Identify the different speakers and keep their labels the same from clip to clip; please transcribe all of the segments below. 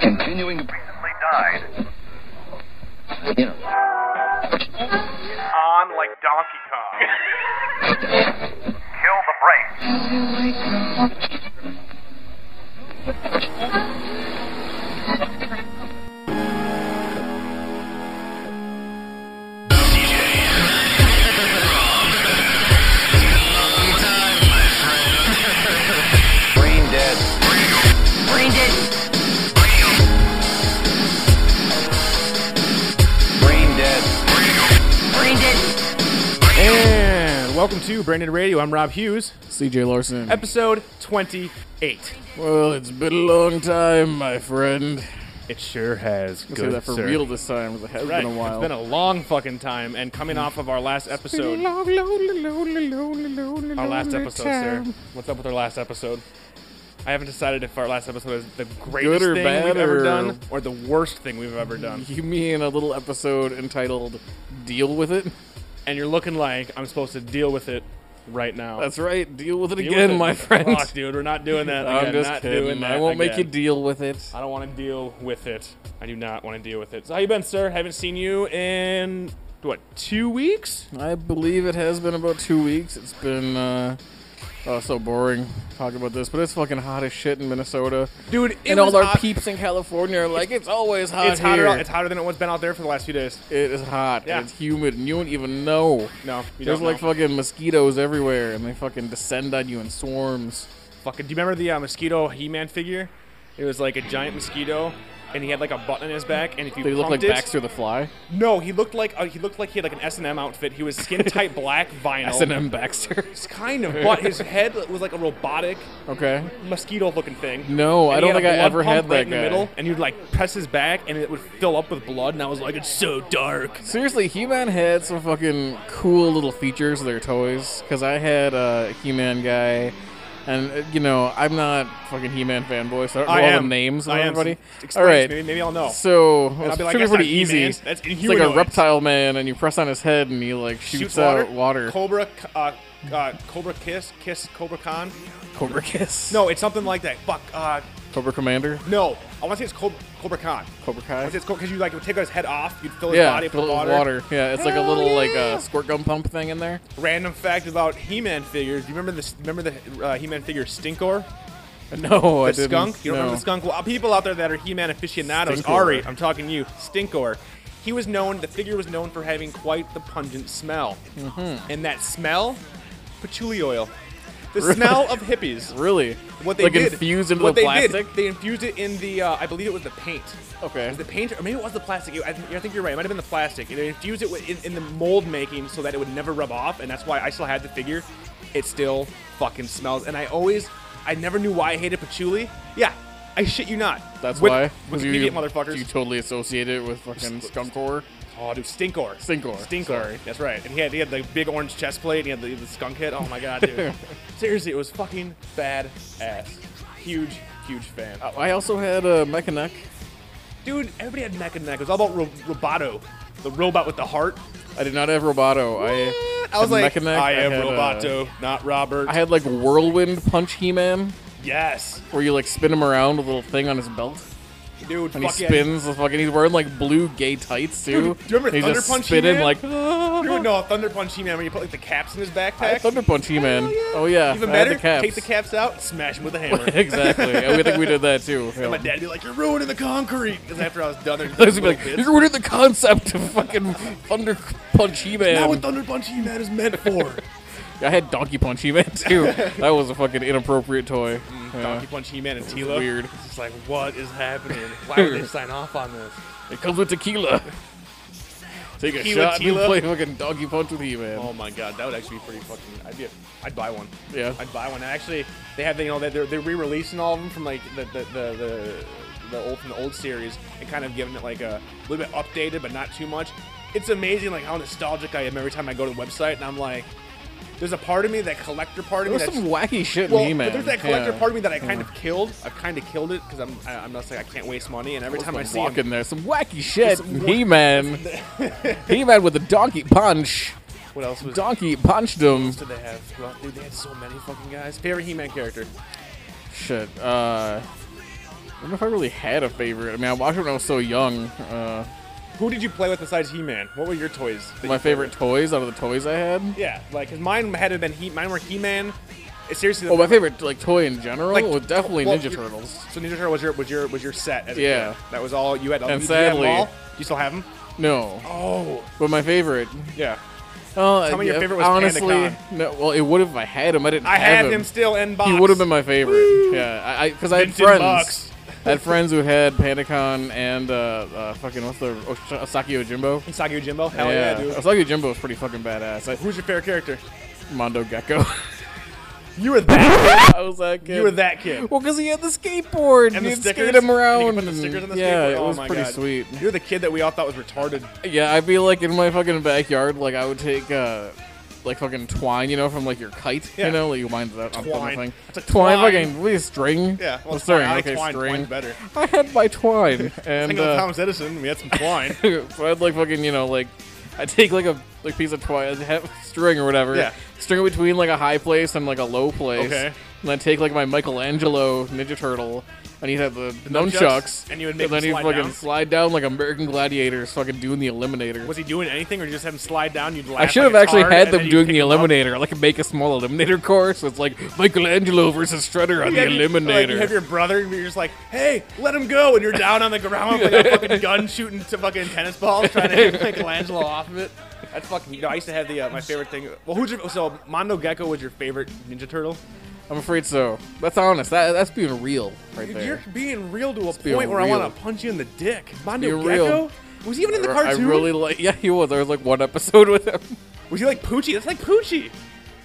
Speaker 1: Continuing to
Speaker 2: They died.
Speaker 1: you know,
Speaker 2: On like Donkey Kong. Kill the brakes.
Speaker 3: Brain dead.
Speaker 4: Brain dead.
Speaker 3: Brain dead.
Speaker 4: Brain dead.
Speaker 5: And welcome to Brandon Radio. I'm Rob Hughes.
Speaker 6: CJ Larson.
Speaker 5: Episode 28.
Speaker 6: Well, it's been a long time, my friend.
Speaker 5: It sure has.
Speaker 6: I'll
Speaker 5: Good,
Speaker 6: say that for
Speaker 5: sir.
Speaker 6: real this time. It has
Speaker 5: Right.
Speaker 6: been a
Speaker 5: It's
Speaker 6: while.
Speaker 5: been a long fucking time, and coming off of our last episode,
Speaker 6: long, lonely, lonely, lonely, lonely,
Speaker 5: our last
Speaker 6: lonely
Speaker 5: episode,
Speaker 6: time.
Speaker 5: sir. What's up with our last episode? I haven't decided if our last episode is the
Speaker 6: Good
Speaker 5: greatest
Speaker 6: or
Speaker 5: thing
Speaker 6: bad
Speaker 5: we've ever
Speaker 6: or-
Speaker 5: done or the worst thing we've ever done.
Speaker 6: You mean a little episode entitled "Deal with It"?
Speaker 5: And you're looking like I'm supposed to deal with it right now.
Speaker 6: That's right. Deal with it
Speaker 5: Deal with
Speaker 6: again,
Speaker 5: it.
Speaker 6: my friend.
Speaker 5: Fuck, dude, we're not doing that.
Speaker 6: I'm
Speaker 5: again.
Speaker 6: just
Speaker 5: not
Speaker 6: kidding.
Speaker 5: Doing that
Speaker 6: I won't make you
Speaker 5: again.
Speaker 6: deal with it.
Speaker 5: I don't want to deal with it. I do not want to deal with it. So how you been, sir? Haven't seen you in what two weeks?
Speaker 6: I believe it has been about two weeks. It's been uh, oh so boring talking about this, but it's fucking hot as shit in Minnesota.
Speaker 5: Dude, it
Speaker 6: and all
Speaker 5: was
Speaker 6: our
Speaker 5: hot.
Speaker 6: peeps in California are like, it's always hot
Speaker 5: It's hotter.
Speaker 6: here.
Speaker 5: It's hotter than it was been out there for the last few days.
Speaker 6: It is hot.
Speaker 5: Yeah.
Speaker 6: And it's humid, and you don't even know.
Speaker 5: No, you
Speaker 6: There's
Speaker 5: don't
Speaker 6: like
Speaker 5: know.
Speaker 6: fucking mosquitoes everywhere, and they fucking descend on you in swarms.
Speaker 5: fucking. Do you remember the uh, mosquito He-Man figure? It was like a giant mosquito, and he had like a button in his back, and if you
Speaker 6: They look like
Speaker 5: pumped it,
Speaker 6: Baxter the Fly.
Speaker 5: No, he looked like uh, he looked like he had like an S and M outfit. He was skin tight black vinyl.
Speaker 6: S and M Baxter.
Speaker 5: It's kind of, but his head was like a robotic
Speaker 6: okay.
Speaker 5: mosquito looking thing.
Speaker 6: No, Oh, I
Speaker 5: And he had a
Speaker 6: don't think I
Speaker 5: blood
Speaker 6: ever
Speaker 5: pump right
Speaker 6: had that
Speaker 5: in
Speaker 6: guy.
Speaker 5: the middle, and you'd like press his back, and it would fill up with blood. And I was like, it's so dark.
Speaker 6: Seriously, He-Man had some fucking cool little features of their toys. Cause I had a He-Man guy, and uh, you know I'm not fucking He-Man fanboy, so I don't know all the names of
Speaker 5: I am.
Speaker 6: everybody.
Speaker 5: Explain
Speaker 6: all
Speaker 5: to
Speaker 6: right,
Speaker 5: me. Maybe I'll know.
Speaker 6: So well,
Speaker 5: I'll
Speaker 6: it's
Speaker 5: be like, "That's
Speaker 6: pretty,
Speaker 5: not
Speaker 6: pretty easy.
Speaker 5: He-Man. That's
Speaker 6: it's like a
Speaker 5: Inhumanoids."
Speaker 6: reptile man, and you press on his head, and he like shoots,
Speaker 5: Shoots
Speaker 6: out water.
Speaker 5: Cobra, uh, uh, Cobra Kiss, Kiss Cobra Khan.
Speaker 6: Cobra Kiss.
Speaker 5: No, it's something like that. Fuck. Uh,
Speaker 6: Cobra Commander.
Speaker 5: no, I want to say it's Cobra, Cobra Khan.
Speaker 6: Cobra
Speaker 5: I
Speaker 6: Kai.
Speaker 5: want to say it's Cobra because you like would take out his head off, you'd fill his
Speaker 6: yeah,
Speaker 5: body up
Speaker 6: fill
Speaker 5: with
Speaker 6: it with
Speaker 5: water.
Speaker 6: water. Yeah, it's like a little
Speaker 5: Hell
Speaker 6: like
Speaker 5: yeah.
Speaker 6: uh, squirt gun pump thing in there.
Speaker 5: Random fact about He-Man figures. Do you remember this? Remember the uh, He-Man figure Stinkor?
Speaker 6: No, I
Speaker 5: the
Speaker 6: didn't.
Speaker 5: skunk. You
Speaker 6: no.
Speaker 5: remember the skunk? Well, people out there that are He-Man aficionados,
Speaker 6: Stinkor.
Speaker 5: Ari, I'm talking to you, Stinkor. He was known. The figure was known for having quite the pungent smell,
Speaker 6: Mm-hmm.
Speaker 5: and that smell, patchouli oil, the smell of hippies.
Speaker 6: Really?
Speaker 5: What they
Speaker 6: like
Speaker 5: did,
Speaker 6: infused into
Speaker 5: what
Speaker 6: the
Speaker 5: they
Speaker 6: plastic?
Speaker 5: did, they infused it in the. Uh, I believe it was the paint.
Speaker 6: Okay.
Speaker 5: Is the paint, or maybe it was the plastic. I, think- I think you're right. It might have been the plastic. They infused it with- in, in the mold making so that it would never rub off, and that's why I still had the figure. It still fucking smells, and I always, I never knew why I hated patchouli. Yeah, I shit you not.
Speaker 6: That's
Speaker 5: With-
Speaker 6: why.
Speaker 5: Wikipedia
Speaker 6: you,
Speaker 5: motherfuckers.
Speaker 6: You totally associate it with fucking skunk horror.
Speaker 5: oh, dude, stinkor.
Speaker 6: Stinkor.
Speaker 5: Stinkor. That's right. And he had he had the big orange chest plate. And he had the, the skunk head. Oh my god, dude. Seriously, it was fucking bad ass. Huge, huge fan.
Speaker 6: I also had uh, a Mechanock.
Speaker 5: Dude, everybody had neck and neck. It was all about ro- Roboto, the robot with the heart.
Speaker 6: I did not have Roboto. I,
Speaker 5: Eh, I was
Speaker 6: had
Speaker 5: like,
Speaker 6: Mechanock.
Speaker 5: I am
Speaker 6: had, uh,
Speaker 5: Roboto, not Robert.
Speaker 6: I had like Whirlwind Punch He-Man,
Speaker 5: yes,
Speaker 6: where you like spin him around with a little thing on his belt.
Speaker 5: dude.
Speaker 6: And he
Speaker 5: fuck yeah.
Speaker 6: spins the fucking. He's wearing like blue gay tights too.
Speaker 5: Dude, do you remember
Speaker 6: and he's
Speaker 5: Thunder
Speaker 6: just
Speaker 5: Punch
Speaker 6: spinning
Speaker 5: He-Man?
Speaker 6: like. "Ah,
Speaker 5: Dude, no, Thunder Punch He-Man. When you put like the caps in his backpack.
Speaker 6: Thunder Punch He-Man. Oh yeah,
Speaker 5: Even
Speaker 6: I had
Speaker 5: better.
Speaker 6: the caps.
Speaker 5: Take the caps out, smash him with a hammer.
Speaker 6: exactly. And we think we did that too. Yeah.
Speaker 5: My dad'd be like, "You're ruining the concrete." Because after I was done, there'd
Speaker 6: Those would be
Speaker 5: little
Speaker 6: like,
Speaker 5: bits.
Speaker 6: you're ruining the concept of fucking Thunder Punch
Speaker 5: Not what
Speaker 6: He-Man.
Speaker 5: Thunder Punch He-Man is meant for.
Speaker 6: I had Donkey Punch He-Man too. that was a fucking inappropriate toy. Yeah.
Speaker 5: Mm, Donkey Punch He-Man and Tila.
Speaker 6: weird.
Speaker 5: It's just like, what is happening? Why would they sign off on this?
Speaker 6: It comes with tequila. Take a
Speaker 5: Tequila,
Speaker 6: shot
Speaker 5: tequila.
Speaker 6: and play fucking Donkey Punch with He-Man.
Speaker 5: Oh my god, that would actually be pretty fucking. I'd be. A, I'd buy one.
Speaker 6: Yeah.
Speaker 5: I'd buy one. And actually, they have you know they're they're re-releasing all of them from like the the the. the the old from the old series and kind of giving it like a little bit updated but not too much. It's amazing like how nostalgic I am every time I go to the website and I'm like, there's a part of me that collector part of
Speaker 6: there
Speaker 5: me that's
Speaker 6: was some wacky shit
Speaker 5: well,
Speaker 6: in He-Man.
Speaker 5: but there's that collector
Speaker 6: yeah. Uh-huh.
Speaker 5: part of me that I kind of killed. I've kind of killed it because I'm I, I'm not saying I can't waste money and every
Speaker 6: What's
Speaker 5: time I
Speaker 6: the
Speaker 5: see
Speaker 6: walk
Speaker 5: him,
Speaker 6: in there? Some wacky shit.
Speaker 5: Some wa-
Speaker 6: He-Man. He-Man with the Donkey Punch.
Speaker 5: what else was?
Speaker 6: Donkey punched him.
Speaker 5: Did they have? Well, dude, they had so many fucking guys. Favorite He-Man character.
Speaker 6: Shit. Uh, I don't know if I really had a favorite. I mean, I watched it when I was so young. Uh,
Speaker 5: Who did you play with besides He-Man? What were your toys? that
Speaker 6: my
Speaker 5: you played
Speaker 6: favorite
Speaker 5: with?
Speaker 6: toys out of the toys I had.
Speaker 5: Yeah, like 'cause mine had to have been He. Mine were He-Man. It's seriously.
Speaker 6: Oh, my favorite like toy in general
Speaker 5: Like,
Speaker 6: was definitely
Speaker 5: well,
Speaker 6: Ninja
Speaker 5: your-
Speaker 6: Turtles.
Speaker 5: So Ninja Turtle was your was your was your set. As a
Speaker 6: Yeah.
Speaker 5: kid. that was all you had.
Speaker 6: And
Speaker 5: you, did you
Speaker 6: sadly-
Speaker 5: have them all? Do you still have them?
Speaker 6: No,
Speaker 5: Oh,
Speaker 6: but my favorite.
Speaker 5: yeah.
Speaker 6: Oh,
Speaker 5: Tell me your
Speaker 6: yeah,
Speaker 5: favorite was
Speaker 6: honestly.
Speaker 5: Pandacon.
Speaker 6: No, well, it would if I had him. I didn't.
Speaker 5: I
Speaker 6: have
Speaker 5: had him still in box.
Speaker 6: He would have been my favorite. Yeah, I because I, had
Speaker 5: Vintage
Speaker 6: friends.
Speaker 5: box.
Speaker 6: I had friends who had Pandacon and uh, uh, fucking what's the Osh- Osaki Ojimbo.
Speaker 5: Sagi Jimbo. Hell yeah, dude.
Speaker 6: Osaki Ojimbo was pretty fucking badass. I,
Speaker 5: Who's your favorite character?
Speaker 6: Mondo Gecko.
Speaker 5: You were that.
Speaker 6: I was that kid.
Speaker 5: you were that kid.
Speaker 6: Well, because he had the skateboard
Speaker 5: And the
Speaker 6: you'd
Speaker 5: stickers.
Speaker 6: skate him around.
Speaker 5: You could put the stickers on the
Speaker 6: yeah,
Speaker 5: skateboard?
Speaker 6: it
Speaker 5: Oh
Speaker 6: was
Speaker 5: my
Speaker 6: pretty
Speaker 5: God.
Speaker 6: sweet.
Speaker 5: You're the kid that we all thought was retarded.
Speaker 6: Yeah, I'd be like in my fucking backyard, like I would take uh like fucking twine, you know, from like your kite,
Speaker 5: Yeah.
Speaker 6: you know, like you wind it up on
Speaker 5: Twine.
Speaker 6: something. thing.
Speaker 5: That's a
Speaker 6: twine,
Speaker 5: twine.
Speaker 6: fucking really string.
Speaker 5: Yeah, well,
Speaker 6: Oh,
Speaker 5: it's fine.
Speaker 6: sorry,
Speaker 5: I like
Speaker 6: okay,
Speaker 5: twine.
Speaker 6: string.
Speaker 5: Twine's better.
Speaker 6: I had my twine, and
Speaker 5: Think of
Speaker 6: uh,
Speaker 5: Thomas Edison. We had some twine.
Speaker 6: so I'd like fucking, you know, like I take like a like piece of twine, I'd have string or whatever,
Speaker 5: Yeah.
Speaker 6: string it between like a high place and like a low place,
Speaker 5: Okay.
Speaker 6: and I take like my Michelangelo Ninja Turtle. And he'd have the,
Speaker 5: nunchucks,
Speaker 6: nunchucks,
Speaker 5: and you would make
Speaker 6: then
Speaker 5: him
Speaker 6: he'd
Speaker 5: slide
Speaker 6: fucking
Speaker 5: down?
Speaker 6: slide down like American gladiators, fucking doing the eliminator.
Speaker 5: was he doing anything, or you just have him slide down? You'd laugh.
Speaker 6: I should
Speaker 5: like it's
Speaker 6: have actually
Speaker 5: hard,
Speaker 6: had
Speaker 5: and then
Speaker 6: them
Speaker 5: you'd
Speaker 6: doing
Speaker 5: pick
Speaker 6: the
Speaker 5: him up.
Speaker 6: Eliminator. Like, make a small Eliminator course. It's like Michelangelo versus Shredder on
Speaker 5: You
Speaker 6: the
Speaker 5: have your- Like, you
Speaker 6: Eliminator.
Speaker 5: have your brother, and you're just like, "Hey, let him go!" And you're down on the ground with like, a fucking gun shooting to fucking tennis balls, trying to hit Michelangelo off of it. That's fucking. You know, I used to have the uh, my favorite thing. Well, who's your so Mondo Gecko was your favorite Ninja Turtle?
Speaker 6: I'm afraid so. That's honest. That, that's being real right
Speaker 5: Dude,
Speaker 6: there.
Speaker 5: you're being real to a
Speaker 6: being
Speaker 5: point where I
Speaker 6: real.
Speaker 5: want to punch you in the dick. Mondo
Speaker 6: being
Speaker 5: Gecko
Speaker 6: real.
Speaker 5: was he even in the
Speaker 6: I
Speaker 5: cartoon?
Speaker 6: really like. Yeah, he was. There was like one episode with him.
Speaker 5: was he like Poochie? That's like Poochie.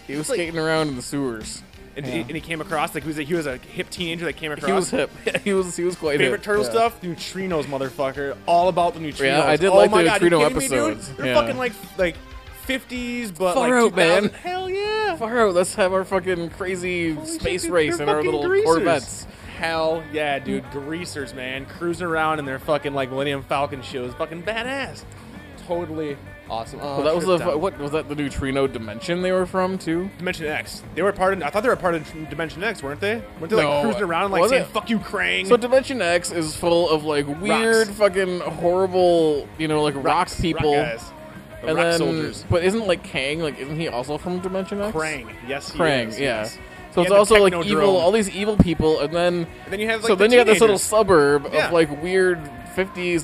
Speaker 6: He was
Speaker 5: Like-
Speaker 6: skating around in the sewers.
Speaker 5: And, and he came across like he was a, he was a hip teenager that came across.
Speaker 6: He was hip. he was. He was quite
Speaker 5: Favorite
Speaker 6: hip.
Speaker 5: turtle
Speaker 6: Yeah.
Speaker 5: stuff? Neutrinos, motherfucker. All about the neutrinos.
Speaker 6: Yeah, I did
Speaker 5: oh
Speaker 6: like
Speaker 5: my
Speaker 6: the
Speaker 5: God, you
Speaker 6: Neutrino
Speaker 5: kidding me, dude?
Speaker 6: episodes.
Speaker 5: They're
Speaker 6: Yeah.
Speaker 5: fucking like like 50s, but
Speaker 6: Far
Speaker 5: like
Speaker 6: out, man.
Speaker 5: 2000. Hell yeah.
Speaker 6: Faro, let's have our fucking crazy
Speaker 5: Holy shit,
Speaker 6: space
Speaker 5: dude,
Speaker 6: race
Speaker 5: they're
Speaker 6: in our
Speaker 5: fucking
Speaker 6: little
Speaker 5: greasers.
Speaker 6: Corvettes.
Speaker 5: Hell yeah, dude. Greasers, man, cruising around in their fucking like Millennium Falcon shows. Fucking badass. Totally awesome. Oh,
Speaker 6: Well, that was the
Speaker 5: trip down.
Speaker 6: what was that the neutrino dimension they were from too?
Speaker 5: Dimension X. They were part of. I thought they were part of Dimension X, weren't they? Weren't they like
Speaker 6: No.
Speaker 5: cruising around and like
Speaker 6: Was
Speaker 5: saying
Speaker 6: it?
Speaker 5: "fuck you, Krang"?
Speaker 6: So Dimension X is full of like weird, fucking horrible, you know, like rock
Speaker 5: Rocks,
Speaker 6: people,
Speaker 5: rock guys, the
Speaker 6: and
Speaker 5: rock
Speaker 6: then
Speaker 5: soldiers.
Speaker 6: but isn't like Kang like isn't he also from Dimension X?
Speaker 5: Krang. Yes, he
Speaker 6: Krang,
Speaker 5: is,
Speaker 6: yeah.
Speaker 5: yes. He
Speaker 6: So
Speaker 5: had
Speaker 6: it's
Speaker 5: the
Speaker 6: also like
Speaker 5: Technodrome.
Speaker 6: evil, all these evil people, and then
Speaker 5: And then you have, like,
Speaker 6: so
Speaker 5: the
Speaker 6: then you got this little
Speaker 5: teenagers.
Speaker 6: suburb
Speaker 5: Yeah.
Speaker 6: of like weird '50s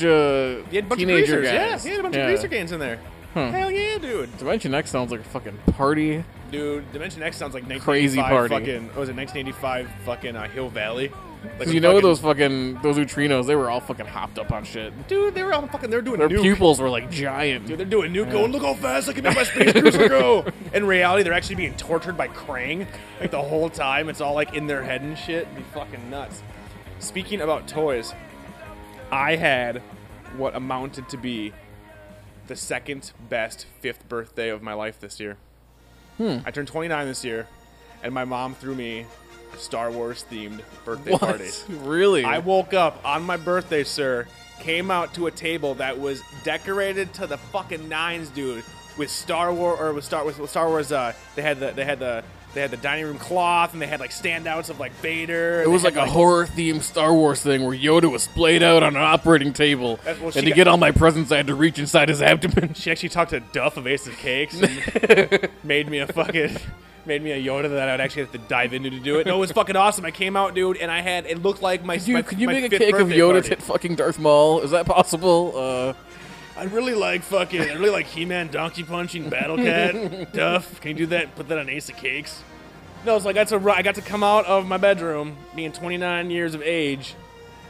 Speaker 6: nostalgia
Speaker 5: He had a bunch
Speaker 6: teenager
Speaker 5: of greasers.
Speaker 6: guys.
Speaker 5: Yeah, he had a bunch of greaser gangs in there. Hell yeah, dude.
Speaker 6: Dimension X sounds like a fucking party.
Speaker 5: Dude, Dimension X sounds like 1985
Speaker 6: Crazy party.
Speaker 5: fucking, what was it, 1985 fucking uh, Hill Valley? Like
Speaker 6: 'Cause
Speaker 5: some
Speaker 6: you know
Speaker 5: fucking-
Speaker 6: those fucking those neutrinos, they were all fucking hopped up on shit.
Speaker 5: Dude, they were all fucking, they were doing
Speaker 6: Their
Speaker 5: nuke.
Speaker 6: pupils were like giant.
Speaker 5: Dude, they're doing nuke going, look how fast I can make my space cruiser go. In reality, they're actually being tortured by Krang, like the whole time. It's all like in their head and shit. It'd be fucking nuts. Speaking about toys, I had what amounted to be the second best fifth birthday of my life this year. I turned 29 this year, and my mom threw me a Star Wars themed birthday
Speaker 6: What?
Speaker 5: party.
Speaker 6: Really?
Speaker 5: I woke up on my birthday, sir, came out to a table that was decorated to the fucking nines, dude, with Star Wars or with Star with with Star Wars. Uh, they had the they had the they had the dining room cloth, and they had like standouts of like Vader. and
Speaker 6: It
Speaker 5: they
Speaker 6: was
Speaker 5: had,
Speaker 6: like a horror themed Star Wars thing where Yoda was splayed out on an operating table.
Speaker 5: That's- well, she
Speaker 6: and to
Speaker 5: got-
Speaker 6: get all my presents, I had to reach inside his abdomen.
Speaker 5: She actually talked to Duff of Ace of Cakes and made me a fucking made me a Yoda that I would actually have to dive into to do it. No, it was fucking awesome. I came out, dude, and I had it looked like my. my,
Speaker 6: Dude, could you
Speaker 5: my
Speaker 6: make a
Speaker 5: fifth
Speaker 6: cake of
Speaker 5: birthday
Speaker 6: Yoda
Speaker 5: party.
Speaker 6: hit fucking Darth Maul? Is that possible? Uh,
Speaker 5: I really like fucking. I really like He-Man, Donkey Punching, Battle Cat, Duff. Can you do that? Put that on Ace of Cakes. No, so I got to ri- I got to come out of my bedroom, being 29 years of age,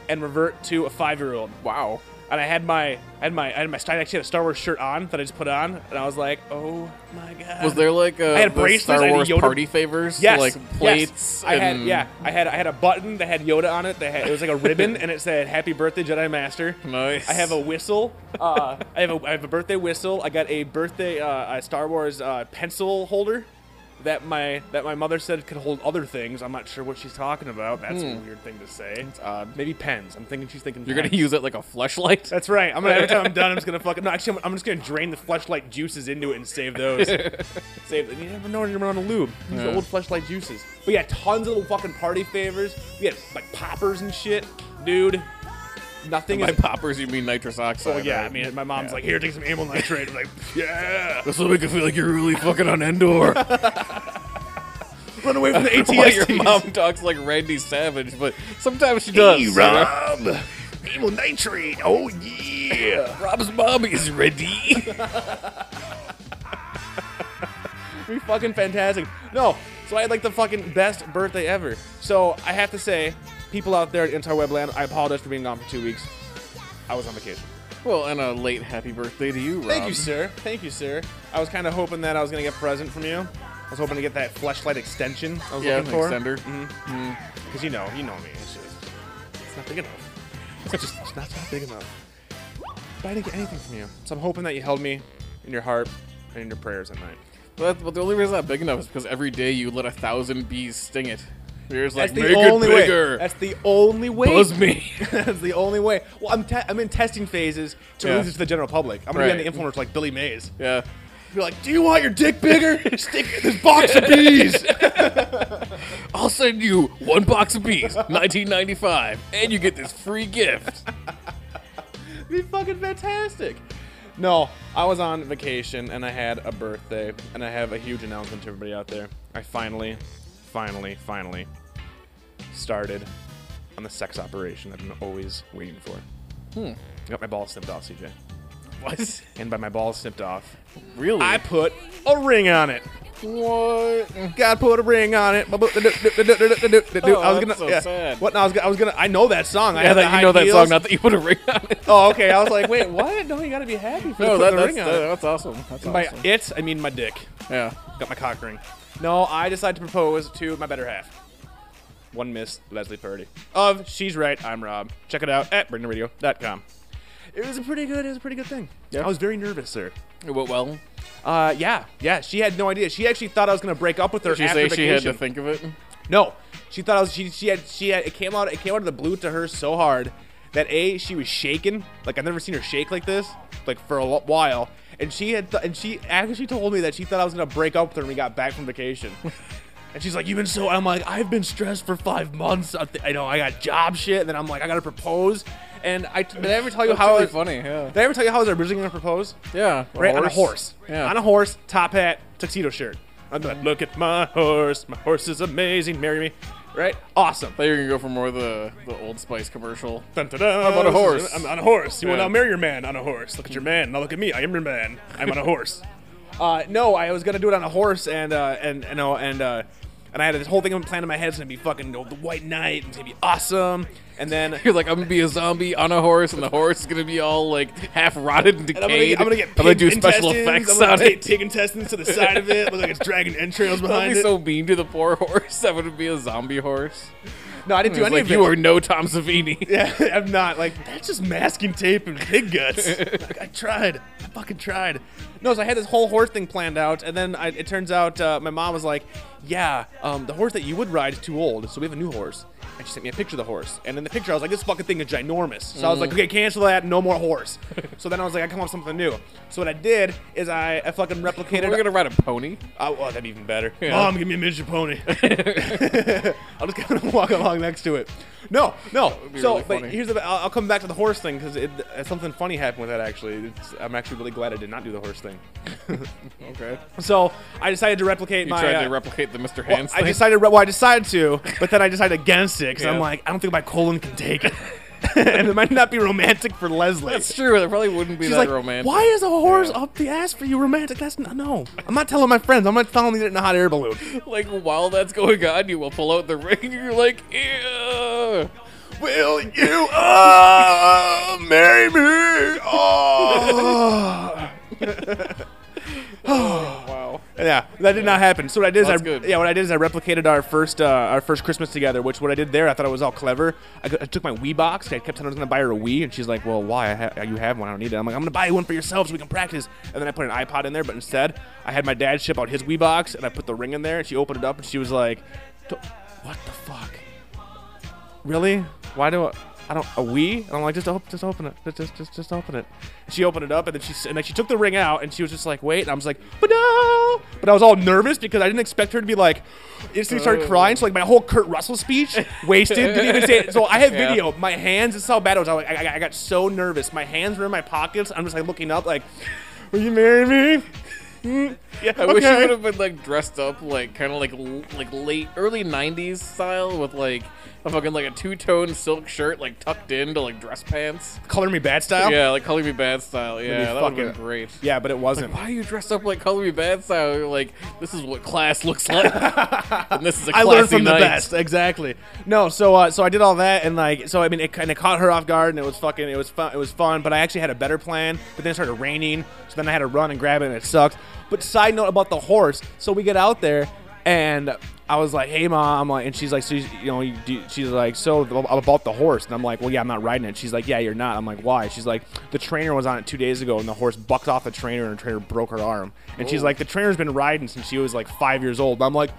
Speaker 5: and revert to a five-year-old.
Speaker 6: wow.
Speaker 5: And I had my I had my I had my I actually had a Star Wars shirt on that I just put on, and I was like, oh my god.
Speaker 6: Was there like uh,
Speaker 5: I had
Speaker 6: the
Speaker 5: bracelets, I
Speaker 6: Star
Speaker 5: had a
Speaker 6: Wars
Speaker 5: Yoda-
Speaker 6: party favors?
Speaker 5: Yes,
Speaker 6: Like
Speaker 5: yes.
Speaker 6: plates?
Speaker 5: I had
Speaker 6: and-
Speaker 5: yeah, I had I had a button that had Yoda on it. That had, it was like a ribbon, and it said "Happy Birthday, Jedi Master."
Speaker 6: Nice.
Speaker 5: I have a whistle. Uh, I have a I have a birthday whistle. I got a birthday uh, a Star Wars uh, pencil holder. that my that my mother said could hold other things. I'm not sure what she's talking about. That's a weird thing to say. It's
Speaker 6: Hmm. odd.
Speaker 5: Maybe pens. I'm thinking she's thinking.
Speaker 6: You're gonna
Speaker 5: pens.
Speaker 6: use it like a flashlight.
Speaker 5: That's right. I'm gonna every time I'm done, I'm just gonna fuck. No, actually, I'm, I'm just gonna drain the fleshlight juices into it and save those. save. You never know when you're on a lube. Use the
Speaker 6: Yeah.
Speaker 5: old fleshlight juices. But yeah, tons of little fucking party favors. We had like poppers and shit, dude. Nothing
Speaker 6: By
Speaker 5: is.
Speaker 6: poppers, you mean nitrous oxide?
Speaker 5: Well, yeah, I
Speaker 6: right?
Speaker 5: mean, uh, my mom's like, here, take some amyl nitrate. I'm like, yeah,
Speaker 6: This will make you feel like you're really fucking on Endor.
Speaker 5: run away from the ATS.
Speaker 6: Why your mom talks like Randy Savage, but sometimes she does. you know?
Speaker 1: Rob. Evil nitrate. Oh, yeah.
Speaker 6: Rob's mom is ready.
Speaker 5: be fucking fantastic. No, so I had like the fucking best birthday ever. So I have to say, people out there at Interwebland, I apologize for being gone for two weeks. I was on vacation.
Speaker 6: well, and a late happy birthday to you, Rob.
Speaker 5: Thank you, sir. Thank you, sir. I was kind of hoping that I was gonna get a present from you. I was hoping to get that fleshlight extension I was
Speaker 6: Yeah,
Speaker 5: looking for.
Speaker 6: extender.
Speaker 5: Because you know, you know me. It's just, it's not big enough. It's just, it's not, it's not big enough. But I didn't get anything from you, so I'm hoping that you held me in your heart and in your prayers at night.
Speaker 6: But, but the only reason it's not big enough is because every day you let a thousand bees sting it. You're just like,
Speaker 5: That's
Speaker 6: make
Speaker 5: the only
Speaker 6: it
Speaker 5: way.
Speaker 6: bigger.
Speaker 5: That's the only way.
Speaker 6: Buzz me.
Speaker 5: That's the only way. Well, I'm, te- I'm in testing phases to
Speaker 6: Yeah.
Speaker 5: release it to the general public. I'm gonna be
Speaker 6: Right.
Speaker 5: on the influencer like Billy Mays.
Speaker 6: yeah.
Speaker 5: Be like, do you want your dick bigger? Stick it in this box of bees.
Speaker 6: I'll send you one box of bees, 1995, and you get this free gift.
Speaker 5: be fucking fantastic. No, I was on vacation and I had a birthday, and I have a huge announcement to everybody out there. I finally, finally, finally started on the sex operation I've been always waiting for. Hmm. I got my balls snipped off, CJ.
Speaker 6: What?
Speaker 5: And by my balls snipped off,
Speaker 6: Really?
Speaker 5: I put a ring on it.
Speaker 6: what?
Speaker 5: God put a ring on it. I was gonna.
Speaker 6: Oh, that's so
Speaker 5: yeah.
Speaker 6: sad.
Speaker 5: What? No, I was, gonna- I was gonna. I know that song. I
Speaker 6: Yeah,
Speaker 5: had the
Speaker 6: that
Speaker 5: high
Speaker 6: you know that
Speaker 5: heels.
Speaker 6: song, not that you put a ring on it.
Speaker 5: Oh, okay. I was like, wait, what? No, you gotta be happy for
Speaker 6: No,
Speaker 5: putting
Speaker 6: that,
Speaker 5: the
Speaker 6: that's,
Speaker 5: ring on
Speaker 6: that-
Speaker 5: it.
Speaker 6: that's awesome. That's
Speaker 5: By
Speaker 6: awesome.
Speaker 5: it, I mean my dick.
Speaker 6: Yeah.
Speaker 5: Got my cock ring. No, I decided to propose to my better half. One Miss Leslie Purdy. Of She's Right, I'm Rob. Check it out at BringTheRadio.com. It was a pretty good. It was a pretty good thing. I was very nervous, sir.
Speaker 6: Well, well
Speaker 5: Uh, yeah, yeah. She had no idea. She actually thought I was gonna break up with her
Speaker 6: did she
Speaker 5: after
Speaker 6: say she
Speaker 5: vacation.
Speaker 6: had to think of it?
Speaker 5: No, she thought I was. She she had she had. It came out. It came out of the blue to her so hard that a she was shaking. Like I've never seen her shake like this. Like for a lo- while. And she had th- and she actually told me that she thought I was gonna break up with her when we got back from vacation. and she's like, "You've been so." I'm like, "I've been stressed for five months. I, th- I know I got job shit." And then I'm like, "I gotta propose." And I did I ever tell you
Speaker 6: That's
Speaker 5: how
Speaker 6: really
Speaker 5: I-
Speaker 6: funny, yeah.
Speaker 5: Did I ever tell you how I was originally gonna propose?
Speaker 6: Yeah.
Speaker 5: right on a horse,
Speaker 6: Yeah.
Speaker 5: on a horse, top hat, tuxedo shirt. I'm like, look at my horse. My horse is amazing. Marry me, right? Awesome.
Speaker 6: thought you were gonna go for more of the the Old Spice commercial.
Speaker 5: Dun, dun, dun.
Speaker 6: I'm on a horse.
Speaker 5: I'm on a horse. You will
Speaker 6: Yeah.
Speaker 5: now marry your man on a horse. Look at your man. Now look at me. I am your man. I'm on a horse. Uh, no, I was gonna do it on a horse, and uh, and and uh, and uh, and I had this whole thing planned in my head. It's gonna be fucking you know, the White Knight. and It's gonna be awesome. And then
Speaker 6: You're like, I'm gonna be a zombie on a horse, and the horse is gonna be all like half rotted and decayed.
Speaker 5: And I'm gonna, get- I'm gonna get pig
Speaker 6: do special
Speaker 5: intestines.
Speaker 6: effects
Speaker 5: I'm gonna
Speaker 6: on
Speaker 5: take
Speaker 6: it.
Speaker 5: pig intestines to the side of it. Look like it's dragging entrails
Speaker 6: That'd
Speaker 5: behind
Speaker 6: be
Speaker 5: it.
Speaker 6: so mean to the poor horse. That would be a zombie horse.
Speaker 5: no, I didn't
Speaker 6: It's
Speaker 5: do any
Speaker 6: like
Speaker 5: of it.
Speaker 6: you are no Tom Savini.
Speaker 5: Yeah, I'm not like that's just masking tape and pig guts. like, I tried, I fucking tried. No, so I had this whole horse thing planned out, and then I, it turns out uh, my mom was like, "Yeah, um, the horse that you would ride is too old, so we have a new horse." And she sent me a picture of the horse, and in the picture I was like, "This fucking thing is ginormous." So I was
Speaker 6: Mm.
Speaker 5: like, "Okay, cancel that, no more horse." so then I was like, "I come up with something new." So what I did is I, I fucking replicated.
Speaker 6: We're gonna ride a pony.
Speaker 5: Oh, well, that'd be even better.
Speaker 6: Yeah.
Speaker 5: Mom, give me a miniature pony. I'll just kind of walk along next to it. No, no.
Speaker 6: be
Speaker 5: So,
Speaker 6: really
Speaker 5: but
Speaker 6: funny.
Speaker 5: here's the. I'll, I'll come back to the horse thing because it, uh, something funny happened with that. Actually, it's, I'm actually really glad I did not do the horse thing.
Speaker 6: Okay.
Speaker 5: So I decided to replicate
Speaker 6: You
Speaker 5: my.
Speaker 6: tried
Speaker 5: uh,
Speaker 6: to replicate the Mr.
Speaker 5: well,
Speaker 6: Hands
Speaker 5: I
Speaker 6: thing.
Speaker 5: decided. Well, I decided to, but then I decided against it because
Speaker 6: Yeah.
Speaker 5: I'm like, I don't think my colon can take it, and it might not be romantic for Leslie.
Speaker 6: That's true. That probably wouldn't be
Speaker 5: She's
Speaker 6: that
Speaker 5: like,
Speaker 6: romantic.
Speaker 5: why is a horse
Speaker 6: Yeah.
Speaker 5: up the ass for you romantic? That's not, no. I'm not telling my friends. I'm not telling these in a hot air balloon.
Speaker 6: Like while that's going on, you will pull out the ring. and You're like, ew.
Speaker 5: Will you uh, marry me? Oh.
Speaker 6: Wow.
Speaker 5: Yeah, that did not happen. So what I did is
Speaker 6: That's
Speaker 5: I
Speaker 6: good.
Speaker 5: yeah what I did is I replicated our first uh, our first Christmas together. Which what I did there, I thought I was all clever. I, go- I took my Wii box. 'cause I kept telling her I was gonna buy her a Wii, and she's like, "Well, why? I ha- you have one. I don't need it." I'm like, "I'm gonna buy you one for yourself so we can practice." And then I put an iPod in there, but instead I had my dad ship out his Wii box, and I put the ring in there. And she opened it up, and she was like, "T- "What the fuck? Really? Why do I?" I don't a Wii? And I'm like, just open, just open it, just, just, just, just open it. She opened it up, and then she s- and then she took the ring out, and she was just like, wait. And I was like, but no. But I was all nervous because I didn't expect her to be like, instantly started crying. So like my whole Kurt Russell speech wasted. Didn't even say it. So I have
Speaker 6: Yeah.
Speaker 5: video. My hands. This is how bad it was. I, was like, I, I got so nervous. My hands were in my pockets. I'm just like looking up, like, will you marry me? Mm, yeah.
Speaker 6: I wish you
Speaker 5: okay.
Speaker 6: would have been like dressed up like kind of like l- like late early '90s style with like a fucking like a two tone silk shirt like tucked into like dress pants.
Speaker 5: color me bad style.
Speaker 6: Yeah, like Color Me Bad style. Yeah, that would have
Speaker 5: fucking-
Speaker 6: been great.
Speaker 5: Yeah, but it wasn't.
Speaker 6: Why are you dressed up like Color Me Bad style? You're like this is what class looks like, and this is a
Speaker 5: I
Speaker 6: classy
Speaker 5: learned from
Speaker 6: night.
Speaker 5: the best. Exactly. No, so uh, so I did all that, and like, so I mean, it kind of caught her off guard, and it was fucking, it was fun, it was fun. But I actually had a better plan, but then it started raining, so then I had to run and grab it, and it sucked. But side note about the horse, so we get out there, and I was like, "Hey, mom," I'm like, and she's like, "So you you know," you do, she's like, "So about the horse," and I'm like, "Well, yeah, I'm not riding it." She's like, "Yeah, you're not." I'm like, "Why?" She's like, "The trainer was on it two days ago, and the horse bucked off the trainer, and the trainer broke her arm." And she's like, "The trainer's been riding since she was like five years old." And I'm like.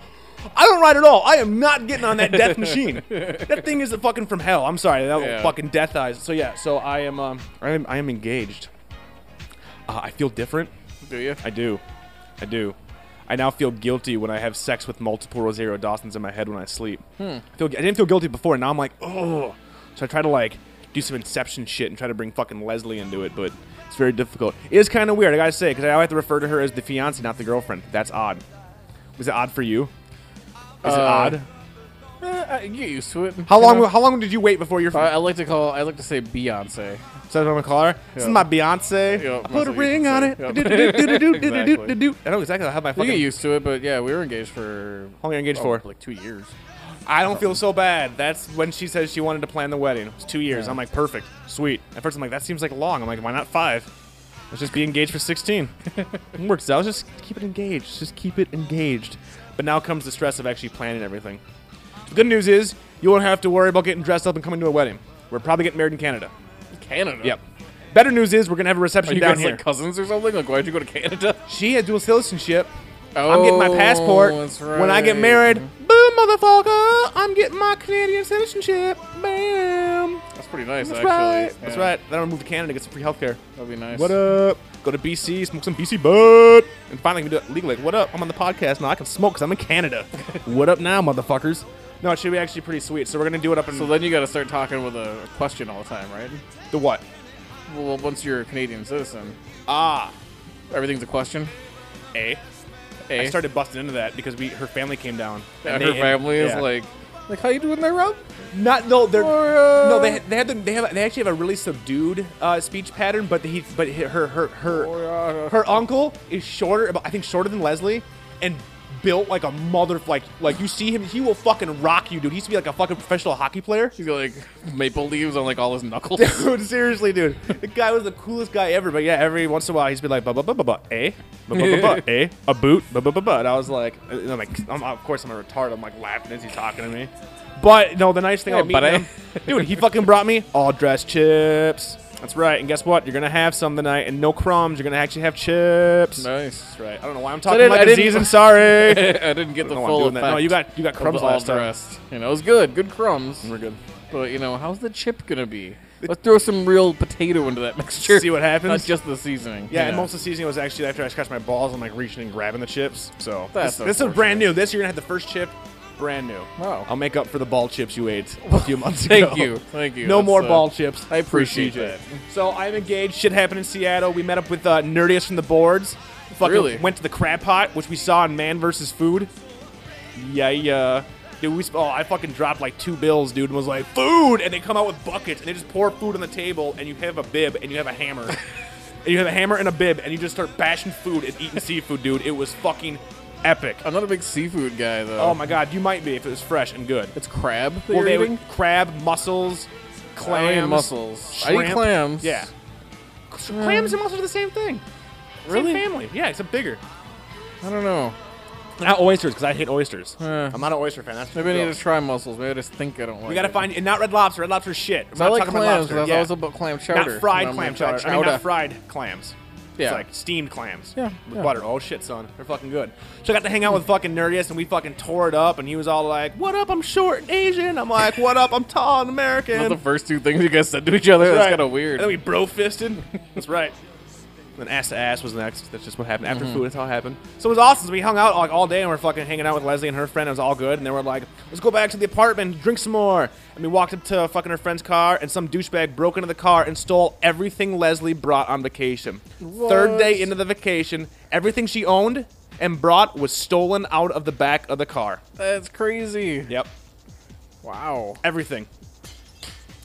Speaker 5: I don't ride at all. I am not getting on that death machine. That thing is fucking from hell. I'm sorry. That
Speaker 6: Yeah.
Speaker 5: fucking death eyes. So yeah. So I am. Um, I am. I am engaged. Uh, I feel different.
Speaker 6: Do you?
Speaker 5: I do. I do. I now feel guilty when I have sex with multiple Rosario Dawsons in my head when I sleep. I, feel, I didn't feel guilty before. Now I'm like, oh. So I try to like do some Inception shit and try to bring fucking Leslie into it, but it's very difficult. It is kind of weird. I gotta say because I have to refer to her as the fiance, not the girlfriend. That's odd. Was it odd for you? Is it odd?
Speaker 6: Eh, I get used to it.
Speaker 5: Uh, How
Speaker 6: you
Speaker 5: long?
Speaker 6: know?
Speaker 5: How long did you wait before your?
Speaker 6: I, I like to call. I like to say Beyonce.
Speaker 5: So I'm gonna call her. This is my Beyonce.
Speaker 6: Yeah,
Speaker 5: I put
Speaker 6: that's
Speaker 5: a
Speaker 6: what you
Speaker 5: ring
Speaker 6: say.
Speaker 5: on it.
Speaker 6: Yeah.
Speaker 5: Do-do-do-do-do-do-do-do-do-do. I know exactly how my
Speaker 6: You get
Speaker 5: fucking.
Speaker 6: used to it, but yeah, we were engaged for
Speaker 5: How long are you engaged
Speaker 6: oh,
Speaker 5: for?
Speaker 6: like two years.
Speaker 5: I don't feel so bad. That's when she says she wanted to plan the wedding. It's two years. I'm like, perfect, sweet. At first, I'm like, that seems like long. I'm like, why not five? Let's just be engaged for 16. it works out. Just keep it engaged. Just keep it engaged. But now comes the stress of actually planning everything. The good news is you won't have to worry about getting dressed up and coming to a wedding. We're probably getting married in Canada.
Speaker 6: Canada.
Speaker 5: Yep. Better news is we're gonna have a reception
Speaker 6: Are you
Speaker 5: down
Speaker 6: guys
Speaker 5: here.
Speaker 6: like cousins or something? Like, why'd you go to Canada?
Speaker 5: She had dual citizenship.
Speaker 6: Oh,
Speaker 5: I'm getting my passport.
Speaker 6: that's
Speaker 5: When I get
Speaker 6: right.
Speaker 5: married, boom, motherfucker, I'm getting my Canadian citizenship. Bam.
Speaker 6: That's pretty nice,
Speaker 5: That's
Speaker 6: actually.
Speaker 5: right.
Speaker 6: Yeah,
Speaker 5: That's right. Then I'm gonna move to Canada, get some free healthcare.
Speaker 6: That'd be nice.
Speaker 5: What up? Go to BC, smoke some BC bud, and finally we can do it legally. What up? I'm on the podcast now. I can smoke because I'm in Canada. what up now, motherfuckers? No, it should be actually pretty sweet. So we're gonna do it up in
Speaker 6: So then you got to start talking with a, a question all the time, right?
Speaker 5: the what?
Speaker 6: Well, once you're a Canadian citizen,
Speaker 5: Ah,
Speaker 6: everything's a question.
Speaker 5: a.
Speaker 6: Eh?
Speaker 5: I started busting into that because we her family came down.
Speaker 6: And
Speaker 5: and
Speaker 6: her
Speaker 5: they-
Speaker 6: family is
Speaker 5: yeah.
Speaker 6: like, like, how you doing there, Rob?
Speaker 5: Not no, they're
Speaker 6: Or, uh,
Speaker 5: no. They they have the, they have they actually have a really subdued uh, speech pattern, but he but he- her her her
Speaker 6: Or, uh,
Speaker 5: her uncle is shorter, about I think shorter than Leslie, and built like a mother like like you see him, he will fucking rock you, dude. He used to be like a fucking professional hockey player.
Speaker 6: He's got like maple leaves on like all his knuckles.
Speaker 5: Dude, seriously, dude, the guy was the coolest guy ever. But yeah, every once in a while he's been like, ba ba ba ba ba, eh, ba ba ba ba, eh, a boot, ba ba ba ba. And I was like, and I'm like, I'm, of course I'm a retard. I'm like laughing as he's talking to me. But no, the nice thing
Speaker 6: Yeah,
Speaker 5: I meet
Speaker 6: buddy.
Speaker 5: him, dude, he fucking brought me all dressed chips. That's right. And guess what? You're gonna have some tonight, and no crumbs. You're gonna actually have chips.
Speaker 6: nice. That's right.
Speaker 5: I don't know why I'm
Speaker 6: I
Speaker 5: talking
Speaker 6: didn't- I
Speaker 5: about
Speaker 6: didn't-
Speaker 5: disease. I'm sorry.
Speaker 6: I didn't get the
Speaker 5: No, I'm
Speaker 6: full
Speaker 5: doing
Speaker 6: effect.
Speaker 5: that. No, you got you got
Speaker 6: of
Speaker 5: crumbs
Speaker 6: the all
Speaker 5: last time.
Speaker 6: dressed. You know, it was good. Good crumbs.
Speaker 5: We're good.
Speaker 6: But you know, how's the chip gonna be? Let's throw some real potato into that mixture.
Speaker 5: See what happens?
Speaker 6: Not just the seasoning.
Speaker 5: Yeah, and most of the season was actually after I scratched my balls, I'm like reaching and grabbing the chips. So
Speaker 6: That's
Speaker 5: this, this is brand new. This year you're gonna have the first chip, brand new.
Speaker 6: Wow.
Speaker 5: I'll make up for the ball chips you ate a few months
Speaker 6: Thank
Speaker 5: ago.
Speaker 6: you. Thank you.
Speaker 5: No
Speaker 6: That's,
Speaker 5: more
Speaker 6: uh,
Speaker 5: ball chips.
Speaker 6: I appreciate
Speaker 5: for CJ.
Speaker 6: that.
Speaker 5: So I'm engaged. Shit happened in Seattle. We met up with uh, Nerdiest from the boards. Fucking
Speaker 6: Really?
Speaker 5: went to the crab pot, which we saw in Man versus Food. Yeah, yeah. Dude, we sp- oh, I fucking dropped like two bills, dude, and was like, food! And they come out with buckets and they just pour food on the table, and you have a bib and you have a hammer. and you have a hammer and a bib, and you just start bashing food and eating seafood, dude. It was fucking epic.
Speaker 6: I'm not a big seafood guy though.
Speaker 5: Oh my god, you might be if it was fresh and good.
Speaker 6: It's crab. That
Speaker 5: Well,
Speaker 6: you're
Speaker 5: they
Speaker 6: eating?
Speaker 5: would crab, mussels,
Speaker 6: I
Speaker 5: clams,
Speaker 6: eat mussels. I eat
Speaker 5: shrimp.
Speaker 6: clams.
Speaker 5: Yeah, clams and mussels are the same thing.
Speaker 6: Really?
Speaker 5: Same family. Yeah, except bigger.
Speaker 6: I don't know.
Speaker 5: Not oysters, because I hate oysters.
Speaker 6: Eh.
Speaker 5: I'm not an oyster fan. That's for
Speaker 6: Maybe I
Speaker 5: sure.
Speaker 6: need to try mussels. Maybe I just think I don't like.
Speaker 5: We gotta
Speaker 6: it.
Speaker 5: find and not red lobster. Red lobster's shit. We're
Speaker 6: So I
Speaker 5: not
Speaker 6: like
Speaker 5: talking about
Speaker 6: clams.
Speaker 5: lobster.
Speaker 6: but I was
Speaker 5: yeah.
Speaker 6: always about clam chowder.
Speaker 5: Not fried
Speaker 6: When I'm
Speaker 5: clam
Speaker 6: like,
Speaker 5: chowder. I mean,
Speaker 6: chowder.
Speaker 5: not fried clams.
Speaker 6: Yeah.
Speaker 5: It's like steamed clams.
Speaker 6: Yeah,
Speaker 5: With
Speaker 6: yeah.
Speaker 5: butter. Oh shit, son. They're fucking good. So I got to hang out with fucking Nerdiest and we fucking tore it up and he was all like, What up, I'm short and Asian. I'm like, What up, I'm tall and American.
Speaker 6: Not the first two things you guys said to each other. That's
Speaker 5: right.
Speaker 6: kind of weird.
Speaker 5: And then we bro fisted. That's right. And ass to ass was next. That's just what happened after
Speaker 6: Mm-hmm.
Speaker 5: food. That's how it happened. So it was awesome. So we hung out like all day and we are fucking hanging out with Leslie and her friend. It was all good. And they were like, let's go back to the apartment, drink some more. And we walked up to fucking her friend's car and some douchebag broke into the car and stole everything Leslie brought on vacation. Third day into the vacation, everything she owned and brought was stolen out of the back of the car.
Speaker 6: That's crazy.
Speaker 5: Yep.
Speaker 6: Wow.
Speaker 5: Everything.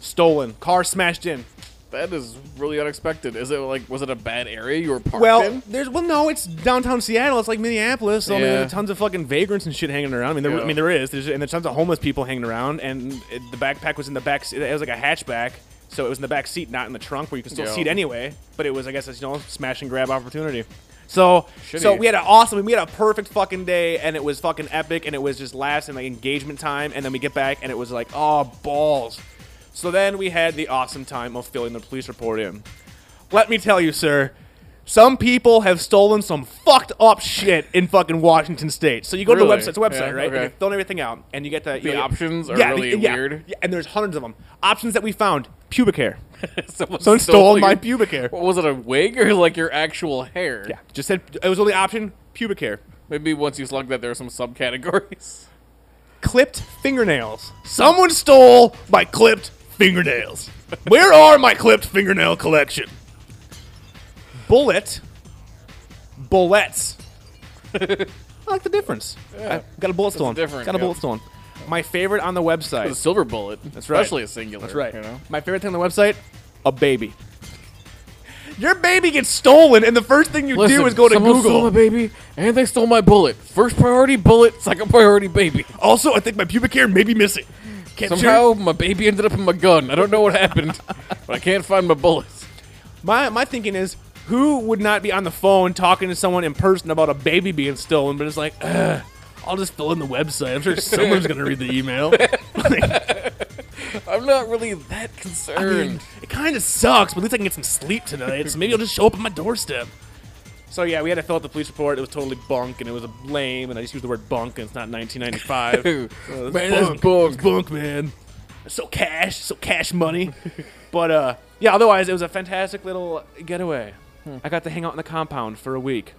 Speaker 5: Stolen. Car smashed in.
Speaker 6: That is really unexpected. Is it like was it a bad area you were parked
Speaker 5: Well,
Speaker 6: in?
Speaker 5: there's well, no, it's downtown Seattle. It's like Minneapolis. So I mean,
Speaker 6: Yeah.
Speaker 5: there's tons of fucking vagrants and shit hanging around. I mean, there, I
Speaker 6: Yeah.
Speaker 5: mean, there is. There's and there's tons of homeless people hanging around. And it, the backpack was in the back. It was like a hatchback, so it was in the back seat, not in the trunk, where you could still
Speaker 6: Yeah.
Speaker 5: see it anyway. But it was, I guess, it's, you know, smash and grab opportunity. So, so
Speaker 6: Shitty.
Speaker 5: we had an awesome, we had a perfect fucking day, and it was fucking epic, and it was just laughs and like engagement time, and then we get back, and it was like, oh balls. So then we had the awesome time of filling the police report in. Let me tell you, sir, some people have stolen some fucked up shit in fucking Washington State. So you go
Speaker 6: Really?
Speaker 5: to the website, it's a website,
Speaker 6: Yeah,
Speaker 5: right? And
Speaker 6: okay.
Speaker 5: you're filling everything out, and you get the, you
Speaker 6: The
Speaker 5: know,
Speaker 6: options are
Speaker 5: yeah,
Speaker 6: really
Speaker 5: the- yeah,
Speaker 6: weird.
Speaker 5: Yeah, and there's hundreds of them. Options that we found: pubic hair.
Speaker 6: Someone,
Speaker 5: Someone stole my
Speaker 6: your-
Speaker 5: pubic hair.
Speaker 6: What was it? A wig or like your actual hair?
Speaker 5: Yeah, just said it was only option pubic hair.
Speaker 6: Maybe once you slug that, there are some subcategories.
Speaker 5: clipped fingernails. Someone stole my clipped fingernails. Where are my clipped fingernail collection? Bullet. Bullets. I like the difference. I got a bullet stolen.
Speaker 6: different,
Speaker 5: Got a
Speaker 6: yeah.
Speaker 5: bullet stolen. My favorite on the
Speaker 6: The
Speaker 5: website.
Speaker 6: silver bullet.
Speaker 5: right.
Speaker 6: Especially a singular.
Speaker 5: That's right.
Speaker 6: You know?
Speaker 5: My favorite thing on the website, a baby. Your baby gets stolen, and the first thing you do is go to
Speaker 6: someone
Speaker 5: Google.
Speaker 6: stole my baby, and they stole my bullet. First priority, bullet. Second priority, baby.
Speaker 5: also, I think my pubic hair may be missing. Can't
Speaker 6: Somehow my baby ended up in my gun. I don't know what happened, but I can't find my bullets.
Speaker 5: My my thinking is, who would not be on the phone talking to someone in person about a baby being stolen? But it's like, ugh, I'll just fill in the website. I'm sure someone's gonna read the email.
Speaker 6: I'm not really that concerned.
Speaker 5: I mean, it kind of sucks, but at least I can get some sleep tonight. So maybe I'll just show up at my doorstep. So yeah, we had to fill out the police report. It was totally bunk, and it was lame. And I just used the word bunk, and it's not 1995.
Speaker 6: Man, that's bunk.
Speaker 5: It's bunk, man. So cash, so cash money. but uh, yeah, otherwise it was a fantastic little getaway. I got to hang out in the compound for a week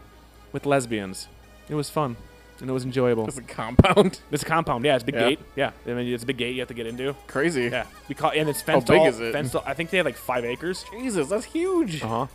Speaker 5: with lesbians. It was fun and it was enjoyable.
Speaker 6: It's a compound.
Speaker 5: It's a compound, yeah. It's a big
Speaker 6: Yeah.
Speaker 5: gate, yeah. I mean, it's a big gate you have to get into.
Speaker 6: Crazy.
Speaker 5: Yeah, we call and it's fenced.
Speaker 6: big
Speaker 5: all-
Speaker 6: is it?
Speaker 5: Fenced all- I think they had like five acres.
Speaker 6: Jesus, that's huge.
Speaker 5: Uh huh.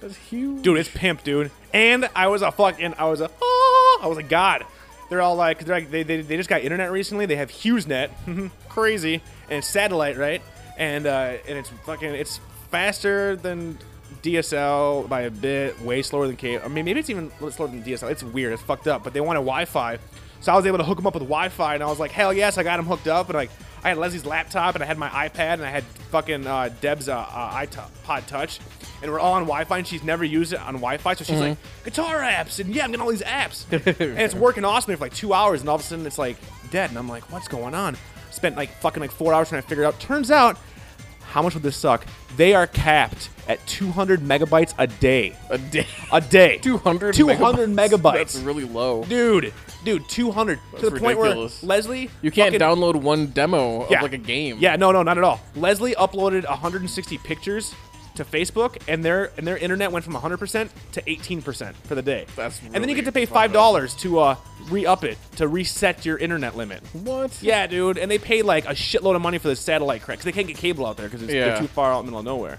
Speaker 6: That's huge.
Speaker 5: Dude, it's pimp, dude. And I was a fucking, I was a, oh, I was a god. They're all like, they're like they, they, they just got internet recently. They have HughesNet, crazy, and it's satellite, right? And uh, and it's fucking, it's faster than DSL by a bit, way slower than cable. I mean, maybe it's even slower than DSL. It's weird, it's fucked up. But they wanted Wi-Fi, so I was able to hook them up with Wi-Fi, and I was like, hell yes, I got them hooked up. And like, I had Leslie's laptop, and I had my iPad, and I had fucking uh, Deb's uh, uh, iPod Touch, and we're all on Wi-Fi, and she's never used it on Wi-Fi, so she's
Speaker 6: Mm-hmm.
Speaker 5: like, guitar apps, and yeah, I'm getting all these apps, and it's working awesome for like two hours, and all of a sudden it's like dead, and I'm like, what's going on? Spent like fucking like four hours trying to figure it out. Turns out, how much would this suck? They are capped at 200 megabytes a day.
Speaker 6: a day.
Speaker 5: A day.
Speaker 6: 200
Speaker 5: 200 megabytes.
Speaker 6: That's really low.
Speaker 5: Dude, dude, 200 to the
Speaker 6: That's ridiculous.
Speaker 5: point where Leslie,
Speaker 6: you can't
Speaker 5: fucking-
Speaker 6: download one demo of
Speaker 5: Yeah.
Speaker 6: like a game.
Speaker 5: Yeah, no, no, not at all. Leslie uploaded 160 pictures to Facebook, and their and their internet went from 100 percent to 18 percent for the day.
Speaker 6: That's
Speaker 5: and then you
Speaker 6: really
Speaker 5: get to pay
Speaker 6: fucked up.
Speaker 5: five dollars to uh, re-up it to reset your internet limit.
Speaker 6: What?
Speaker 5: Yeah, dude, and they pay like a shitload of money for the satellite crack because they can't get cable out there because they're
Speaker 6: Yeah.
Speaker 5: too far out in the middle of nowhere.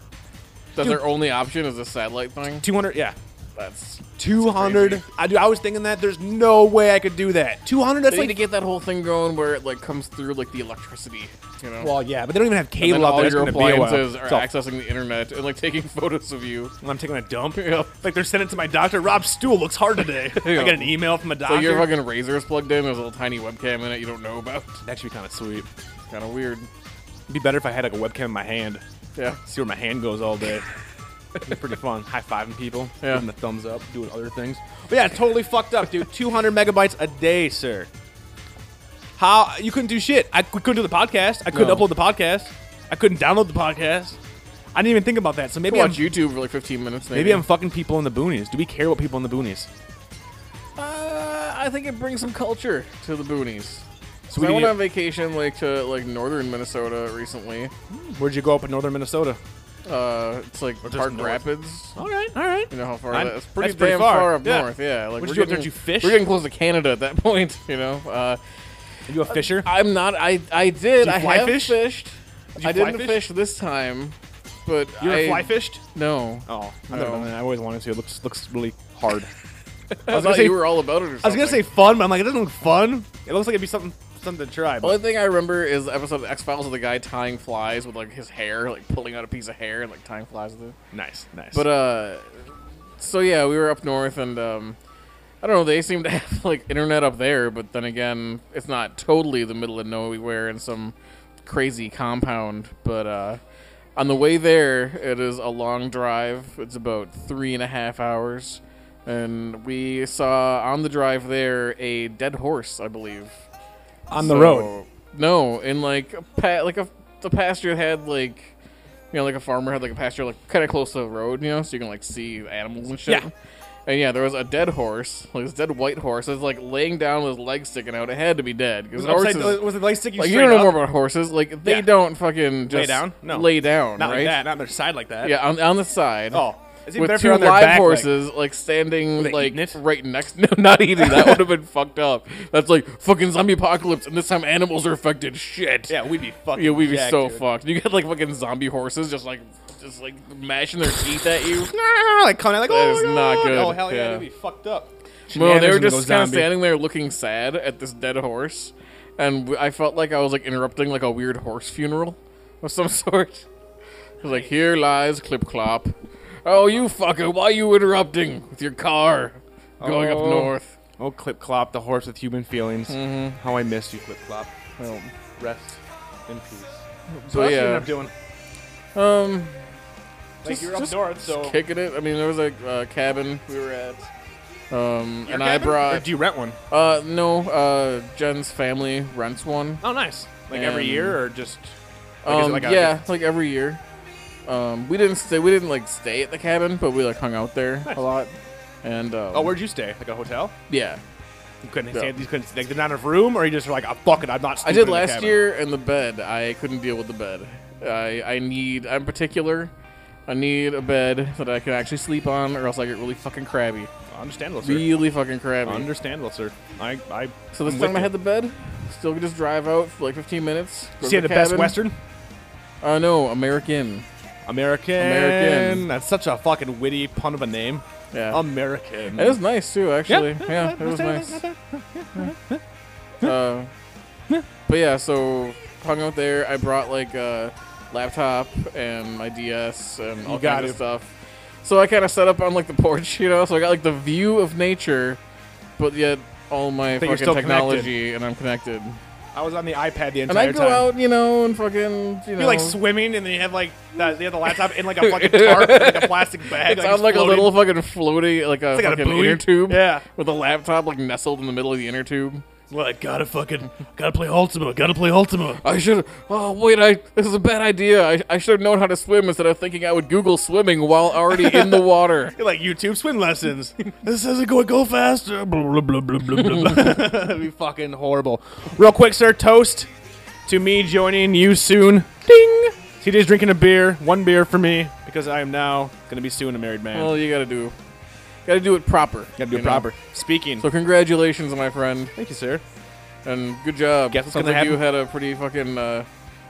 Speaker 6: That's their only option is a satellite thing.
Speaker 5: 200, yeah.
Speaker 6: That's.
Speaker 5: 200.
Speaker 6: crazy.
Speaker 5: I do. I was thinking that there's no way I could do that. 200. That's
Speaker 6: They need to
Speaker 5: like
Speaker 6: get that whole thing going where it like comes through like the electricity. You know.
Speaker 5: well, yeah, but they don't even have
Speaker 6: and then
Speaker 5: cable out
Speaker 6: all
Speaker 5: there. It's
Speaker 6: your
Speaker 5: gonna be a while.
Speaker 6: appliances are
Speaker 5: It's all
Speaker 6: accessing the internet and like taking photos of you.
Speaker 5: when I'm taking a dump.
Speaker 6: Yeah.
Speaker 5: Like they're sending it to my doctor. Rob's stool looks hard today. I got an email from a doctor.
Speaker 6: So your fucking razor is plugged in. There's a little tiny webcam in it you don't know about.
Speaker 5: that should be kind of sweet.
Speaker 6: Kind of weird.
Speaker 5: It'd be better if I had like a webcam in my hand.
Speaker 6: Yeah.
Speaker 5: See where my hand goes all day. It's pretty fun. High fiving people,
Speaker 6: Yeah.
Speaker 5: giving the thumbs up, doing other things. But yeah, totally fucked up, dude. 200 megabytes a day, sir. How you couldn't do shit? I we couldn't do the podcast. I couldn't
Speaker 6: No.
Speaker 5: upload the podcast. I couldn't download the podcast. I didn't even think about that. So maybe I'm,
Speaker 6: watch YouTube for like 15 minutes. Maybe,
Speaker 5: maybe I'm fucking people in the boonies. Do we care what people in the boonies?
Speaker 6: Uh, I think it brings some culture to the boonies. So
Speaker 5: we
Speaker 6: I went
Speaker 5: need-
Speaker 6: on vacation like to like northern Minnesota recently.
Speaker 5: Where'd you go up in northern Minnesota?
Speaker 6: Uh, it's like
Speaker 5: just
Speaker 6: Park
Speaker 5: north.
Speaker 6: Rapids.
Speaker 5: All right, all right.
Speaker 6: You know how far
Speaker 5: I'm-
Speaker 6: that is? Pretty
Speaker 5: that's pretty
Speaker 6: damn
Speaker 5: far.
Speaker 6: far, up
Speaker 5: Yeah.
Speaker 6: north. Yeah, like
Speaker 5: What'd
Speaker 6: we're
Speaker 5: you do up there?
Speaker 6: getting,
Speaker 5: Did you fish?
Speaker 6: We're getting close to Canada at that point. You know, uh,
Speaker 5: Are you a fisher?
Speaker 6: I'm not. I I did.
Speaker 5: you
Speaker 6: I
Speaker 5: fly
Speaker 6: have
Speaker 5: fish?
Speaker 6: fished.
Speaker 5: you fly
Speaker 6: I didn't
Speaker 5: fish?
Speaker 6: fish? this time, but
Speaker 5: You ever
Speaker 6: I
Speaker 5: fly fished?
Speaker 6: No,
Speaker 5: Oh, I,
Speaker 6: No.
Speaker 5: don't know. I always wanted to. It looks looks really hard.
Speaker 6: I was
Speaker 5: gonna
Speaker 6: gonna
Speaker 5: say-
Speaker 6: say you were all about it. Or something.
Speaker 5: I was gonna say fun, but I'm like, it doesn't look fun. It looks like it'd be something something to try.
Speaker 6: The
Speaker 5: But
Speaker 6: only thing I remember is the episode of X Files of the guy tying flies with like his hair, like pulling out a piece of hair and like tying flies with it.
Speaker 5: nice, nice.
Speaker 6: But uh, so yeah, we were up north, and um, I don't know. They seem to have like internet up there, but then again, it's not totally the middle of nowhere in some crazy compound. But uh, on the way there, it is a long drive. It's about three and a half hours, and we saw on the drive there a dead horse, I believe.
Speaker 5: on the
Speaker 6: So-
Speaker 5: road,
Speaker 6: No, in like a pa- like a the pasture had like you know like a farmer had like a pasture like kind of close to the road, you know, so you can like see animals and shit.
Speaker 5: Yeah.
Speaker 6: And yeah, there was a dead horse, like this dead white horse. It was like laying down with his legs sticking out. It had to be dead because
Speaker 5: was,
Speaker 6: horses.
Speaker 5: upside, was the leg sticking
Speaker 6: like you
Speaker 5: straight
Speaker 6: don't know
Speaker 5: up?
Speaker 6: more about horses. Like they
Speaker 5: Yeah.
Speaker 6: don't fucking just
Speaker 5: down? No.
Speaker 6: lay down,
Speaker 5: Not
Speaker 6: right?
Speaker 5: like that. Not on their side like that.
Speaker 6: Yeah, on, on the side.
Speaker 5: Oh, it's even better
Speaker 6: with
Speaker 5: if you're
Speaker 6: two
Speaker 5: on their
Speaker 6: live
Speaker 5: back leg.
Speaker 6: horses, like standing
Speaker 5: they
Speaker 6: like
Speaker 5: eating it?
Speaker 6: right next. No, not eating. That would have been fucked up. That's like fucking zombie apocalypse, and this time animals are affected. Shit.
Speaker 5: Yeah, we'd be fucking.
Speaker 6: Yeah, we'd be
Speaker 5: jacked,
Speaker 6: so
Speaker 5: dude.
Speaker 6: fucked. You got like fucking zombie horses just like just like mashing their teeth at you.
Speaker 5: No, no, no, no, like coming out like,
Speaker 6: That
Speaker 5: oh
Speaker 6: is
Speaker 5: my
Speaker 6: not
Speaker 5: God.
Speaker 6: good.
Speaker 5: Oh hell yeah,
Speaker 6: Yeah.
Speaker 5: we'd be fucked up.
Speaker 6: No, they were
Speaker 5: Shenanigans go
Speaker 6: just kind of
Speaker 5: zombie.
Speaker 6: standing there looking sad at this dead horse, and w- I felt like I was like interrupting like a weird horse funeral of some sort. It was like, here lies Clip Clop. Oh, you fucker! Why you interrupting with your car going
Speaker 5: Oh.
Speaker 6: up north?
Speaker 5: Oh, Clip Clop, the horse with human feelings. How I miss you, Clip Clop. Well, rest in peace. So
Speaker 6: But
Speaker 5: what yeah. you
Speaker 6: yeah.
Speaker 5: end up doing?
Speaker 6: Um,
Speaker 5: Like
Speaker 6: Just-
Speaker 5: you're up
Speaker 6: just-
Speaker 5: north, so
Speaker 6: kicking it. I mean, there was a uh, cabin we were at, um, and I
Speaker 5: Or
Speaker 6: brought.
Speaker 5: do you rent one?
Speaker 6: Uh, no, uh, Jen's family rents one.
Speaker 5: Oh, nice. Like every
Speaker 6: Um,
Speaker 5: year, or just
Speaker 6: Um,
Speaker 5: is it like a-
Speaker 6: yeah, like every year. Um, we didn't stay. We didn't like stay at the cabin, but we like hung out there a lot. And um,
Speaker 5: oh, where'd you stay? Like a hotel?
Speaker 6: yeah,
Speaker 5: You couldn't
Speaker 6: No.
Speaker 5: stay. You couldn't. Like, there's not enough room, or you just were like, oh, fuck it, I'm not.
Speaker 6: I
Speaker 5: sleeping in
Speaker 6: did
Speaker 5: the
Speaker 6: last
Speaker 5: cabin."
Speaker 6: year, and the bed. I couldn't deal with the bed. I I need. I'm particular. I need a bed that I can actually sleep on, or else I get really fucking crabby.
Speaker 5: Understandable, sir.
Speaker 6: Really fucking crabby.
Speaker 5: Understandable, sir. I, I.
Speaker 6: so this
Speaker 5: I'm
Speaker 6: time
Speaker 5: with
Speaker 6: I
Speaker 5: you.
Speaker 6: had the bed. Still could just drive out for like 15 minutes. go to
Speaker 5: See the best
Speaker 6: cabin.
Speaker 5: Western.
Speaker 6: Uh, no, American.
Speaker 5: American.
Speaker 6: American.
Speaker 5: That's such a fucking witty pun of a name.
Speaker 6: Yeah.
Speaker 5: American.
Speaker 6: It was nice too, actually.
Speaker 5: yeah,
Speaker 6: Yeah,
Speaker 5: yeah,
Speaker 6: it was
Speaker 5: yeah,
Speaker 6: nice. Uh, but yeah, so hung out there. I brought like a laptop and my DS and all
Speaker 5: got
Speaker 6: kinds of
Speaker 5: it.
Speaker 6: stuff. So I kind of set up on like the porch, you know. So I got like the view of nature, but yet all my
Speaker 5: But you're
Speaker 6: fucking
Speaker 5: still
Speaker 6: technology and I'm connected.
Speaker 5: I was on the iPad the entire
Speaker 6: And I go
Speaker 5: time.
Speaker 6: out, you know, and fucking, you know,
Speaker 5: You're like swimming, and then you have like the, you have the laptop in like a fucking tarp, like a plastic bag.
Speaker 6: it's on
Speaker 5: it's
Speaker 6: like a
Speaker 5: floating.
Speaker 6: little fucking floaty, like a
Speaker 5: It's like a
Speaker 6: fucking
Speaker 5: buoy.
Speaker 6: inner tube,
Speaker 5: Yeah.
Speaker 6: with a laptop like nestled in the middle of the inner tube.
Speaker 5: Like gotta fucking gotta play Ultima. Gotta play Ultima.
Speaker 6: I should. Oh wait, I. This is a bad idea. I, I should have known how to swim instead of thinking I would Google swimming while already in the water.
Speaker 5: You're like YouTube swim lessons. this isn't going go faster. Blah, blah, blah, blah, blah, blah. That'd be fucking horrible. Real quick, sir. Toast to me joining you soon. Ding. CJ's drinking a beer. One beer for me because I am now gonna be soon a married man.
Speaker 6: Well, you gotta do. Gotta do it proper.
Speaker 5: Gotta do
Speaker 6: you
Speaker 5: it
Speaker 6: know?
Speaker 5: proper. Speaking.
Speaker 6: So congratulations, my friend,
Speaker 5: Thank you, sir.
Speaker 6: and good job.
Speaker 5: Guess what's
Speaker 6: Sounds
Speaker 5: gonna
Speaker 6: like you had a pretty fucking uh,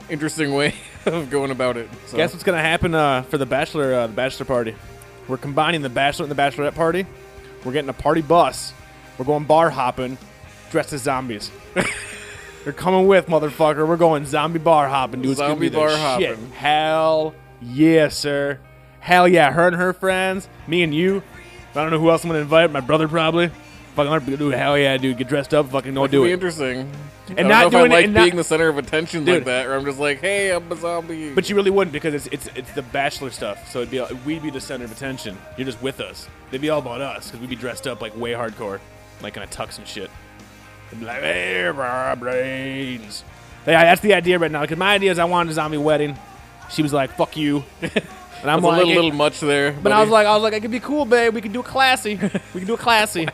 Speaker 6: interesting way of going about it. So.
Speaker 5: Guess what's gonna happen uh, for the bachelor uh, the bachelor party? We're combining the bachelor and the bachelorette party. We're getting a party bus. We're going bar hopping, dressed as zombies. You're coming with motherfucker. We're going zombie bar hopping, dude. It's gonna be
Speaker 6: Zombie
Speaker 5: the
Speaker 6: bar
Speaker 5: shit.
Speaker 6: hopping.
Speaker 5: Hell yeah, sir. Hell yeah. Her and her friends. Me and you. I don't know who else I'm gonna invite. My brother probably. Fucking let her- dude, hell yeah, dude, get dressed up, fucking go
Speaker 6: It'd
Speaker 5: do
Speaker 6: be
Speaker 5: it.
Speaker 6: interesting.
Speaker 5: And
Speaker 6: I
Speaker 5: not
Speaker 6: don't know
Speaker 5: doing
Speaker 6: if
Speaker 5: it-
Speaker 6: I like
Speaker 5: and not-
Speaker 6: being the center of attention
Speaker 5: Dude.
Speaker 6: like that, or I'm just like, hey, I'm a zombie.
Speaker 5: But you really wouldn't because it's it's it's the bachelor stuff. So it'd be like, we'd be the center of attention. You're just with us. They'd be all about us because we'd be dressed up like way hardcore, like in a tux and shit. They'd be like, hey, our brains. But yeah, that's the idea right now. Because my idea is I wanted a zombie wedding. She was like, fuck you. And I'm
Speaker 6: I'm a
Speaker 5: like,
Speaker 6: little, little much there.
Speaker 5: but I was like, I was like, it could be cool, babe. We could do a classy. We could do a classy.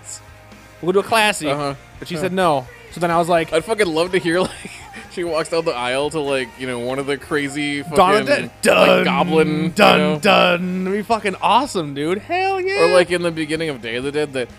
Speaker 5: We'll do a classy.
Speaker 6: Uh-huh.
Speaker 5: But she said no. So then I was like,
Speaker 6: I'd fucking love to hear like she walks down the aisle to like you know one of the crazy fucking
Speaker 5: Dun, dun, dun,
Speaker 6: like, goblin
Speaker 5: dun,
Speaker 6: you know?
Speaker 5: dun. It'd be fucking awesome, dude. Hell yeah.
Speaker 6: or like in the beginning of Day of the Dead that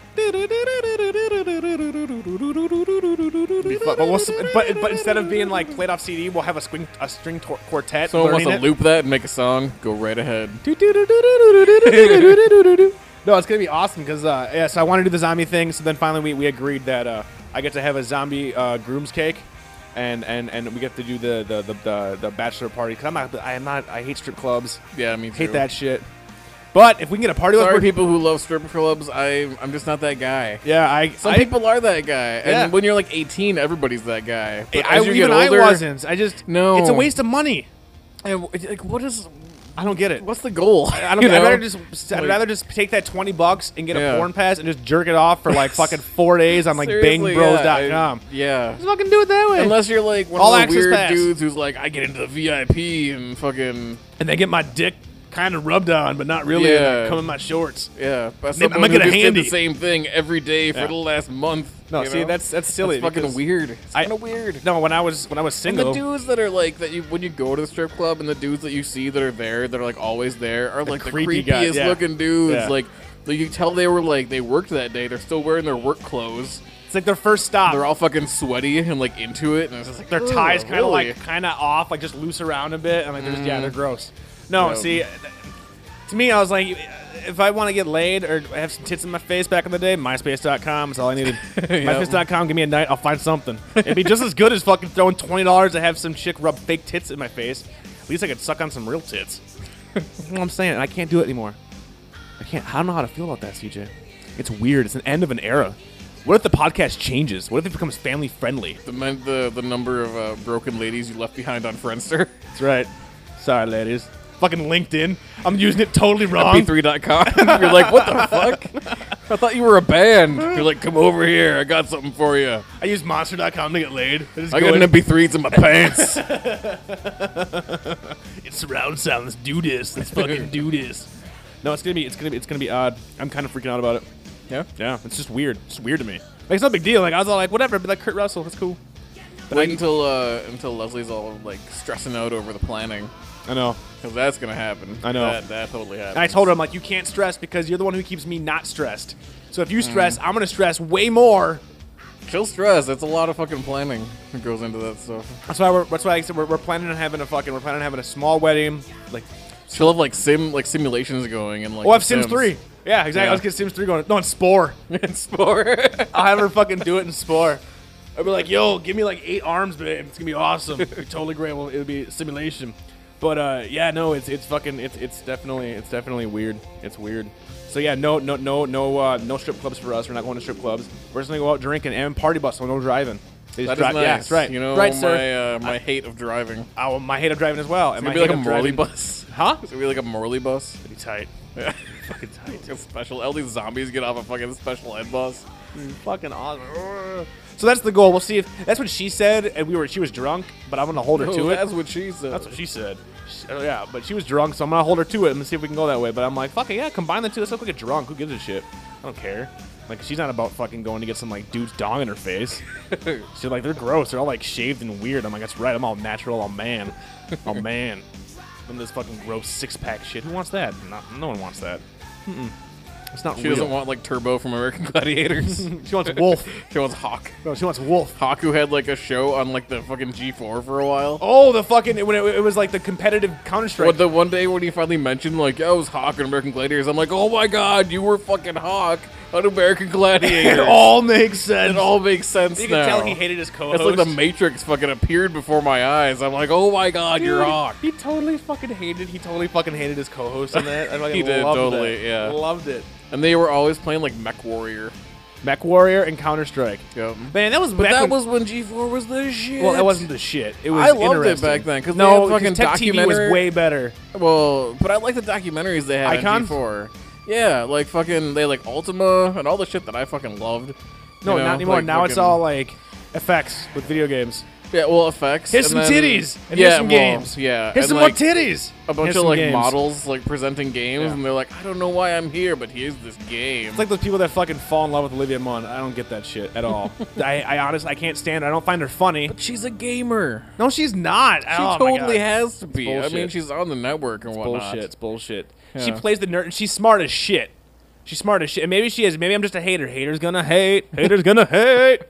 Speaker 5: Be fu- But, we'll, s- but, but instead of being like played off CD, we'll have a string a string tor- quartet.
Speaker 6: someone wants to
Speaker 5: learning
Speaker 6: loop that and make a song. Go right ahead.
Speaker 5: it. No, it's gonna be awesome because uh, yeah. So I want to do the zombie thing. So then finally we, we agreed that uh, I get to have a zombie uh, groom's cake, and, and, and we get to do the the, the, the, the bachelor party because I'm not I am not I hate strip clubs.
Speaker 6: Yeah, me too.
Speaker 5: Hate that shit. But if we can get a party with
Speaker 6: Sorry,
Speaker 5: we're-
Speaker 6: people who love strip clubs. I I'm just not that guy.
Speaker 5: yeah, I
Speaker 6: Some
Speaker 5: I,
Speaker 6: people are that guy, and
Speaker 5: Yeah.
Speaker 6: when you're like 18, everybody's that guy. But
Speaker 5: I,
Speaker 6: as you
Speaker 5: even
Speaker 6: get older,
Speaker 5: I wasn't. I just
Speaker 6: No.
Speaker 5: It's a waste of money.
Speaker 6: and, like, what is
Speaker 5: I don't get it.
Speaker 6: what's the goal?
Speaker 5: I don't.
Speaker 6: You
Speaker 5: I'd
Speaker 6: know?
Speaker 5: rather just. I'd
Speaker 6: Like-
Speaker 5: rather just take that twenty bucks and get a
Speaker 6: Yeah.
Speaker 5: porn pass and just jerk it off for like fucking four days on like
Speaker 6: Seriously,
Speaker 5: BangBros.com.
Speaker 6: Yeah. I-
Speaker 5: Just fucking do it that way.
Speaker 6: Unless you're like one
Speaker 5: All
Speaker 6: of the
Speaker 5: access
Speaker 6: weird
Speaker 5: pass.
Speaker 6: dudes who's like, I get into the VIP and fucking
Speaker 5: and they get my dick kind of rubbed on, but not really.
Speaker 6: Yeah.
Speaker 5: Like, come in my shorts.
Speaker 6: yeah. By
Speaker 5: Maybe I'm
Speaker 6: someone
Speaker 5: gonna
Speaker 6: who
Speaker 5: get a
Speaker 6: just did
Speaker 5: handy.
Speaker 6: the same thing every day for
Speaker 5: Yeah.
Speaker 6: the last month.
Speaker 5: No,
Speaker 6: you
Speaker 5: see,
Speaker 6: know?
Speaker 5: that's that's silly.
Speaker 6: It's fucking
Speaker 5: because
Speaker 6: weird. It's
Speaker 5: I-
Speaker 6: kind of weird.
Speaker 5: No, when I was when I was
Speaker 6: And
Speaker 5: single,
Speaker 6: the dudes that are like that you when you go to the strip club and the dudes that you see that are there that are like always there are like the
Speaker 5: creepy
Speaker 6: creepiest
Speaker 5: guys, yeah.
Speaker 6: looking dudes.
Speaker 5: Yeah.
Speaker 6: Like like, you tell they were like they worked that day. They're still wearing their work clothes.
Speaker 5: it's like their first stop.
Speaker 6: They're all fucking sweaty and like into it. And it's just like
Speaker 5: their
Speaker 6: "Ugh,
Speaker 5: ties kind of
Speaker 6: really?" Mm.
Speaker 5: like kind of off, like just loose around a bit. I'm like, they're just, yeah, they're gross. No,
Speaker 6: Yeah.
Speaker 5: see, th- to me, I was like, if I want to get laid or have some tits in my face back in the day, MySpace.com is all I needed. MySpace.com, give me a night, I'll find something. It'd be just as good as fucking throwing twenty dollars to have some chick rub fake tits in my face. At least I could suck on some real tits. That's what I'm saying. and I can't do it anymore. I can't. I don't know how to feel about that, CJ. It's weird. It's an end of an era. What if the podcast changes? What if it becomes family friendly?
Speaker 6: The, men- the the number of uh, broken ladies you left behind on Friendster.
Speaker 5: That's right. Sorry, ladies. Fucking LinkedIn. I'm using it totally wrong.
Speaker 6: P3.com. You're like, what the fuck? I thought you were a band. You're like, come over here. I got something for you.
Speaker 5: I use Monster.com to get laid. I, just
Speaker 6: I
Speaker 5: go
Speaker 6: got
Speaker 5: in,
Speaker 6: MP3s in my pants.
Speaker 5: it's surround sound. Let's do this. Let's fucking do this. No, it's gonna be. It's gonna be. It's gonna be odd. I'm kind of freaking out about it.
Speaker 6: yeah.
Speaker 5: Yeah, it's just weird. It's weird to me. Like it's no big deal. Like I was all like, whatever. But like Kurt Russell, that's cool. But
Speaker 6: Wait
Speaker 5: I-
Speaker 6: until uh, until Leslie's all like stressing out over the planning
Speaker 5: I know.
Speaker 6: because that's gonna happen.
Speaker 5: I know.
Speaker 6: that, that totally happens.
Speaker 5: And I told her, I'm like, you can't stress because you're the one who keeps me not stressed. So if you stress, I'm gonna stress way more.
Speaker 6: Chill stress. That's a lot of fucking planning that goes into that stuff.
Speaker 5: That's why we're. That's why I said we're, we're planning on having a fucking. We're planning on having a small wedding. Like
Speaker 6: She'll have like sim like simulations going and like.
Speaker 5: We'll Oh, have
Speaker 6: the
Speaker 5: Sims, 3. Yeah, exactly.
Speaker 6: Yeah.
Speaker 5: Let's get Sims 3 going. No, it's Spore.
Speaker 6: and Spore.
Speaker 5: I'll have her fucking do it in Spore. I'll be like, yo, give me like eight arms, babe. It's gonna be awesome. It'd be totally great. Well, it'll be simulation. But uh, yeah, no, it's it's fucking it's it's definitely it's definitely weird. It's weird. So yeah, no no no no uh, no strip clubs for us. We're not going to strip clubs. We're just gonna go out drinking and party bus, so no driving. They just
Speaker 6: That is
Speaker 5: drive-
Speaker 6: nice.
Speaker 5: Yeah, that's right.
Speaker 6: You know
Speaker 5: right,
Speaker 6: my
Speaker 5: sir.
Speaker 6: Uh, my hate of driving. It's
Speaker 5: I, my hate of driving as well. It's
Speaker 6: gonna be like a Morley bus.
Speaker 5: Huh?
Speaker 6: It's gonna be like a Morley bus.
Speaker 5: Pretty tight.
Speaker 6: Yeah.
Speaker 5: Fucking tight.
Speaker 6: Like a special. All these zombies get off a fucking special ed bus.
Speaker 5: fucking awesome. So that's the goal. We'll see if that's what she said, and we were she was drunk, but I'm gonna hold her to
Speaker 6: that's
Speaker 5: it.
Speaker 6: what she said.
Speaker 5: That's what she said. She- oh, yeah, but she was drunk, so I'm gonna hold her to it and see if we can go that way. But I'm like, fuck it, yeah, combine the two. Let's look like a drunk. Who gives a shit? I don't care. Like she's not about fucking going to get some like dude's dong in her face. she's like, they're gross. They're all like shaved and weird. I'm like, that's right. I'm all natural. I'm man. I'm man. I'm this fucking gross six pack shit. Who wants that? Not, no one wants that. Mm-mm. It's not
Speaker 6: she
Speaker 5: real.
Speaker 6: doesn't want like Turbo from American Gladiators.
Speaker 5: she wants wolf.
Speaker 6: she wants Hawk.
Speaker 5: No, she wants wolf.
Speaker 6: Hawk who had like a show on like the fucking G4 for a while.
Speaker 5: Oh, the fucking when it, it was like the competitive Counter Strike.
Speaker 6: But the one day when he finally mentioned like, "Yeah, I was Hawk in American Gladiators," I'm like, "Oh my god, you were fucking Hawk on American
Speaker 5: it
Speaker 6: Gladiators."
Speaker 5: all makes sense.
Speaker 6: It all makes sense
Speaker 5: you
Speaker 6: now.
Speaker 5: can tell he hated his co-host.
Speaker 6: It's like the Matrix fucking appeared before my eyes. I'm like, oh my god, you're Hawk.
Speaker 5: He totally fucking hated. He totally fucking hated his co-host on that. I fucking
Speaker 6: He did,
Speaker 5: loved
Speaker 6: totally,
Speaker 5: it.
Speaker 6: yeah.
Speaker 5: loved it.
Speaker 6: And they were always playing like Mech Warrior.
Speaker 5: Mech Warrior and Counter Strike.
Speaker 6: Yep.
Speaker 5: Man, that was
Speaker 6: But
Speaker 5: back
Speaker 6: that
Speaker 5: when-
Speaker 6: was when G4 was the shit.
Speaker 5: well, that wasn't the shit. It was
Speaker 6: I loved it
Speaker 5: interesting.
Speaker 6: back then, 'cause they
Speaker 5: no,
Speaker 6: had fucking
Speaker 5: Tech TV was
Speaker 6: documentary-
Speaker 5: way better.
Speaker 6: Well, but I like the documentaries they had
Speaker 5: Icon?
Speaker 6: on G4. Yeah, like fucking they like Ultima and all the shit that I fucking loved.
Speaker 5: No,
Speaker 6: You know,
Speaker 5: not anymore.
Speaker 6: like
Speaker 5: now it's
Speaker 6: fucking-
Speaker 5: all like effects with video games.
Speaker 6: yeah, well effects.
Speaker 5: Here's
Speaker 6: and
Speaker 5: some
Speaker 6: then-
Speaker 5: titties and
Speaker 6: yeah,
Speaker 5: here's some
Speaker 6: well,
Speaker 5: games.
Speaker 6: Yeah,
Speaker 5: here's
Speaker 6: and,
Speaker 5: some
Speaker 6: like,
Speaker 5: more titties.
Speaker 6: A bunch
Speaker 5: Here's
Speaker 6: of
Speaker 5: some
Speaker 6: like
Speaker 5: games.
Speaker 6: models like presenting games,
Speaker 5: Yeah.
Speaker 6: and they're like, I don't know why I'm here, but here's this game.
Speaker 5: It's like those people that fucking fall in love with Olivia Munn. I don't get that shit at all. I, I honestly, I can't stand her. I don't find her funny.
Speaker 6: she's a gamer.
Speaker 5: No, she's not. Oh
Speaker 6: She totally has to be. I
Speaker 5: bullshit.
Speaker 6: mean, she's on the network and whatnot.
Speaker 5: bullshit. It's bullshit. She
Speaker 6: Yeah.
Speaker 5: plays the nerd, and she's smart as shit. She's smart as shit. And maybe she is. Maybe I'm just a hater. Haters gonna hate. Haters gonna hate.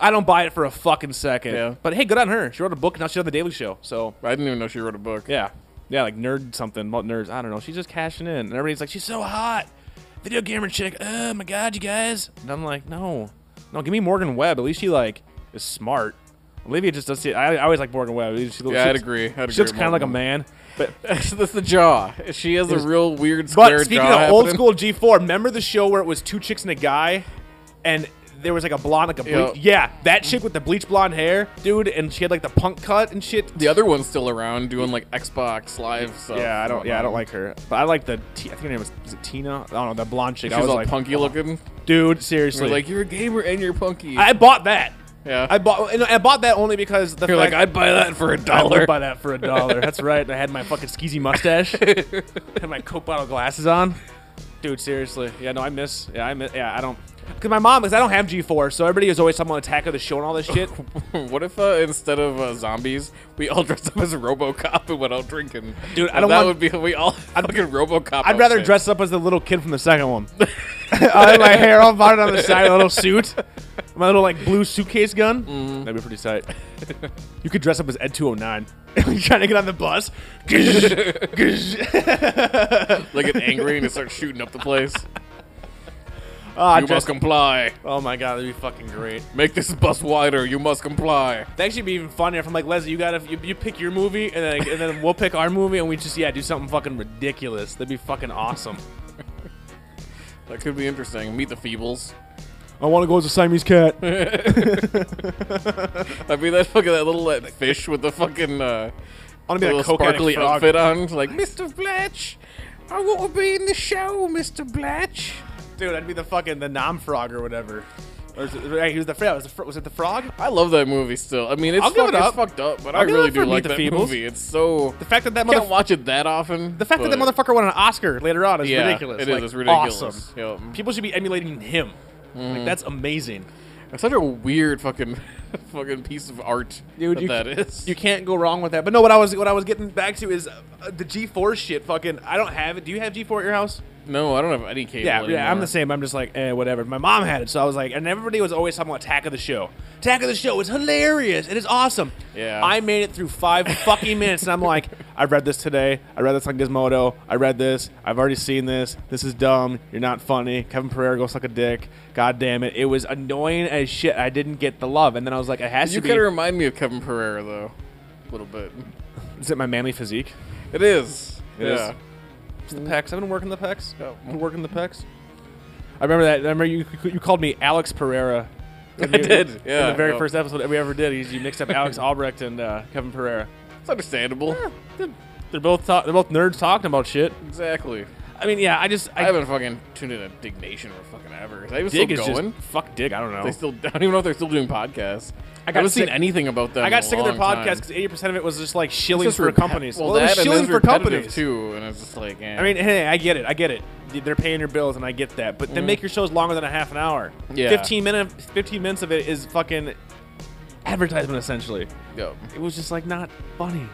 Speaker 5: I don't buy it for a fucking second.
Speaker 6: Yeah.
Speaker 5: But hey, good on her. She wrote a book. Now she's on the Daily Show. So
Speaker 6: I didn't even know she wrote a book.
Speaker 5: yeah, yeah, like nerd something. What nerds? I don't know. She's just cashing in, and everybody's like, she's so hot. Video gamer chick. Oh my god, you guys. And I'm like, no, no. Give me Morgan Webb. At least she like is smart. Olivia just does it. I, I always like Morgan Webb. She, looks-
Speaker 6: Yeah, I'd
Speaker 5: she-
Speaker 6: agree. I'd
Speaker 5: She looks
Speaker 6: agree
Speaker 5: kind of like a
Speaker 6: more.
Speaker 5: man. But
Speaker 6: That's the jaw. She has a real weird
Speaker 5: But
Speaker 6: square
Speaker 5: speaking of
Speaker 6: jaw
Speaker 5: old
Speaker 6: happening.
Speaker 5: school G4, remember the show where it was two chicks and a guy, and there was like a blonde, like a bleach. Yeah, that chick with the bleach blonde hair, dude, and she had like the punk cut and shit.
Speaker 6: The other one's still around doing like Xbox Live stuff.
Speaker 5: Yeah, I don't. Yeah, I don't like her. But I like the. T- I think her name was, was it Tina. I don't know the blonde chick.
Speaker 6: She's
Speaker 5: I was
Speaker 6: all
Speaker 5: like,
Speaker 6: punky looking.
Speaker 5: dude,
Speaker 6: We're
Speaker 5: seriously.
Speaker 6: like, you're a gamer and you're punky.
Speaker 5: I bought that.
Speaker 6: yeah.
Speaker 5: I bought. And I bought that only because the
Speaker 6: you're
Speaker 5: fact
Speaker 6: like, I'd buy that
Speaker 5: I
Speaker 6: for a
Speaker 5: would
Speaker 6: dollar.
Speaker 5: buy that for a dollar. That's right. I had my fucking skeezy mustache and my Coke bottle glasses on. Dude, seriously. Yeah, no, I miss. Yeah, I miss. Yeah, I don't. Because my mom, because I don't have G4, so everybody is always talking about Attack of the Show and all this shit.
Speaker 6: what if uh, instead of uh, zombies, we all dressed up as RoboCop and went out drinking?
Speaker 5: Dude, I
Speaker 6: And
Speaker 5: don't
Speaker 6: that
Speaker 5: want-
Speaker 6: would be we all I'd, fucking RoboCop.
Speaker 5: I'd rather
Speaker 6: outfit.
Speaker 5: dress up as the little kid from the second one. I had my hair all parted on the side, a little suit, my little like blue suitcase gun. That'd be pretty tight. you could dress up as Ed 209. You're trying to get on the bus.
Speaker 6: like get angry and start shooting up the place.
Speaker 5: Ah,
Speaker 6: you
Speaker 5: dress-
Speaker 6: must comply.
Speaker 5: oh my god, that'd be fucking great.
Speaker 6: Make this bus wider. You must comply.
Speaker 5: That should be even funnier if I'm like Leslie, you gotta you, you pick your movie and then and then we'll pick our movie and we just yeah do something fucking ridiculous. That'd be fucking awesome.
Speaker 6: That could be interesting. Meet the Feebles.
Speaker 5: I want to go as a Siamese cat.
Speaker 6: I mean, that fucking that little that fish with the fucking uh,
Speaker 5: I want to be
Speaker 6: little
Speaker 5: a coke addict
Speaker 6: sparkly
Speaker 5: frog.
Speaker 6: outfit on, like Mr. Blatch. I want to be in the show, Mr. Blatch.
Speaker 5: dude. I'd be the fucking the nom frog or whatever. Or is it, right, he was the frog. Was, the fro- was it the frog?
Speaker 6: I love that movie still. I mean, it's,
Speaker 5: I'll give
Speaker 6: fuck-
Speaker 5: it up.
Speaker 6: it's fucked up, but
Speaker 5: I'll
Speaker 6: I
Speaker 5: give it
Speaker 6: really
Speaker 5: up for
Speaker 6: do
Speaker 5: Meet
Speaker 6: like
Speaker 5: the
Speaker 6: that
Speaker 5: Feebles.
Speaker 6: movie. It's so
Speaker 5: The fact that that
Speaker 6: I can't
Speaker 5: mother-
Speaker 6: watch it that often.
Speaker 5: the fact that that
Speaker 6: but-
Speaker 5: motherfucker won an Oscar later on is
Speaker 6: yeah,
Speaker 5: ridiculous.
Speaker 6: It is
Speaker 5: Like,
Speaker 6: it's ridiculous.
Speaker 5: Awesome.
Speaker 6: Yep. Mm-hmm.
Speaker 5: People should be emulating him. Like that's amazing.
Speaker 6: It's such a weird fucking fucking piece of art
Speaker 5: Dude,
Speaker 6: that
Speaker 5: you
Speaker 6: that
Speaker 5: ca-
Speaker 6: is.
Speaker 5: You can't go wrong with that. But no, what I was what I was getting back to is uh, the G4 shit. Fucking, I don't have it. Do you have G4 at your house?
Speaker 6: no, I don't have any cable.
Speaker 5: Yeah, yeah. I'm
Speaker 6: anymore.
Speaker 5: the same. I'm just like, eh, whatever. My mom had it, so I was like, and everybody was always talking about Attack of the Show. Attack of the Show is hilarious. It is awesome.
Speaker 6: Yeah.
Speaker 5: I made it through five fucking minutes, and I'm like, I read this today. I read this on Gizmodo. I read this. I've already seen this. This is dumb. You're not funny. Kevin Pereira go suck a dick. God damn it. It was annoying as shit. I didn't get the love, and then I was like, it has
Speaker 6: You
Speaker 5: to
Speaker 6: kind
Speaker 5: be.
Speaker 6: of remind me of Kevin Pereira though, a little bit.
Speaker 5: is it my manly physique?
Speaker 6: It is.
Speaker 5: It is.
Speaker 6: yeah.
Speaker 5: It's the pecs. I've been working the pecs.
Speaker 6: Oh.
Speaker 5: I've been working the pecs. I remember that. I remember you. You called me Alex Pereira. I
Speaker 6: did,
Speaker 5: In
Speaker 6: yeah,
Speaker 5: the very
Speaker 6: yeah.
Speaker 5: first episode that we ever did, you- you mixed up Alex Albrecht and uh, Kevin Pereira.
Speaker 6: It's understandable.
Speaker 5: They're both ta- they're both nerds talking about shit.
Speaker 6: Exactly.
Speaker 5: I mean, yeah. I just
Speaker 6: I,
Speaker 5: I,
Speaker 6: haven't fucking tuned in a Dignation or fucking ever. Is that even still
Speaker 5: dig is
Speaker 6: going?
Speaker 5: just fuck dig. I don't know.
Speaker 6: They still. I don't even know if they're still doing podcasts. I,
Speaker 5: Oh. got
Speaker 6: haven't
Speaker 5: sick-
Speaker 6: seen anything about them.
Speaker 5: I
Speaker 6: in a
Speaker 5: got sick of their
Speaker 6: long
Speaker 5: podcast
Speaker 6: time.
Speaker 5: because eighty percent of it was just like shilling
Speaker 6: It's just
Speaker 5: for
Speaker 6: repeat-
Speaker 5: companies.
Speaker 6: Well,
Speaker 5: it was
Speaker 6: that and
Speaker 5: shilling
Speaker 6: it's
Speaker 5: for
Speaker 6: repetitive,
Speaker 5: companies
Speaker 6: too, and it's just like. eh.
Speaker 5: I mean, hey, I get it. I get it. They're paying your bills, and I get that. But then make your shows longer than a half an hour.
Speaker 6: Mm. Yeah.
Speaker 5: Fifteen minute, fifteen minutes of it is fucking advertisement essentially.
Speaker 6: Yo.
Speaker 5: It was just like not funny.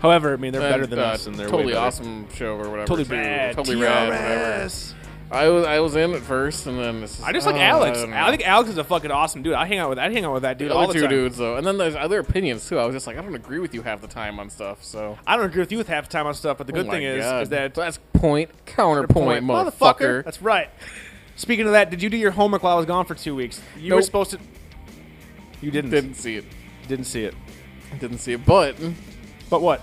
Speaker 5: However, I mean they're better than
Speaker 6: uh,
Speaker 5: us, and they're way
Speaker 6: totally
Speaker 5: better.
Speaker 6: awesome show or whatever.
Speaker 5: Totally
Speaker 6: too.
Speaker 5: rad.
Speaker 6: Totally rad. Whatever.
Speaker 5: TRS.
Speaker 6: I was I was in at first, and then it's
Speaker 5: I just like
Speaker 6: oh,
Speaker 5: Alex.
Speaker 6: don't know.
Speaker 5: I, think Alex is a fucking awesome dude. I hang out with I hang out with that dude
Speaker 6: the
Speaker 5: all
Speaker 6: other
Speaker 5: the
Speaker 6: two
Speaker 5: time.
Speaker 6: dudes though, and then there's other opinions too. I was just like, I don't agree with you half the time on stuff. So
Speaker 5: I don't agree with you with half the time on stuff, but the good
Speaker 6: Oh my
Speaker 5: thing is,
Speaker 6: God.
Speaker 5: is that
Speaker 6: that's point counterpoint, motherfucker.
Speaker 5: That's right. Speaking of that, did you do your homework while I was gone for two weeks? You were
Speaker 6: Nope.
Speaker 5: supposed to. You didn't.
Speaker 6: Didn't see it.
Speaker 5: Didn't see it.
Speaker 6: Didn't see it. But
Speaker 5: But what?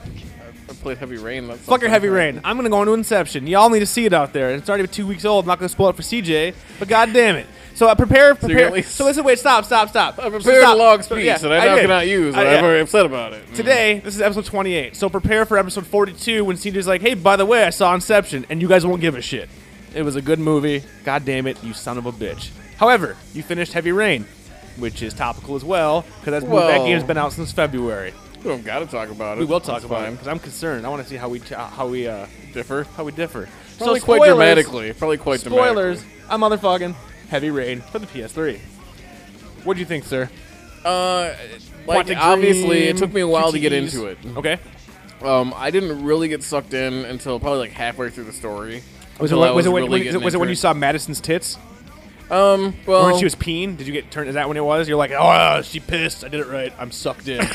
Speaker 6: I played Heavy Rain. That's
Speaker 5: Fuck your
Speaker 6: something.
Speaker 5: heavy rain. I'm gonna go into Inception. Y'all need to see it out there. It's already two weeks old. I'm not gonna spoil it for CJ, but god damn it. So I prepare,
Speaker 6: you're
Speaker 5: prepare.
Speaker 6: gonna
Speaker 5: So,
Speaker 6: leave- Uh,
Speaker 5: listen, wait, stop, stop, stop.
Speaker 6: I prepared
Speaker 5: stop.
Speaker 6: a long speech
Speaker 5: yeah,
Speaker 6: that I now
Speaker 5: did.
Speaker 6: cannot use,
Speaker 5: I-
Speaker 6: and
Speaker 5: yeah.
Speaker 6: I'm very upset about it.
Speaker 5: Today, this is episode 28. So prepare for episode 42 when Cedar's like, hey, by the way, I saw Inception, and you guys won't give a shit. It was a good movie. God damn it, you son of a bitch. However, you finished Heavy Rain, which is topical as well, because that
Speaker 6: Well.
Speaker 5: game's been out since February.
Speaker 6: we don't got to talk about it.
Speaker 5: We will talk
Speaker 6: That's
Speaker 5: about it,
Speaker 6: fine.
Speaker 5: because I'm concerned. I want to see how we, ch- how we, uh,
Speaker 6: Differ.
Speaker 5: how we differ.
Speaker 6: Probably
Speaker 5: so
Speaker 6: quite
Speaker 5: spoilers-
Speaker 6: dramatically. Probably quite
Speaker 5: Spoilers, I'm motherfucking Heavy Rain for the PS3. What'd you think, sir?
Speaker 6: dramatically. Uh, like
Speaker 5: Quantic
Speaker 6: obviously,
Speaker 5: Dream, E
Speaker 6: it took me a while to get
Speaker 5: QTEs.
Speaker 6: into it.
Speaker 5: Okay.
Speaker 6: Um, I didn't really get sucked in until probably like halfway through the story.
Speaker 5: Was it,
Speaker 6: Until I
Speaker 5: was, it when,
Speaker 6: really
Speaker 5: was it-
Speaker 6: getting
Speaker 5: was it when
Speaker 6: into
Speaker 5: you saw Madison's tits?
Speaker 6: Um, well,
Speaker 5: Or when she was peeing, did you get turned? Is that when it was? You're like, oh, she pissed. I did it right. I'm sucked in.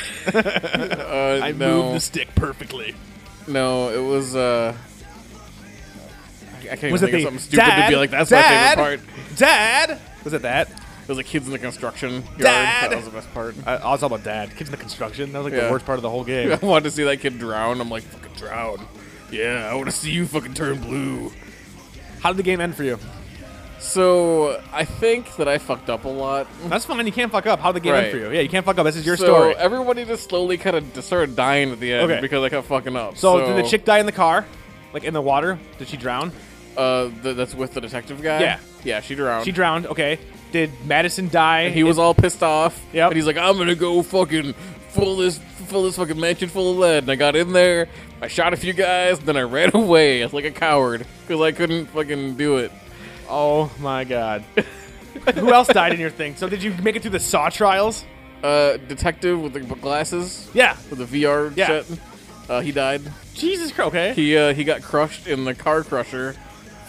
Speaker 6: uh,
Speaker 5: I
Speaker 6: no,
Speaker 5: moved the stick perfectly.
Speaker 6: no, it was. Uh, I I can't
Speaker 5: Was
Speaker 6: even
Speaker 5: it
Speaker 6: think
Speaker 5: the
Speaker 6: of something stupid
Speaker 5: dad,
Speaker 6: to be like. That's
Speaker 5: dad,
Speaker 6: my favorite part.
Speaker 5: Dad, was it that?
Speaker 6: It was like kids in the construction yard.
Speaker 5: Dad!
Speaker 6: That was the best part.
Speaker 5: I, I was all about dad. Kids in the construction. That was like the
Speaker 6: Yeah.
Speaker 5: worst part of the whole game.
Speaker 6: I wanted to see that kid drown. I'm like, fucking drown. Yeah, I want to see you fucking turn blue.
Speaker 5: How did the game end for you?
Speaker 6: So I think that I fucked up a lot.
Speaker 5: That's fine. You can't fuck up. How did the game end
Speaker 6: Right.
Speaker 5: for you? Yeah, you can't fuck up. This is your
Speaker 6: so
Speaker 5: story.
Speaker 6: everybody just slowly kind of started dying at the end
Speaker 5: Okay.
Speaker 6: because I kept fucking up.
Speaker 5: So, did the chick die in the car, like in the water? Did she drown?
Speaker 6: uh, th- that's with the detective guy.
Speaker 5: Yeah.
Speaker 6: yeah, she drowned.
Speaker 5: She drowned. Okay. Did Madison die?
Speaker 6: Um, He was all pissed off.
Speaker 5: Yep.
Speaker 6: And he's like, I'm gonna go fucking fill this fill this fucking mansion full of lead. And I got in there, I shot a few guys, then I ran away as like a coward because I couldn't fucking do it.
Speaker 5: Oh my god. Who else died in your thing? So did you make it through the Saw trials?
Speaker 6: Uh, detective with the glasses,
Speaker 5: Yeah.
Speaker 6: with the VR
Speaker 5: Yeah.
Speaker 6: shit. Uh, he died.
Speaker 5: Jesus Christ. Okay.
Speaker 6: He uh, he got crushed in the car crusher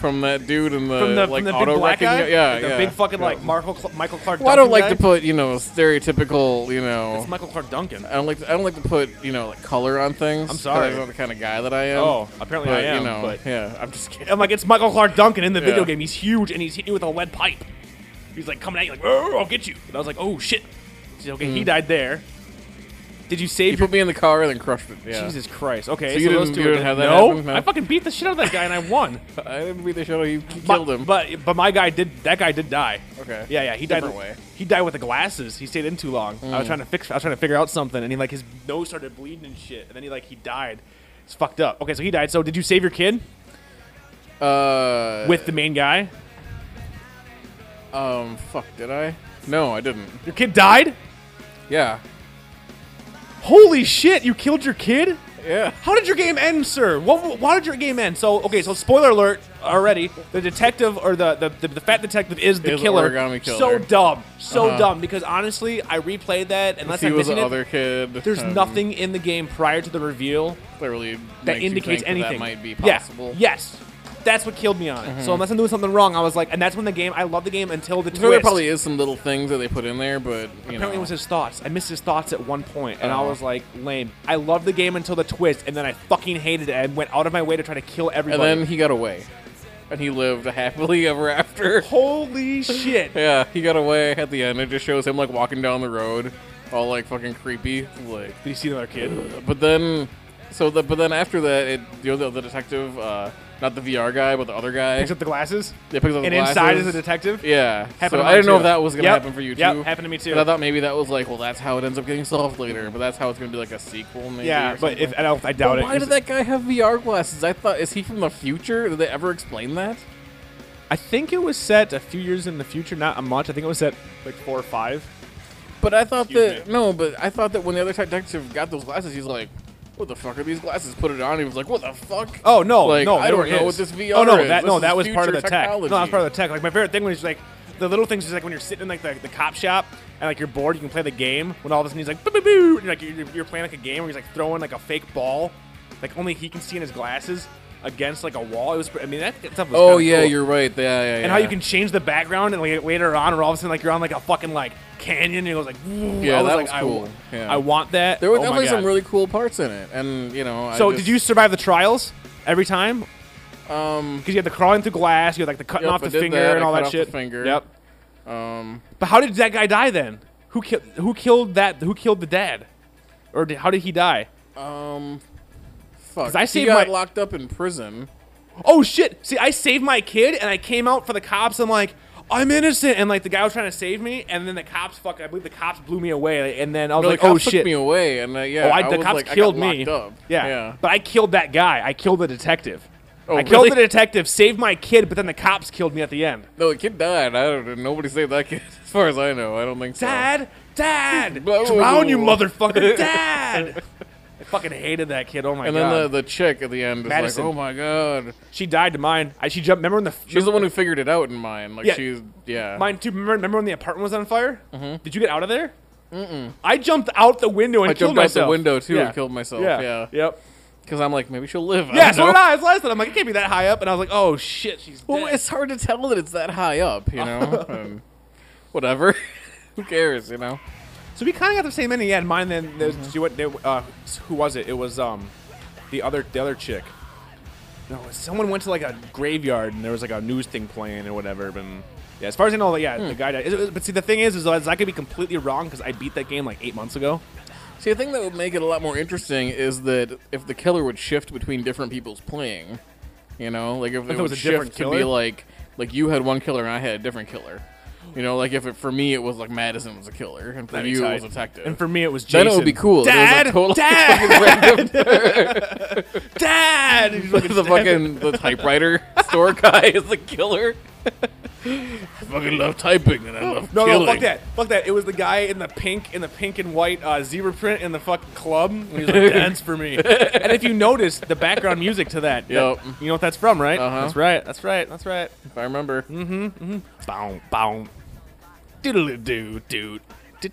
Speaker 6: from that dude in the,
Speaker 5: from the,
Speaker 6: uh, like
Speaker 5: from the big
Speaker 6: auto
Speaker 5: black
Speaker 6: wrecking.
Speaker 5: guy,
Speaker 6: Yeah,
Speaker 5: Like the
Speaker 6: yeah.
Speaker 5: big fucking like Michael Cl- Michael Clark.
Speaker 6: Well, I don't
Speaker 5: Duncan
Speaker 6: like
Speaker 5: guy?
Speaker 6: to put you know stereotypical you know.
Speaker 5: It's Michael Clark Duncan.
Speaker 6: I don't like to, I don't like to put you know like color on things.
Speaker 5: I'm
Speaker 6: 'cause
Speaker 5: sorry.
Speaker 6: That's not the kind of guy that I am.
Speaker 5: Oh, apparently
Speaker 6: but,
Speaker 5: I am,
Speaker 6: You know,
Speaker 5: but-
Speaker 6: yeah, I'm just kidding.
Speaker 5: I'm like, it's Michael Clark Duncan in the video
Speaker 6: Yeah.
Speaker 5: game. He's huge and he's hitting you with a lead pipe. He's like coming at you like, "Oh, I'll get you. And I was like, oh shit. He's like, okay,
Speaker 6: Hmm.
Speaker 5: he died there. Did you
Speaker 6: He
Speaker 5: save your?
Speaker 6: put me in the car and then crushed it. Yeah.
Speaker 5: Jesus Christ. Okay,
Speaker 6: So
Speaker 5: so,
Speaker 6: you
Speaker 5: those
Speaker 6: didn't-
Speaker 5: two
Speaker 6: you
Speaker 5: are
Speaker 6: didn't
Speaker 5: dead.
Speaker 6: have that
Speaker 5: No,
Speaker 6: happen? No.
Speaker 5: I fucking beat the shit out of that guy and I won.
Speaker 6: I didn't beat the shit out of you. You
Speaker 5: But-
Speaker 6: Killed him.
Speaker 5: But but my guy did that guy did die.
Speaker 6: Okay.
Speaker 5: Yeah, yeah. He died.
Speaker 6: Different way. Hmm.
Speaker 5: He died with the glasses. He stayed in too long. I was trying to fix. I was trying to figure out something, and he like his nose started bleeding and shit, and then he like he died. It's fucked up. Okay, so he died. So did you save your kid
Speaker 6: uh,
Speaker 5: with the main guy?
Speaker 6: um, fuck, did I? No, I didn't.
Speaker 5: Your kid died.
Speaker 6: Yeah,
Speaker 5: Holy shit! You killed your kid.
Speaker 6: yeah.
Speaker 5: How did your game end, sir? What, why did your game end? So okay, so spoiler alert already. The detective or the the, the, the fat detective is the
Speaker 6: Is the
Speaker 5: killer.
Speaker 6: origami killer.
Speaker 5: So dumb, so
Speaker 6: Uh-huh.
Speaker 5: dumb. Because honestly, I replayed that. Unless
Speaker 6: He
Speaker 5: I'm
Speaker 6: was
Speaker 5: missing
Speaker 6: the
Speaker 5: it,
Speaker 6: other kid.
Speaker 5: There's
Speaker 6: um,
Speaker 5: nothing in the game prior to the reveal
Speaker 6: that really
Speaker 5: that
Speaker 6: makes you
Speaker 5: indicates
Speaker 6: think
Speaker 5: anything.
Speaker 6: That, that might be
Speaker 5: Yeah.
Speaker 6: possible. Mm-hmm.
Speaker 5: Yes. That's what killed me on it. So unless I'm doing something wrong, I was like, and that's when the game. I love the game until the
Speaker 6: So there
Speaker 5: twist.
Speaker 6: probably is some little things that they put in there, but you know,
Speaker 5: Apparently, it was his thoughts. I missed his thoughts at one point, and I
Speaker 6: Uh-huh.
Speaker 5: was like, lame. I loved the game until the twist, and then I fucking hated it and went out of my way to try to kill
Speaker 6: and
Speaker 5: everybody.
Speaker 6: then he got away, and he lived happily ever after.
Speaker 5: holy shit!
Speaker 6: Yeah, he got away at the end. It just shows him like walking down the road, all like fucking creepy. Like,
Speaker 5: Did you see another kid?
Speaker 6: but then, so the but then after that, it you know the, the detective, uh, not the VR guy, but the other guy,
Speaker 5: Picks up the glasses,
Speaker 6: yeah, picks up the
Speaker 5: and inside is a
Speaker 6: glasses.
Speaker 5: detective.
Speaker 6: Yeah,
Speaker 5: Happened to
Speaker 6: so I
Speaker 5: mine
Speaker 6: didn't know
Speaker 5: too.
Speaker 6: if that was gonna
Speaker 5: Yep,
Speaker 6: happen for you
Speaker 5: yep,
Speaker 6: too.
Speaker 5: happened to me too.
Speaker 6: And I thought maybe that was like, well, that's how it ends up getting solved later. But that's how it's gonna be like a sequel, maybe.
Speaker 5: Yeah,
Speaker 6: or
Speaker 5: but if
Speaker 6: something.
Speaker 5: I, don't, I doubt it.
Speaker 6: why did that guy have VR glasses? I thought is he from the future? Did they ever explain that?
Speaker 5: I think it was set a few years in the future, not much. I think it was set like four or five.
Speaker 6: But I thought
Speaker 5: Excuse
Speaker 6: that no, but I thought that when the other detective got those glasses, he's like, "What the fuck are these glasses?" Put it on. He was like, "What the fuck?"
Speaker 5: Oh no,
Speaker 6: Like,
Speaker 5: no,
Speaker 6: I
Speaker 5: they
Speaker 6: don't
Speaker 5: were
Speaker 6: know
Speaker 5: his.
Speaker 6: what this VR
Speaker 5: Oh no,
Speaker 6: is.
Speaker 5: that
Speaker 6: This
Speaker 5: no,
Speaker 6: is
Speaker 5: that was part of
Speaker 6: future
Speaker 5: the tech. No, that was
Speaker 6: technology.
Speaker 5: part of the tech. Like my favorite thing was like the little things is like when you're sitting in like the, the cop shop and like you're bored, you can play the game. When all of a sudden he's like boo boo boo, and like you're, you're playing like a game where he's like throwing like a fake ball, like only he can see in his glasses against like a wall. It was, I mean that stuff was.
Speaker 6: Oh
Speaker 5: kinda
Speaker 6: yeah,
Speaker 5: cool.
Speaker 6: you're right. Yeah, yeah.
Speaker 5: And how you can change the background and like later on, or all of a sudden like you're on like a fucking like canyon and it goes like. woo.
Speaker 6: Yeah,
Speaker 5: I was
Speaker 6: that
Speaker 5: like,
Speaker 6: was
Speaker 5: I
Speaker 6: cool.
Speaker 5: w-
Speaker 6: Yeah.
Speaker 5: I want that.
Speaker 6: There were
Speaker 5: Oh my
Speaker 6: definitely some
Speaker 5: God.
Speaker 6: really cool parts in it, and you know. I
Speaker 5: So
Speaker 6: just-
Speaker 5: did you survive the trials every time?
Speaker 6: Um,
Speaker 5: Because you had the crawling through glass, you had like the cutting
Speaker 6: Yep,
Speaker 5: off
Speaker 6: I
Speaker 5: the
Speaker 6: did
Speaker 5: finger
Speaker 6: that.
Speaker 5: and
Speaker 6: I
Speaker 5: all
Speaker 6: cut
Speaker 5: that
Speaker 6: off the
Speaker 5: shit.
Speaker 6: finger. Um,
Speaker 5: Yep. But how did that guy die then? Who killed? Who killed that? Who killed the dad? Or did, how did he die?
Speaker 6: um, fuck.
Speaker 5: 'Cause I
Speaker 6: he
Speaker 5: saved
Speaker 6: got
Speaker 5: my-
Speaker 6: locked up in prison.
Speaker 5: Oh shit! See, I saved my kid and I came out for the cops. I'm like, I'm innocent, and like the guy was trying to save me, and then the cops fuck. I believe the cops blew me away, and then I was
Speaker 6: No,
Speaker 5: like,
Speaker 6: the cops
Speaker 5: oh
Speaker 6: took
Speaker 5: shit.
Speaker 6: me away, and uh, yeah,
Speaker 5: Oh, I, the
Speaker 6: was,
Speaker 5: cops
Speaker 6: like, I got
Speaker 5: killed me.
Speaker 6: locked Up.
Speaker 5: Yeah. but I killed that guy. I killed the detective.
Speaker 6: Oh,
Speaker 5: I killed
Speaker 6: really? Oh.
Speaker 5: the detective, saved my kid, but then the cops killed me at the end.
Speaker 6: No, the kid died. I don't. Nobody saved that kid, as far as I know. I don't think so.
Speaker 5: Dad, Dad,
Speaker 6: Whoa.
Speaker 5: drown
Speaker 6: oh.
Speaker 5: you motherfucker, Dad. I fucking hated that kid. Oh my
Speaker 6: And
Speaker 5: god.
Speaker 6: then the, the chick at the end is
Speaker 5: Madison.
Speaker 6: like, "Oh my god!"
Speaker 5: she died to mine. I, she jumped. Remember when the
Speaker 6: She's the one who figured it out in mine. Like
Speaker 5: Yeah.
Speaker 6: she's yeah.
Speaker 5: mine too. Remember, remember when the apartment was on fire? Did you get out of there? Mm-mm. I jumped out the window and
Speaker 6: Mm-hmm. I
Speaker 5: killed
Speaker 6: jumped out
Speaker 5: myself.
Speaker 6: the window too
Speaker 5: Yeah.
Speaker 6: and killed myself.
Speaker 5: Yeah.
Speaker 6: Yeah,
Speaker 5: Yep.
Speaker 6: because I'm like, maybe she'll live. I
Speaker 5: Yeah.
Speaker 6: don't
Speaker 5: So
Speaker 6: know.
Speaker 5: did I. It's last time. I'm like, it can't be that high up. And I was like, oh shit, she's dead.
Speaker 6: Well, it's hard to tell that it's that high up, you know. and whatever, who cares, you know?
Speaker 5: So we kind of got the same ending. Yeah, and mine then. There's,
Speaker 6: Mm-hmm.
Speaker 5: she went, there, uh, who was it? It was um, the other the other chick. No, someone went to like a graveyard and there was like a news thing playing or whatever. But mm, yeah, as far as I know, like, yeah,
Speaker 6: Hmm.
Speaker 5: the guy died. Is it- But see, the thing is, is that I could be completely wrong because I beat that game like eight months ago.
Speaker 6: See, the thing that would make it a lot more interesting is that if the killer would shift between different people's playing, you know, like if it,
Speaker 5: it
Speaker 6: would
Speaker 5: was a different
Speaker 6: shift to be
Speaker 5: killer?
Speaker 6: like, like you had one killer and I had a different killer, you know, like if it, for me it was like Madison was a killer and for
Speaker 5: That'd be
Speaker 6: you
Speaker 5: tight.
Speaker 6: it was a detective.
Speaker 5: And for me, it was Jason.
Speaker 6: then it would be cool. There was a
Speaker 5: Dad,
Speaker 6: total
Speaker 5: Dad,
Speaker 6: fucking random-
Speaker 5: Dad. He's like,
Speaker 6: the fucking the typewriter store guy is the killer. I fucking love typing and I love
Speaker 5: no, no,
Speaker 6: killing.
Speaker 5: fuck that, fuck that. It was the guy in the pink, in the pink and white uh, zebra print in the fucking club. And he's like, dance for me. and if you notice the background music to that,
Speaker 6: Yep.
Speaker 5: that- you know what that's from, right?
Speaker 6: Uh-huh.
Speaker 5: That's right. That's right. That's right.
Speaker 6: If I remember,
Speaker 5: Bow, bow. Doodle doo doo.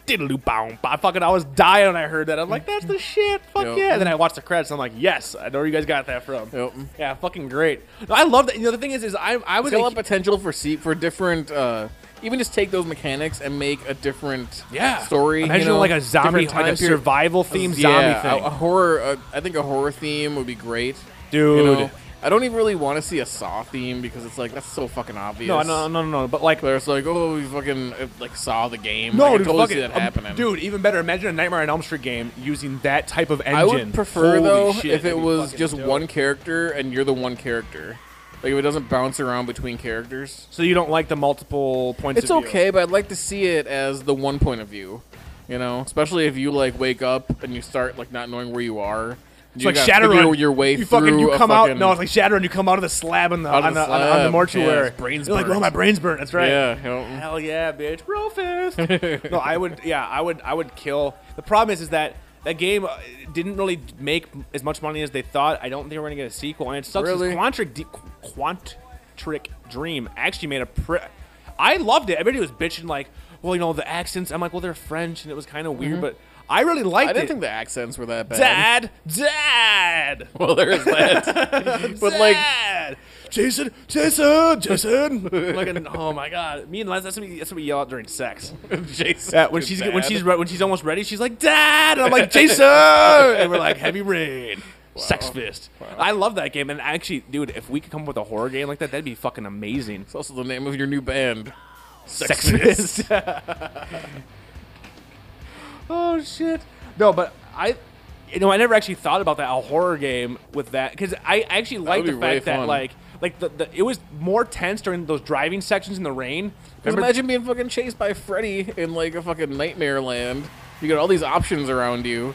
Speaker 5: Diddle bow. I fucking I was dying when I heard that. I'm like, that's the shit. Fuck
Speaker 6: Yep.
Speaker 5: yeah. And then I watched the credits. And I'm like, yes, I know where you guys got that from.
Speaker 6: Yep.
Speaker 5: Yeah, fucking great. No, I love that. You know, the thing is, is I I was
Speaker 6: there's a
Speaker 5: a
Speaker 6: lot of potential for see for different. uh even just take those mechanics and make a different
Speaker 5: yeah
Speaker 6: story.
Speaker 5: Imagine
Speaker 6: you know,
Speaker 5: like a zombie,
Speaker 6: different time
Speaker 5: like a
Speaker 6: period.
Speaker 5: survival theme
Speaker 6: yeah,
Speaker 5: zombie
Speaker 6: A, a
Speaker 5: thing.
Speaker 6: horror. A, I think a horror theme would be great,
Speaker 5: Dude.
Speaker 6: You know? I don't even really want to see a Saw theme because it's like that's so fucking obvious.
Speaker 5: No, no, no, no, no. But like,
Speaker 6: Where it's like, oh, we fucking uh, like saw the game.
Speaker 5: no,
Speaker 6: I can
Speaker 5: dude,
Speaker 6: totally
Speaker 5: fuck
Speaker 6: see
Speaker 5: it.
Speaker 6: that
Speaker 5: Um,
Speaker 6: happening.
Speaker 5: dude, even better. Imagine a Nightmare on Elm Street game using that type of engine.
Speaker 6: I would prefer
Speaker 5: Holy
Speaker 6: though
Speaker 5: shit,
Speaker 6: if
Speaker 5: that'd
Speaker 6: it
Speaker 5: be
Speaker 6: was
Speaker 5: fucking
Speaker 6: just
Speaker 5: dope.
Speaker 6: one character and you're the one character. Like if it doesn't bounce around between characters.
Speaker 5: So you don't like the multiple points.
Speaker 6: It's
Speaker 5: of view.
Speaker 6: okay, but I'd like to see it as the one point of view. You know, especially if you like wake up and you start like not knowing where you are.
Speaker 5: It's
Speaker 6: You
Speaker 5: like
Speaker 6: gotta
Speaker 5: Shadowrun.
Speaker 6: figure your way
Speaker 5: you
Speaker 6: through.
Speaker 5: fucking, you
Speaker 6: a
Speaker 5: come out.
Speaker 6: fucking,
Speaker 5: No, it's like Shadowrun. You come out of the slab on the,
Speaker 6: Out of
Speaker 5: on,
Speaker 6: the
Speaker 5: the, on, the, on the
Speaker 6: slab,
Speaker 5: mortuary.
Speaker 6: yes, brains
Speaker 5: You're like, oh,
Speaker 6: burnt.
Speaker 5: my brain's burnt. That's right.
Speaker 6: yeah. you know.
Speaker 5: Hell yeah, bitch. Bro fist. no, I would. Yeah, I would. I would kill. The problem is, is that that game uh, didn't really make as much money as they thought. I don't think we're gonna get a sequel, and it sucks. 'cause
Speaker 6: Really?
Speaker 5: Quantric, D- Quantric Dream actually made a. Pre- I loved it. Everybody was bitching like, well, you know, the accents. I'm like, well, they're French, and it was kind of weird, but I really liked
Speaker 6: Mm-hmm. I didn't
Speaker 5: it.
Speaker 6: think the accents were that bad.
Speaker 5: Dad, Dad,
Speaker 6: Well, there is that. but like,
Speaker 5: Dad! Jason, Jason, Jason. Fucking, oh my god, me and Liza, that's what we, that's what we yell out during sex.
Speaker 6: Jason.
Speaker 5: Yeah, when she's when
Speaker 6: Dad.
Speaker 5: she's re- when she's almost ready, she's like, "Dad," and I'm like, "Jason," and we're like, "Heavy rain." Sex fist. I love that game, and actually, dude, if we could come up with a horror game like that, that'd be fucking amazing.
Speaker 6: It's also the name of your new band.
Speaker 5: Sex, fist. oh shit! No, but I, you know, I never actually thought about that a horror game with that because I actually like
Speaker 6: would
Speaker 5: the
Speaker 6: be really
Speaker 5: fact that
Speaker 6: fun.
Speaker 5: like like the, the it was more tense during those driving sections in the rain.
Speaker 6: Because
Speaker 5: Remember-
Speaker 6: imagine being fucking chased by Freddy in like a fucking nightmare land. You got all these options around you,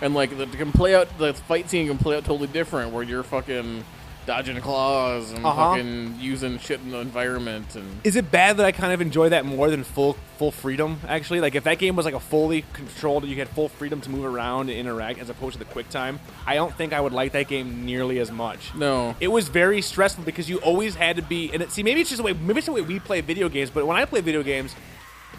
Speaker 6: and like the can play out the fight scene can play out totally different, where you're fucking dodging claws and
Speaker 5: Uh-huh.
Speaker 6: fucking using shit in the environment and
Speaker 5: is it bad that I kind of enjoy that more than full full freedom? Actually, like if that game was like a fully controlled, you had full freedom to move around and interact as opposed to the quick time. I don't think I would like that game nearly as much.
Speaker 6: No.
Speaker 5: it was very stressful because you always had to be. And it, see, maybe it's just the way maybe it's the way we play video games. But when I play video games,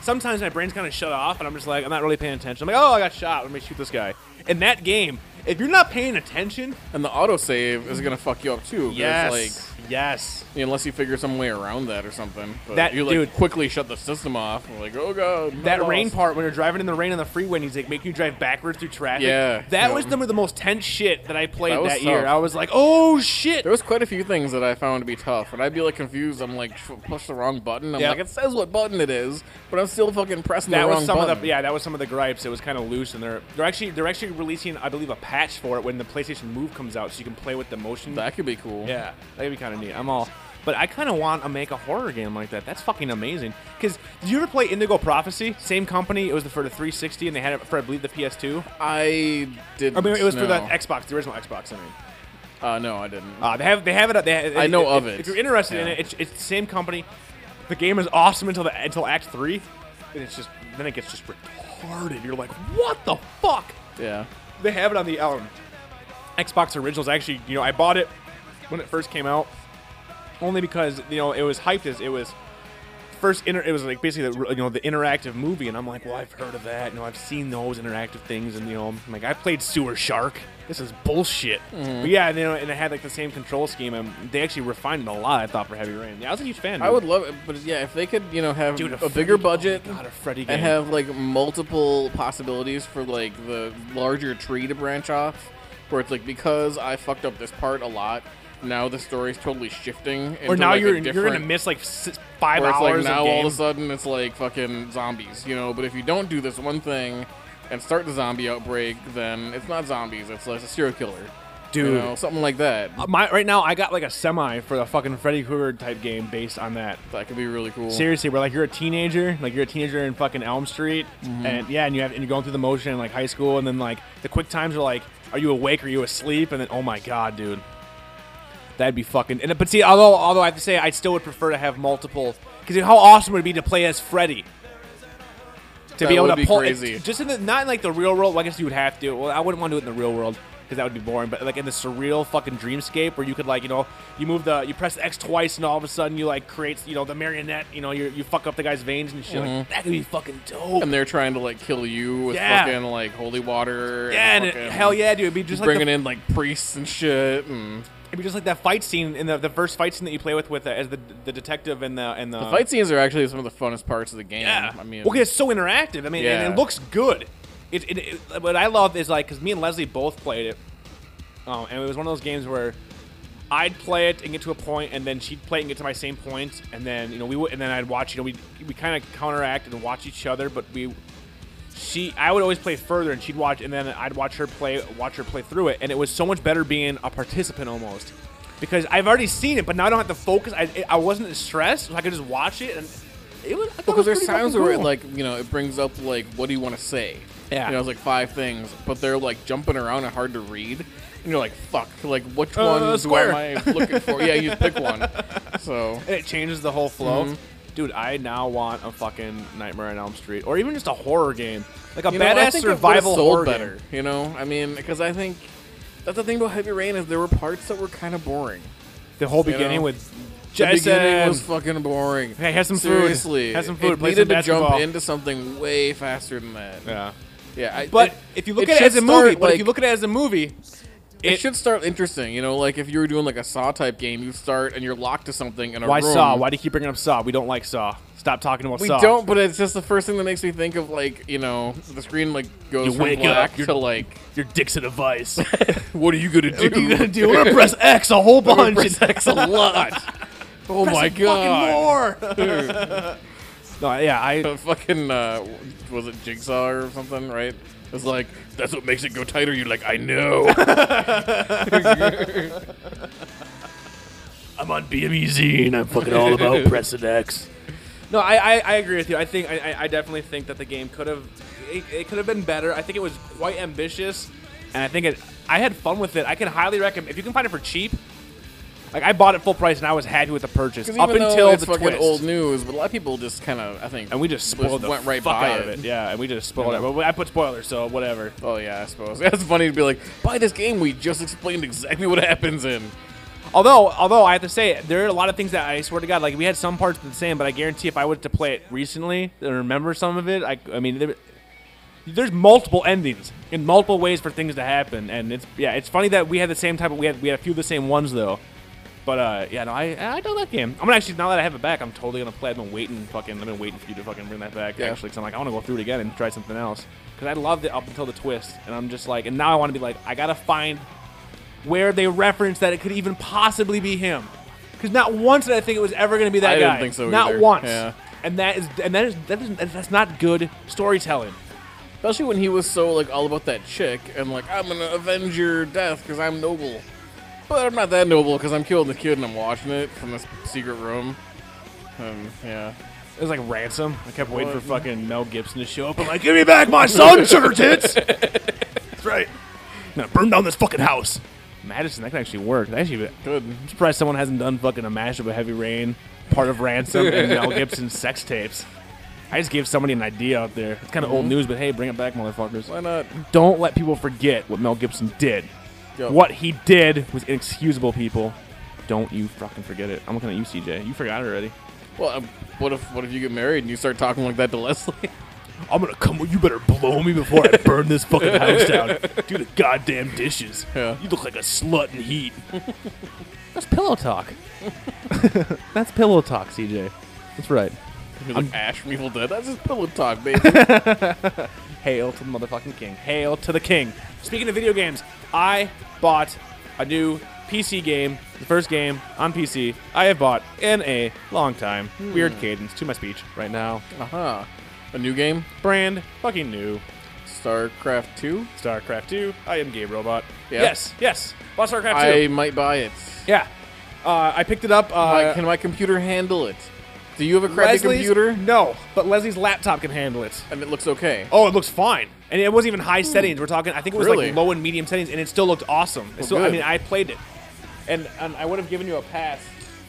Speaker 5: sometimes my brain's kind of shut off, and I'm just like I'm not really paying attention. I'm like, oh, I got shot. Let me shoot this guy. In that game, if you're not paying attention,
Speaker 6: and the autosave is gonna fuck you up too. 'cause, like
Speaker 5: yes.
Speaker 6: unless you figure some way around that or something. But
Speaker 5: That-
Speaker 6: you like
Speaker 5: dude.
Speaker 6: quickly shut the system off. and, like oh god, I'm
Speaker 5: that
Speaker 6: lost.
Speaker 5: rain part when you're driving in the rain on the freeway and he's like making you drive backwards through traffic.
Speaker 6: Yeah.
Speaker 5: That
Speaker 6: Yeah.
Speaker 5: was some of the most tense shit that I played
Speaker 6: That
Speaker 5: that,
Speaker 6: was
Speaker 5: year.
Speaker 6: tough.
Speaker 5: I was like, oh shit.
Speaker 6: There was quite a few things that I found to be tough, and I'd be like confused. I'm like, "F- push the wrong button. I'm
Speaker 5: Yeah.
Speaker 6: like, it says what button it is, but I'm still fucking pressing
Speaker 5: that
Speaker 6: the wrong
Speaker 5: was some
Speaker 6: button.
Speaker 5: of the yeah, that was some of the gripes. It was kind of loose and they're they're actually they're actually releasing I believe a patch for it when the PlayStation Move comes out so you can play with the motion.
Speaker 6: That could be cool.
Speaker 5: yeah. That'd be kind of neat. I'm all But I kind of want to make a horror game like that. That's fucking amazing. Because did you ever play Indigo Prophecy? Same company. It was for the 360, and they had it for I believe the PS2.
Speaker 6: I didn't.
Speaker 5: I mean, it was
Speaker 6: know.
Speaker 5: for the Xbox, the original Xbox. I mean,
Speaker 6: Uh, no, I didn't.
Speaker 5: uh, they have they have it. up- They have,
Speaker 6: I know
Speaker 5: if,
Speaker 6: of
Speaker 5: if-
Speaker 6: it.
Speaker 5: If you're interested in
Speaker 6: Yeah.
Speaker 5: it, it's, it's the same company. The game is awesome until the until Act Three, and it's just then it gets just retarded. You're like, what the fuck?
Speaker 6: yeah.
Speaker 5: They have it on the um, Xbox Originals. Actually, you know, I bought it when it first came out, only because you know it was hyped as it was first. Inter- it was like basically the, you know the interactive movie, and I'm like, well, I've heard of that. You know, I've seen those interactive things, and you know, I'm like I played Sewer Shark. This is bullshit.
Speaker 6: Mm-hmm.
Speaker 5: But yeah, and, you know, and I had like the same control scheme, and they actually refined it a lot. I thought for Heavy Rain. Yeah, I was a huge fan.
Speaker 6: I would love it, but yeah, if they could, you know, have
Speaker 5: Dude, a
Speaker 6: a, bigger
Speaker 5: Freddy-
Speaker 6: budget
Speaker 5: oh my God, a Freddy game.
Speaker 6: and have like multiple possibilities for like the larger tree to branch off, where it's like because I fucked up this part a lot, now the story's totally shifting. Into
Speaker 5: Or now
Speaker 6: like, a
Speaker 5: you're you're
Speaker 6: different-
Speaker 5: gonna miss like six, five
Speaker 6: where it's like
Speaker 5: hours.
Speaker 6: now
Speaker 5: of
Speaker 6: all
Speaker 5: game.
Speaker 6: of a sudden it's like fucking zombies, you know. But if you don't do this one thing and start the zombie outbreak, then it's not zombies; it's like a serial killer,
Speaker 5: dude.
Speaker 6: you know, something like that.
Speaker 5: Uh, My right now, I got like a semi for a fucking Freddy Krueger type game based on that.
Speaker 6: That could be really cool.
Speaker 5: Seriously, where like you're a teenager, like you're a teenager in fucking Elm Street,
Speaker 6: Mm-hmm.
Speaker 5: and yeah, and you have and you're going through the motion in like high school, and then like the quick times are like, are you awake? Are you asleep? And then oh my god, dude, that'd be fucking. And but see, although although I have to say, I still would prefer to have multiple because how awesome would it be to play as Freddy. To
Speaker 6: That
Speaker 5: be able
Speaker 6: would
Speaker 5: to
Speaker 6: be
Speaker 5: pull,
Speaker 6: crazy.
Speaker 5: just in the not in like the real world. Well, I guess you would have to. Well, I wouldn't want to do it in the real world because that would be boring. But like in the surreal fucking dreamscape where you could like you know you move the you press X twice and all of a sudden you like creates you know the marionette. You know you you fuck up the guy's veins and shit.
Speaker 6: Mm-hmm.
Speaker 5: Like, that could be fucking dope.
Speaker 6: and they're trying to like kill you with
Speaker 5: Yeah.
Speaker 6: fucking like holy water.
Speaker 5: yeah, and
Speaker 6: and
Speaker 5: it-
Speaker 6: fucking
Speaker 5: hell yeah, dude, it'd be just like
Speaker 6: bringing
Speaker 5: the,
Speaker 6: in like priests and shit and
Speaker 5: it'd be just like that fight scene in the, the first fight scene that you play with with uh, as the the detective and the and the,
Speaker 6: the fight scenes are actually some of the funnest parts of the game.
Speaker 5: Uh-huh. Yeah.
Speaker 6: I mean,
Speaker 5: well, 'cause it's so interactive. I mean, and
Speaker 6: Yeah.
Speaker 5: it looks good. It, it, it- what I love is like because me and Leslie both played it, um, and it was one of those games where I'd play it and get to a point, and then she'd play it and get to my same point, and then you know we would, and then I'd watch. You know, we we kind of counteract and watch each other, but we. She, I would always play further, and she'd watch, and then I'd watch her play, watch her play through it, and it was so much better being a participant almost, because I've already seen it, but now I don't have to focus. I, I wasn't as stressed, so I could just watch it, and it was. I thought it
Speaker 6: because
Speaker 5: was
Speaker 6: there's
Speaker 5: pretty
Speaker 6: times
Speaker 5: fucking
Speaker 6: where it
Speaker 5: cool.
Speaker 6: like you know it brings up like what do you want to say
Speaker 5: Yeah.
Speaker 6: you know it's like five things but they're like jumping around and hard to read and you're like fuck like which
Speaker 5: Uh,
Speaker 6: one
Speaker 5: square.
Speaker 6: am i looking for yeah you pick one so
Speaker 5: And it changes the whole flow.
Speaker 6: Mm-hmm.
Speaker 5: Dude, I now want a fucking Nightmare on Elm Street, or even just a horror game, like a
Speaker 6: you know, I
Speaker 5: badass
Speaker 6: think it would've
Speaker 5: survival
Speaker 6: sold
Speaker 5: horror
Speaker 6: better
Speaker 5: game.
Speaker 6: you know i mean because i think that's the thing about heavy rain is there were parts that were kind of boring
Speaker 5: The whole
Speaker 6: You
Speaker 5: beginning
Speaker 6: know?
Speaker 5: with
Speaker 6: The
Speaker 5: Jason.
Speaker 6: beginning was fucking boring.
Speaker 5: Hey, have some food.
Speaker 6: Seriously,
Speaker 5: Have some food,
Speaker 6: It
Speaker 5: play
Speaker 6: needed
Speaker 5: some
Speaker 6: to jump
Speaker 5: basketball.
Speaker 6: into something way faster than that.
Speaker 5: yeah.
Speaker 6: Yeah, I,
Speaker 5: But
Speaker 6: it-
Speaker 5: if you look
Speaker 6: it
Speaker 5: at it
Speaker 6: should
Speaker 5: as a movie,
Speaker 6: start,
Speaker 5: but if
Speaker 6: like-
Speaker 5: you look at it as a movie,
Speaker 6: it,
Speaker 5: it-
Speaker 6: should start interesting. You know, like if you were doing like a Saw type game, you start and you're locked to something in a
Speaker 5: why
Speaker 6: room.
Speaker 5: Saw? Why do you keep bringing up Saw? We don't like Saw. Stop talking about
Speaker 6: we
Speaker 5: Saw.
Speaker 6: don't, but it's just the first thing that makes me think of like you know the screen like goes
Speaker 5: You
Speaker 6: from
Speaker 5: wake
Speaker 6: black
Speaker 5: up, you're-
Speaker 6: to like
Speaker 5: Your dick's a device.
Speaker 6: what are you gonna do?
Speaker 5: what are you gonna do? We're gonna press X a whole bunch.
Speaker 6: press X a lot. oh my god!
Speaker 5: Fucking more. no, yeah, I.
Speaker 6: The fucking uh, was it Jigsaw or something? Right? It's like that's what makes it go tighter. You're like I know.
Speaker 7: I'm on BMEZ and I'm fucking all about pressing X.
Speaker 5: No, I, I, I agree with you. I think I, I- I definitely think that the game could have it, it could have been better. I think it was quite ambitious, and I think it I had fun with it. I can highly recommend if you can find it for cheap. Like I bought it full price and I was happy with the purchase
Speaker 6: Because
Speaker 5: up
Speaker 6: even though
Speaker 5: until
Speaker 6: it's
Speaker 5: the
Speaker 6: fucking
Speaker 5: twist.
Speaker 6: old news, but a lot of people just kind of I think
Speaker 5: and we just spoiled the
Speaker 6: went right
Speaker 5: fuck
Speaker 6: by
Speaker 5: out of
Speaker 6: it.
Speaker 5: it. Yeah, and we just spoiled it. But I put spoilers, so whatever.
Speaker 6: Oh yeah, I suppose. It's funny to be like, buy this game. We just explained exactly what happens in.
Speaker 5: Although, although I have to say, there are a lot of things that I swear to God, like we had some parts the same, but I guarantee if I was to play it recently and remember some of it, I, I mean, there, there's multiple endings and multiple ways for things to happen, and it's yeah, it's funny that we had the same type of we had we had a few of the same ones though, but uh, yeah, no, I I know that game. I'm gonna actually now that I have it back, I'm totally gonna play. I've been waiting, fucking, I've been waiting for you to fucking bring that back
Speaker 6: Yeah.
Speaker 5: actually, because I'm like I want to go through it again and try something else because I loved it up until the twist, and I'm just like, and now I want to be like, I gotta find where they reference that it could even possibly be him. Because not once did I think it was ever going to be that guy.
Speaker 6: I didn't think so
Speaker 5: Not
Speaker 6: either.
Speaker 5: once.
Speaker 6: Yeah.
Speaker 5: And that is and that is, that is that's not good storytelling.
Speaker 6: Especially when he was so like all about that chick and like I'm gonna avenge your death because I'm noble. But I'm not that noble because I'm killing the kid and I'm watching it from this secret room. Um, yeah.
Speaker 5: It was like ransom. I kept waiting for fucking Mel Gibson to show up. I'm like,
Speaker 8: Give me back my son, sugar tits. That's right. Now burn down this fucking house.
Speaker 5: Madison, that could actually work. That actually,
Speaker 6: Good.
Speaker 5: I'm surprised someone hasn't done fucking a mashup of Heavy Rain, part of Ransom, and Mel Gibson's sex tapes. I just gave somebody an idea out there. It's kind of
Speaker 6: Mm-hmm.
Speaker 5: old news, but hey, bring it back, motherfuckers.
Speaker 6: Why not?
Speaker 5: Don't let people forget what Mel Gibson did.
Speaker 6: Yo.
Speaker 5: What he did was inexcusable, people. Don't you fucking forget it. I'm looking at you, CJ. You forgot already.
Speaker 6: Well, um, what if what if you get married and you start talking like that to Leslie?
Speaker 8: I'm gonna come. You better blow me before I burn this fucking house down. Do the goddamn dishes.
Speaker 6: Yeah.
Speaker 8: You look like a slut in heat.
Speaker 5: That's pillow talk. That's pillow talk, CJ. That's right.
Speaker 6: You're like Ash from Evil Dead. That's just pillow talk, baby.
Speaker 5: Hail to the motherfucking king. Hail to the king. Speaking of video games, I bought a new PC game, the first game on PC I have bought in a long time.
Speaker 6: Hmm.
Speaker 5: Weird cadence to my speech right now.
Speaker 6: uh huh. A new game,
Speaker 5: Brand fucking new.
Speaker 6: StarCraft Two.
Speaker 5: StarCraft 2. I am Gabe Robot.
Speaker 6: Yeah.
Speaker 5: Yes, yes. Bought StarCraft 2.
Speaker 6: I might buy it.
Speaker 5: Yeah. Uh, I picked it up.
Speaker 6: My-
Speaker 5: Uh,
Speaker 6: can my computer handle it? Do you have a crappy
Speaker 5: Leslie's-
Speaker 6: computer?
Speaker 5: No, but Leslie's laptop can handle it.
Speaker 6: And it looks okay.
Speaker 5: Oh, it looks fine. And it wasn't even high settings. We're talking, I think it was
Speaker 6: Hmm. Really?
Speaker 5: like low and medium settings, and it still looked awesome. It still, I
Speaker 6: good.
Speaker 5: mean, I played it. And, and I would have given you a pass,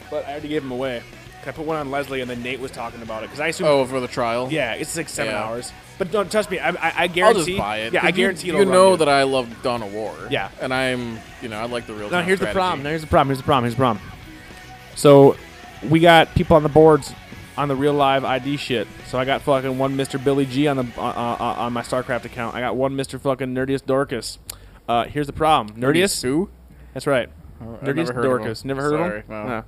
Speaker 5: but I already gave him away. 'Cause I put one on Leslie, and then Nate was talking about it. Because I assume,
Speaker 6: Oh, for the trial.
Speaker 5: yeah, it's like seven
Speaker 6: Yeah.
Speaker 5: hours. But don't trust me, I, I, I
Speaker 6: I'll
Speaker 5: guarantee.
Speaker 6: just buy it.
Speaker 5: Yeah, I
Speaker 6: 'Cause you-
Speaker 5: guarantee
Speaker 6: You,
Speaker 5: it'll run
Speaker 6: know
Speaker 5: good.
Speaker 6: that I love Dawn of War.
Speaker 5: Yeah.
Speaker 6: and I'm, you know, I like the real.
Speaker 5: Now
Speaker 6: time
Speaker 5: here's
Speaker 6: strategy.
Speaker 5: the problem. Now here's the problem. Here's the problem. Here's the problem. So we got people on the boards on the real live ID shit. So I got fucking one Mr. Billy G on the uh, uh, uh, on my StarCraft account. I got one Mr. fucking Nerdiest Dorcas. Uh, here's the problem. Nerdiest.
Speaker 6: Who?
Speaker 5: That's right.
Speaker 6: I've
Speaker 5: Nerdiest
Speaker 6: never heard of him.
Speaker 5: Dorcas. Never heard of him.
Speaker 6: Sorry, no.
Speaker 5: No.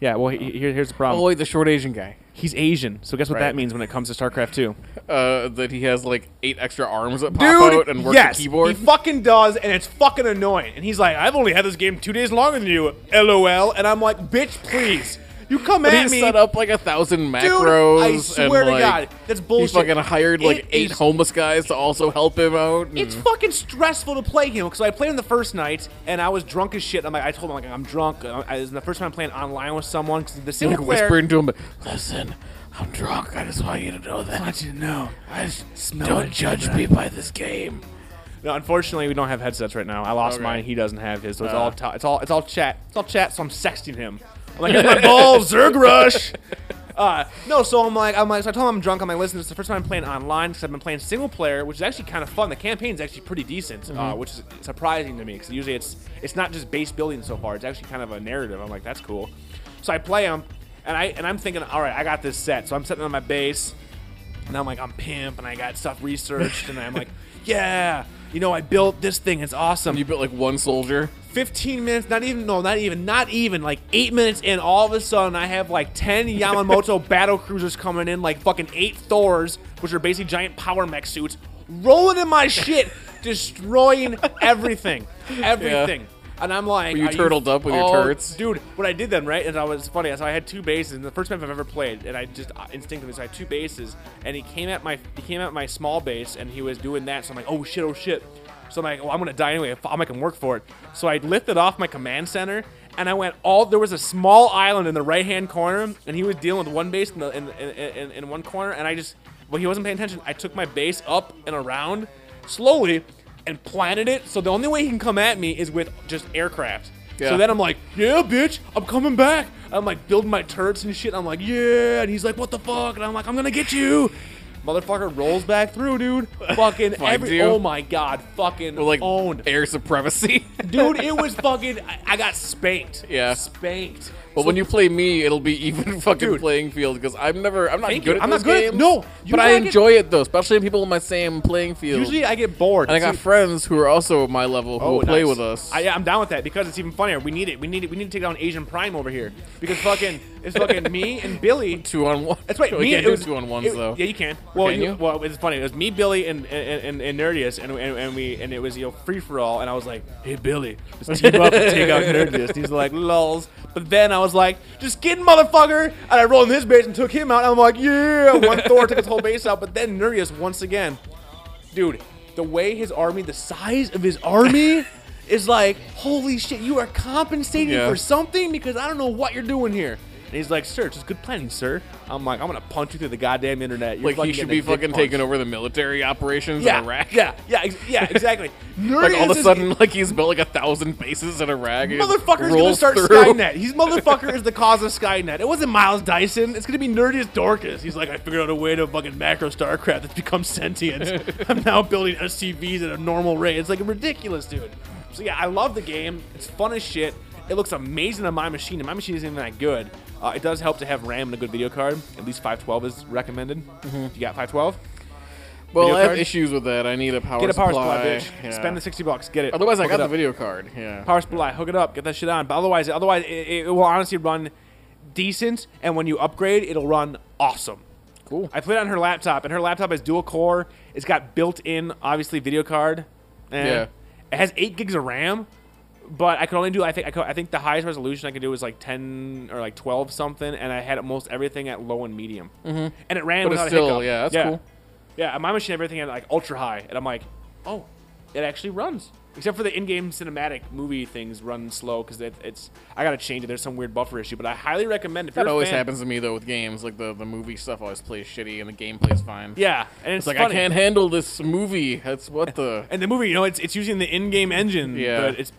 Speaker 5: Yeah. Well, he, here, here's the
Speaker 6: Oh
Speaker 5: problem.
Speaker 6: wait, the short Asian guy.
Speaker 5: He's Asian. So guess what
Speaker 6: Right.
Speaker 5: that means when it comes to StarCraft 2?
Speaker 6: Uh, that he has like eight extra arms that pop
Speaker 5: Dude,
Speaker 6: out and work
Speaker 5: yes,
Speaker 6: the keyboard.
Speaker 5: he fucking does, and it's fucking annoying. And he's like, "I've only had this game two days longer than you, lol." And I'm like, "Bitch, please, you come
Speaker 6: But
Speaker 5: at
Speaker 6: he
Speaker 5: me,
Speaker 6: set up like a thousand
Speaker 5: dude."
Speaker 6: macros.
Speaker 5: I swear
Speaker 6: and,
Speaker 5: to
Speaker 6: like,
Speaker 5: God, that's
Speaker 6: He
Speaker 5: bullshit.
Speaker 6: fucking hired like
Speaker 5: It
Speaker 6: eight
Speaker 5: is-
Speaker 6: homeless guys to also help him out. and-
Speaker 5: It's fucking stressful to play him because I played him the first night and I was drunk as shit. I'm like, I told him like I'm drunk. Uh, It was the first time I'm playing online with someone because the
Speaker 6: like
Speaker 5: single player.
Speaker 6: whispering to him, but, "Listen, I'm drunk. I just want you to know that. I want you to know. I just don't judge me by this game."
Speaker 5: No, unfortunately, we don't have headsets right now. I lost
Speaker 6: Okay.
Speaker 5: mine. He doesn't have his, so it's
Speaker 6: Uh.
Speaker 5: all ta- it's all it's all chat. It's all chat. So I'm sexting him. I'm like, "Get my balls, Oh, Zerg Rush. Uh, no, so I'm like, I'm like, so I told him I'm drunk. I'm like, listen, it's the first time I'm playing online because I've been playing single player, which is actually kind of fun. The campaign's actually pretty decent, uh, which is surprising to me because usually it's it's not just base building so far. It's actually kind of a narrative. I'm like, that's cool. So I play him, and I and I'm thinking, all right, I got this set. So I'm setting on my base. And I'm like, I'm pimp, and I got stuff researched, and I'm like, yeah, you know, I built this thing. It's awesome.
Speaker 6: You built like one soldier.
Speaker 5: 15 minutes, not even, no, not even, not even, like eight minutes in, all of a sudden I have like 10 Yamamoto battle cruisers coming in, like fucking eight Thors, which are basically giant power mech suits, rolling in my shit, destroying everything. Everything. And I'm like,
Speaker 6: you
Speaker 5: are
Speaker 6: turtled up with your
Speaker 5: oh,
Speaker 6: turrets?
Speaker 5: Dude, what I did then, right? And I was funny. So I had two bases. And the first map I've ever played, and I just uh, instinctively, so I had two bases. And he came at my, he came at my small base, and he was doing that. So I'm like, oh shit, oh shit. So I'm like, well, I'm gonna die anyway. I'll make him work for it. So I lifted off my command center, and I went all. There was a small island in the right hand corner, and he was dealing with one base in the in, in, in, in one corner, and I just, well, he wasn't paying attention. I took my base up and around slowly. And planted it, so the only way he can come at me is with just aircraft. So
Speaker 6: Yeah.
Speaker 5: then I'm like, yeah, bitch, I'm coming back. I'm like building my turrets and shit. I'm like, yeah. And he's like, what the fuck? And I'm like, I'm gonna get you. Motherfucker rolls back through, dude. Fucking
Speaker 6: Finds
Speaker 5: every.
Speaker 6: you.
Speaker 5: Oh my god, fucking
Speaker 6: Like
Speaker 5: owned,
Speaker 6: air supremacy.
Speaker 5: dude. It was fucking. I, I got spanked.
Speaker 6: Yeah.
Speaker 5: spanked.
Speaker 6: But when you play me, it'll be even fucking
Speaker 5: Dude.
Speaker 6: playing field because I'm never, I'm not
Speaker 5: Thank
Speaker 6: good
Speaker 5: you.
Speaker 6: at
Speaker 5: I'm not
Speaker 6: those
Speaker 5: good at-
Speaker 6: games.
Speaker 5: no, you
Speaker 6: but
Speaker 5: know
Speaker 6: I
Speaker 5: I get-
Speaker 6: enjoy it though, especially when people in my same playing field.
Speaker 5: Usually I get bored.
Speaker 6: and I got
Speaker 5: See-
Speaker 6: friends who are also my level who
Speaker 5: Oh,
Speaker 6: will play
Speaker 5: nice.
Speaker 6: with us.
Speaker 5: I, I'm down with that because it's even funnier. We need it. We need it. We need to take down Asian Prime over here because fucking it's fucking me and Billy.
Speaker 6: two on one.
Speaker 5: That's right.
Speaker 6: We
Speaker 5: me,
Speaker 6: can't
Speaker 5: it
Speaker 6: do
Speaker 5: was-
Speaker 6: two on ones
Speaker 5: it-
Speaker 6: though.
Speaker 5: Yeah, you can. Well,
Speaker 6: Can
Speaker 5: you-
Speaker 6: you?
Speaker 5: well, it's funny. It was me, Billy, and and, and, and Nerdius, and, and and we and it was you know free for all, and I was like, hey Billy, let's team up and take out Nerdius. And he's like, lols. But then I was like, just kidding, motherfucker, and I rolled in his base and took him out. And I'm like, yeah, one Thor took his whole base out. But then Nerdius once again, dude, the way his army, the size of his army. is like, holy shit, you are compensating
Speaker 6: Yeah.
Speaker 5: for something because I don't know what you're doing here. And he's like, sir, it's just good planning, sir. I'm like, I'm gonna punch you through the goddamn internet. You're
Speaker 6: Like he
Speaker 5: getting
Speaker 6: should be
Speaker 5: a dick
Speaker 6: fucking
Speaker 5: punch."
Speaker 6: taking over the military operations
Speaker 5: Yeah,
Speaker 6: in Iraq.
Speaker 5: yeah, yeah, ex- yeah, exactly.
Speaker 6: Like
Speaker 5: Nerdy is
Speaker 6: all of a
Speaker 5: this-
Speaker 6: sudden, like he's built like a thousand bases in Iraq. and he just
Speaker 5: Motherfucker's gonna
Speaker 6: rolls
Speaker 5: start
Speaker 6: through.
Speaker 5: Skynet. He's motherfucker is the cause of Skynet. It wasn't Miles Dyson. It's gonna be nerdy as Dorcas. He's like, I figured out a way to fucking macro StarCraft that's become sentient. I'm now building SCVs at a normal rate. It's like ridiculous, dude. So yeah, I love the game. It's fun as shit. It looks amazing on my machine, and my machine isn't even that good. Uh, it does help to have RAM and a good video card. At least 512 is recommended.
Speaker 6: Mm-hmm.
Speaker 5: If you got 512,
Speaker 6: Well,
Speaker 5: Video
Speaker 6: I have
Speaker 5: card?
Speaker 6: issues with that. I need a power
Speaker 5: get a power
Speaker 6: supply.
Speaker 5: supply, bitch.
Speaker 6: Yeah.
Speaker 5: Spend the 60 bucks, get it.
Speaker 6: Otherwise, I
Speaker 5: Hook
Speaker 6: got
Speaker 5: it
Speaker 6: the
Speaker 5: up.
Speaker 6: video card. Yeah.
Speaker 5: Power supply, hook it up, get that shit on. But otherwise, otherwise it, it will honestly run decent. And when you upgrade, it'll run awesome.
Speaker 6: Cool.
Speaker 5: I played on her laptop, and her laptop has dual core. It's got built-in, obviously, video card. Eh.
Speaker 6: Yeah.
Speaker 5: It has eight gigs of RAM, but I could only do I think I, could, I think the highest resolution I could do was like ten or like twelve something, and I had almost everything at low and medium, mm-hmm. and it ran
Speaker 6: But it's
Speaker 5: without a
Speaker 6: still-
Speaker 5: hiccup.
Speaker 6: yeah, that's cool.
Speaker 5: Yeah, on my machine everything had like ultra high, and I'm like, oh, it actually runs. Except for the in-game cinematic movie things run slow because it, it's I gotta change it. There's some weird buffer issue, but I highly recommend if
Speaker 6: that
Speaker 5: you're a
Speaker 6: always
Speaker 5: fan-
Speaker 6: happens to me though with games. Like the, the movie stuff always plays shitty, and the game plays fine.
Speaker 5: Yeah, and it's,
Speaker 6: It's like
Speaker 5: funny.
Speaker 6: I can't handle this movie. That's what the.
Speaker 5: And the movie, you know, it's it's using the in-game engine,
Speaker 6: Yeah.
Speaker 5: but it's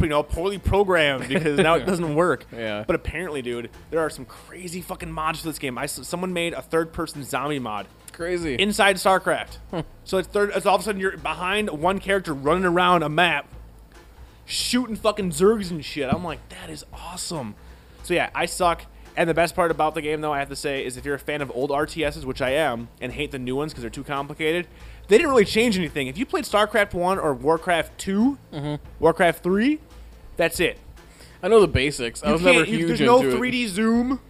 Speaker 5: you know poorly programmed because now it doesn't work.
Speaker 6: Yeah.
Speaker 5: But apparently, dude, there are some crazy fucking mods for this game. I s- someone made a third-person zombie mod
Speaker 6: Crazy.
Speaker 5: inside StarCraft. so it's third. It's all of a sudden you're behind one character running around a map, shooting fucking zergs and shit. I'm like, that is awesome. So yeah, I suck. And the best part about the game, though, I have to say, is if you're a fan of old RTSs, which I am, and hate the new ones because they're too complicated, they didn't really change anything. If you played StarCraft One or Warcraft 2 Warcraft Three, that's it.
Speaker 6: I know the basics. I
Speaker 5: You
Speaker 6: was never
Speaker 5: can't- you-
Speaker 6: huge
Speaker 5: There's no
Speaker 6: into it.
Speaker 5: 3D zoom.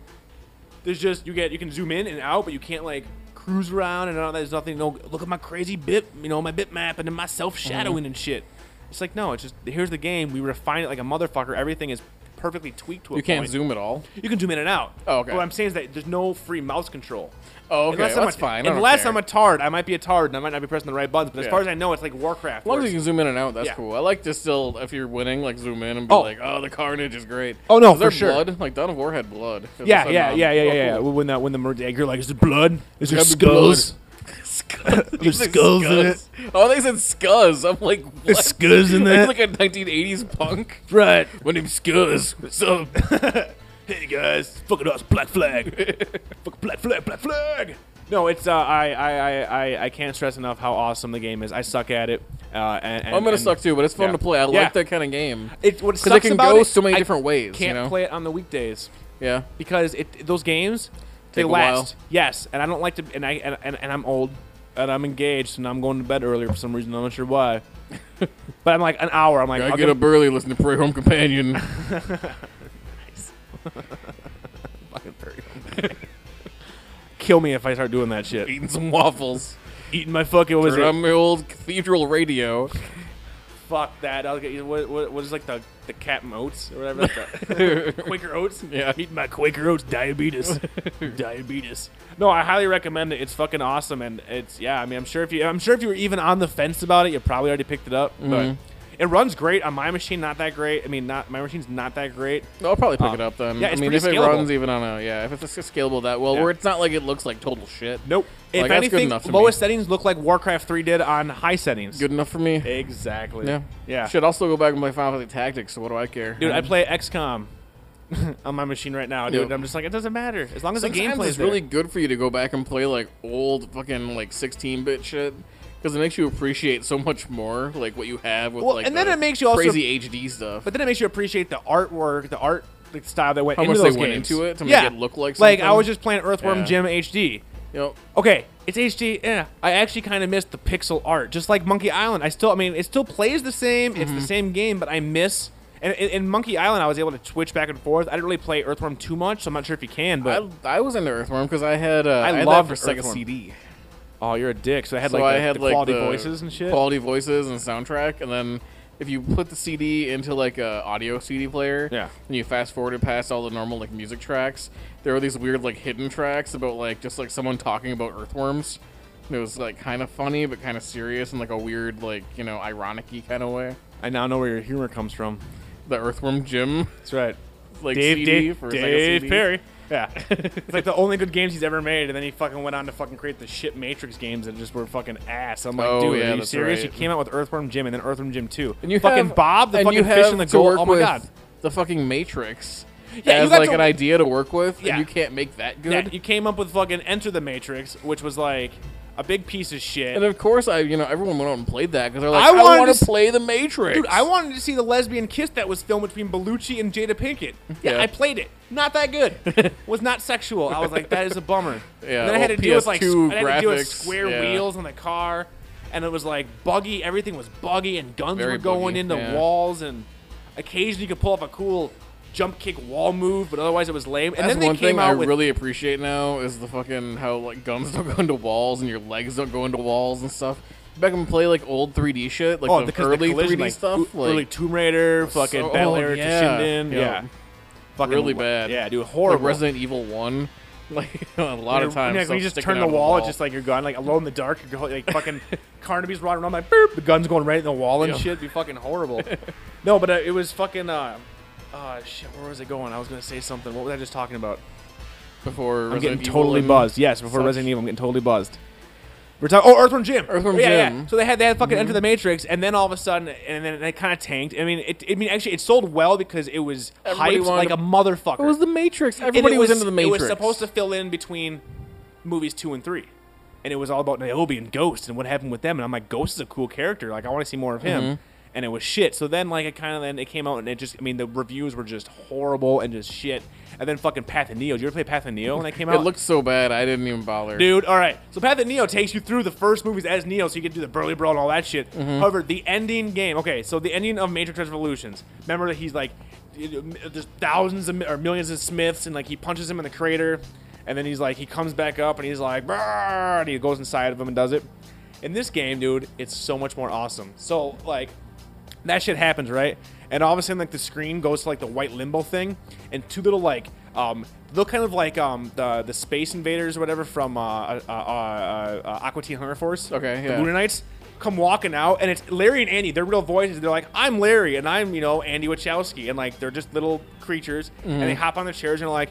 Speaker 5: There's just you get you can zoom in and out, but you can't like cruise around and all that. There's nothing. No, look at my crazy bit, you know, my bit map and then my self
Speaker 6: Mm-hmm.
Speaker 5: shadowing and shit. It's like no, it's just here's the game. We refine it like a motherfucker. Everything is perfectly tweaked to a
Speaker 6: You can't
Speaker 5: point.
Speaker 6: zoom at all.
Speaker 5: You can zoom in and out.
Speaker 6: Oh, okay.
Speaker 5: But what I'm saying is that there's no free mouse control.
Speaker 6: Oh, okay,
Speaker 5: Unless
Speaker 6: well,
Speaker 5: I'm
Speaker 6: that's
Speaker 5: a,
Speaker 6: fine. I don't
Speaker 5: Unless
Speaker 6: care.
Speaker 5: I'm a tard, I might be a tard and I might not be pressing the right buttons. But as
Speaker 6: Yeah.
Speaker 5: far as I know, it's like Warcraft.
Speaker 6: As long
Speaker 5: where
Speaker 6: as you can zoom in and out, that's
Speaker 5: Yeah.
Speaker 6: cool. I like to still, if you're winning, like zoom in and be
Speaker 5: Oh.
Speaker 6: like, "Oh, the carnage is great."
Speaker 5: Oh, no,
Speaker 6: is there
Speaker 5: for sure.
Speaker 6: blood? Like Dawn of War had blood. Is
Speaker 5: Yeah,
Speaker 6: there
Speaker 5: yeah,
Speaker 6: some,
Speaker 5: yeah, yeah,
Speaker 6: um,
Speaker 5: yeah,
Speaker 6: oh,
Speaker 5: yeah.
Speaker 6: cool.
Speaker 5: When that when the murder egg, you're like, is there blood? Is there
Speaker 6: Gotta be
Speaker 5: skulls?
Speaker 6: There's
Speaker 5: skulls in
Speaker 6: it. Oh, they said scuzz. I'm like, what?
Speaker 5: There's scuzz in
Speaker 6: That's
Speaker 5: that?
Speaker 6: like a 1980s punk.
Speaker 5: Right.
Speaker 6: My name's Scuzz. What's up?
Speaker 5: Hey guys, fucking us, Black Flag. Fuck Black Flag, Black Flag. No, it's uh, I, I I I I can't stress enough how awesome the game is. I suck at it. Uh, and, and
Speaker 6: I'm gonna
Speaker 5: and
Speaker 6: suck too, but it's fun
Speaker 5: yeah.
Speaker 6: to play. I
Speaker 5: Yeah.
Speaker 6: like that kind of game.
Speaker 5: It what
Speaker 6: 'Cause
Speaker 5: sucks
Speaker 6: it can
Speaker 5: about
Speaker 6: go
Speaker 5: it,
Speaker 6: so many
Speaker 5: I
Speaker 6: different ways.
Speaker 5: Can't
Speaker 6: you know?
Speaker 5: play it on the weekdays
Speaker 6: Yeah.
Speaker 5: because it those games they
Speaker 6: Take a while.
Speaker 5: last. Yes, and I don't like to. And I and, and, and I'm old and I'm engaged and I'm going to bed earlier for some reason. I'm not sure why. but I'm like an hour. I'm like
Speaker 6: I
Speaker 5: I'll
Speaker 6: get
Speaker 5: give-
Speaker 6: up early, listen to Prairie Home Companion.
Speaker 5: Kill me if I start doing that shit.
Speaker 6: eating some waffles.
Speaker 5: Eating my fucking what is
Speaker 6: Turn
Speaker 5: it?
Speaker 6: on my old cathedral radio.
Speaker 5: Fuck that. I'll get you. What, what, what is like the the cat oats or whatever? Like the- Quaker oats.
Speaker 6: Yeah.
Speaker 5: Eat my Quaker oats. Diabetes. diabetes. No, I highly recommend it. It's fucking awesome, and it's yeah. I mean, I'm sure if you, I'm sure if you were even on the fence about it, you probably already picked it up. But
Speaker 6: Mm-hmm.
Speaker 5: it runs great on my machine. Not that great. I mean, not my machine's not that great.
Speaker 6: No, I'll probably pick
Speaker 5: Uh,
Speaker 6: it up then.
Speaker 5: yeah,
Speaker 6: I
Speaker 5: it's
Speaker 6: mean, if
Speaker 5: pretty
Speaker 6: it
Speaker 5: scalable.
Speaker 6: runs even on a yeah, if it's just scalable that well,
Speaker 5: Yeah.
Speaker 6: where it's not like it looks like total shit.
Speaker 5: Nope. If
Speaker 6: Like, that's good
Speaker 5: anything,
Speaker 6: enough to me.
Speaker 5: lowest settings look like Warcraft 3 did on high settings.
Speaker 6: good enough for me.
Speaker 5: Exactly.
Speaker 6: yeah,
Speaker 5: Yeah.
Speaker 6: Should also go back and play Final Fantasy Tactics. So what do I care,
Speaker 5: Dude, I play XCOM on my machine right now, dude.
Speaker 6: Yep.
Speaker 5: I'm just like, it doesn't matter as long as the
Speaker 6: Sometimes
Speaker 5: gameplay
Speaker 6: it's
Speaker 5: is
Speaker 6: really good for you to go back and play like old fucking like 16-bit shit because it makes you appreciate so much more like what you have with
Speaker 5: Well,
Speaker 6: like
Speaker 5: and then
Speaker 6: the
Speaker 5: it makes you also-
Speaker 6: crazy HD stuff.
Speaker 5: But then it makes you appreciate the artwork, the art like, style that went
Speaker 6: How
Speaker 5: into
Speaker 6: much they
Speaker 5: those
Speaker 6: went
Speaker 5: games.
Speaker 6: into it to make it look like
Speaker 5: Like I
Speaker 6: something.
Speaker 5: was just playing Earthworm
Speaker 6: Yeah.
Speaker 5: Jim HD.
Speaker 6: you know,
Speaker 5: Okay, it's HD. Yeah, I actually kind of missed the pixel art, just like Monkey Island. I still, I mean, it still plays the same. It's
Speaker 6: Mm-hmm.
Speaker 5: the same game, but I miss. And in, in Monkey Island, I was able to switch back and forth. I didn't really play Earthworm too much, so I'm not sure if you can. But
Speaker 6: I, I was into Earthworm because I had uh,
Speaker 5: I
Speaker 6: I, had that
Speaker 5: loved
Speaker 6: for Sega
Speaker 5: Earthworm.
Speaker 6: CD.
Speaker 5: oh, you're a dick. So I had
Speaker 6: So
Speaker 5: like
Speaker 6: I
Speaker 5: the,
Speaker 6: had
Speaker 5: the
Speaker 6: like
Speaker 5: quality
Speaker 6: the
Speaker 5: voices and shit.
Speaker 6: quality voices and soundtrack, and then if you put the CD into like a audio CD player,
Speaker 5: Yeah.
Speaker 6: and you fast forwarded past all the normal like music tracks, there were these weird like hidden tracks about like just like someone talking about earthworms. And it was like kind of funny, but kind of serious in like a weird, like you know, ironic-y kind of way.
Speaker 5: I now know where your humor comes from.
Speaker 6: The Earthworm Jim,
Speaker 5: That's right.
Speaker 6: like
Speaker 5: Dave,
Speaker 6: CD
Speaker 5: Dave,
Speaker 6: for
Speaker 5: Dave
Speaker 6: Sega
Speaker 5: Perry. Yeah, it's like the only good games he's ever made, and then he fucking went on to fucking create the shit Matrix games that just were fucking ass. I'm like,
Speaker 6: Oh,
Speaker 5: dude,
Speaker 6: yeah,
Speaker 5: are you
Speaker 6: that's
Speaker 5: serious?
Speaker 6: right.
Speaker 5: He came out with Earthworm Jim and then Earthworm Jim Two.
Speaker 6: And you
Speaker 5: fucking
Speaker 6: have,
Speaker 5: Bob, the
Speaker 6: and
Speaker 5: fucking
Speaker 6: you
Speaker 5: fish
Speaker 6: have
Speaker 5: in the
Speaker 6: to
Speaker 5: goal.
Speaker 6: work
Speaker 5: Oh my
Speaker 6: with
Speaker 5: god,
Speaker 6: the fucking Matrix.
Speaker 5: Yeah, you
Speaker 6: as
Speaker 5: got
Speaker 6: like
Speaker 5: to-
Speaker 6: an idea to work with,
Speaker 5: Yeah.
Speaker 6: and you can't make that good.
Speaker 5: yeah, you came up with fucking Enter the Matrix, which was like a big piece of shit.
Speaker 6: And of course, I you know everyone went out and played that because they're like,
Speaker 5: I
Speaker 6: I,
Speaker 5: wanted to
Speaker 6: want
Speaker 5: s-
Speaker 6: to play the Matrix.
Speaker 5: Dude, I wanted to see the lesbian kiss that was filmed between Bellucci and Jada Pinkett. Yeah,
Speaker 6: Yeah.
Speaker 5: I played it. Not that good. was not sexual. I was like, that is a bummer.
Speaker 6: Yeah,
Speaker 5: And then I had to
Speaker 6: old
Speaker 5: deal with like s-
Speaker 6: PS2
Speaker 5: I had to deal with
Speaker 6: graphics,
Speaker 5: square
Speaker 6: yeah.
Speaker 5: wheels on the car, and it was like buggy. Everything was buggy, and guns
Speaker 6: Very
Speaker 5: were going
Speaker 6: buggy,
Speaker 5: into
Speaker 6: yeah.
Speaker 5: walls, and occasionally you could pull off a cool jump kick wall move, but otherwise it was lame. And
Speaker 6: That's
Speaker 5: then they
Speaker 6: one
Speaker 5: came
Speaker 6: thing
Speaker 5: out
Speaker 6: I
Speaker 5: with
Speaker 6: really appreciate now is the fucking how like guns don't go into walls and your legs don't go into walls and stuff. Back and play like old 3D shit, like
Speaker 5: oh,
Speaker 6: the
Speaker 5: because of the
Speaker 6: early
Speaker 5: collision,
Speaker 6: 3D
Speaker 5: like,
Speaker 6: stuff,
Speaker 5: o- early
Speaker 6: like
Speaker 5: Tomb Raider, fucking
Speaker 6: so-
Speaker 5: Battle
Speaker 6: oh,
Speaker 5: Area
Speaker 6: yeah,
Speaker 5: Toshinden,
Speaker 6: yeah.
Speaker 5: yeah. Fucking
Speaker 6: really
Speaker 5: wh-
Speaker 6: bad.
Speaker 5: Yeah, dude,
Speaker 6: like
Speaker 5: horrible.
Speaker 6: Resident Evil One. Like a lot
Speaker 5: Yeah,
Speaker 6: of times,
Speaker 5: like, when
Speaker 6: stuff's
Speaker 5: you just
Speaker 6: sticking
Speaker 5: turn
Speaker 6: out
Speaker 5: the
Speaker 6: of
Speaker 5: wall, it's just like you're gone, like alone in the dark. You're going, like fucking Carnaby's running around, like boop, the gun's going right in the wall and
Speaker 6: Yeah.
Speaker 5: shit. It'd be fucking horrible. no, but uh, it was fucking. Uh, uh, shit, where was it going? I was gonna say something. What was I just talking about?
Speaker 6: before.
Speaker 5: I'm
Speaker 6: Resident
Speaker 5: getting
Speaker 6: Evil
Speaker 5: totally
Speaker 6: and-
Speaker 5: buzzed. Yes, before
Speaker 6: such.
Speaker 5: Resident Evil, I'm getting totally buzzed. We're talking. Oh, Earthworm Jim.
Speaker 6: Earthworm
Speaker 5: yeah, Yeah.
Speaker 6: Jim. Mm-hmm.
Speaker 5: So they had they had fucking Enter the Matrix, and then all of a sudden, and then it kind of tanked. I mean, it. I mean, actually, it sold well because it was
Speaker 6: Everybody
Speaker 5: hyped like
Speaker 6: wanted
Speaker 5: a motherfucker.
Speaker 6: It was the Matrix.
Speaker 5: And
Speaker 6: Everybody
Speaker 5: it
Speaker 6: was, into the Matrix.
Speaker 5: It was supposed to fill in between movies two and three, and it was all about Niobe and Ghost and what happened with them. And I'm like, Ghost is a cool character. Like, I want to see more of him.
Speaker 6: Mm-hmm.
Speaker 5: And it was shit. So then, like, it kind of then it came out, and it just, I mean, the reviews were just horrible and just shit. And then fucking Path of Neo. Did you ever play Path of Neo when that came out?
Speaker 6: It looked so bad, I didn't even bother.
Speaker 5: dude. All right, so Path of Neo takes you through the first movies as Neo, so you can do the Burly Brawl and all that shit. However, the ending game, okay, so the ending of Matrix Revolutions. Remember that he's like, there's thousands of, or millions of Smiths, and like he punches him in the crater, and then he's like, he comes back up and he's like, "Brrr," and he goes inside of him and does it. In this game, dude, it's so much more awesome. So like, that shit happens, right? And all of a sudden, like the screen goes to like the white limbo thing, and two little like um, they kind of like um the the space invaders or whatever from uh uh uh, uh, uh Aqua Teen Hunger Force.
Speaker 6: Okay,
Speaker 5: the
Speaker 6: yeah.
Speaker 5: Lunar Knights come walking out, and it's Larry and Andy. Their real voices. They're like, "I'm Larry, and I'm you know Andy Wachowski," and like they're just little creatures, and
Speaker 6: Mm-hmm.
Speaker 5: they hop on their chairs and are like.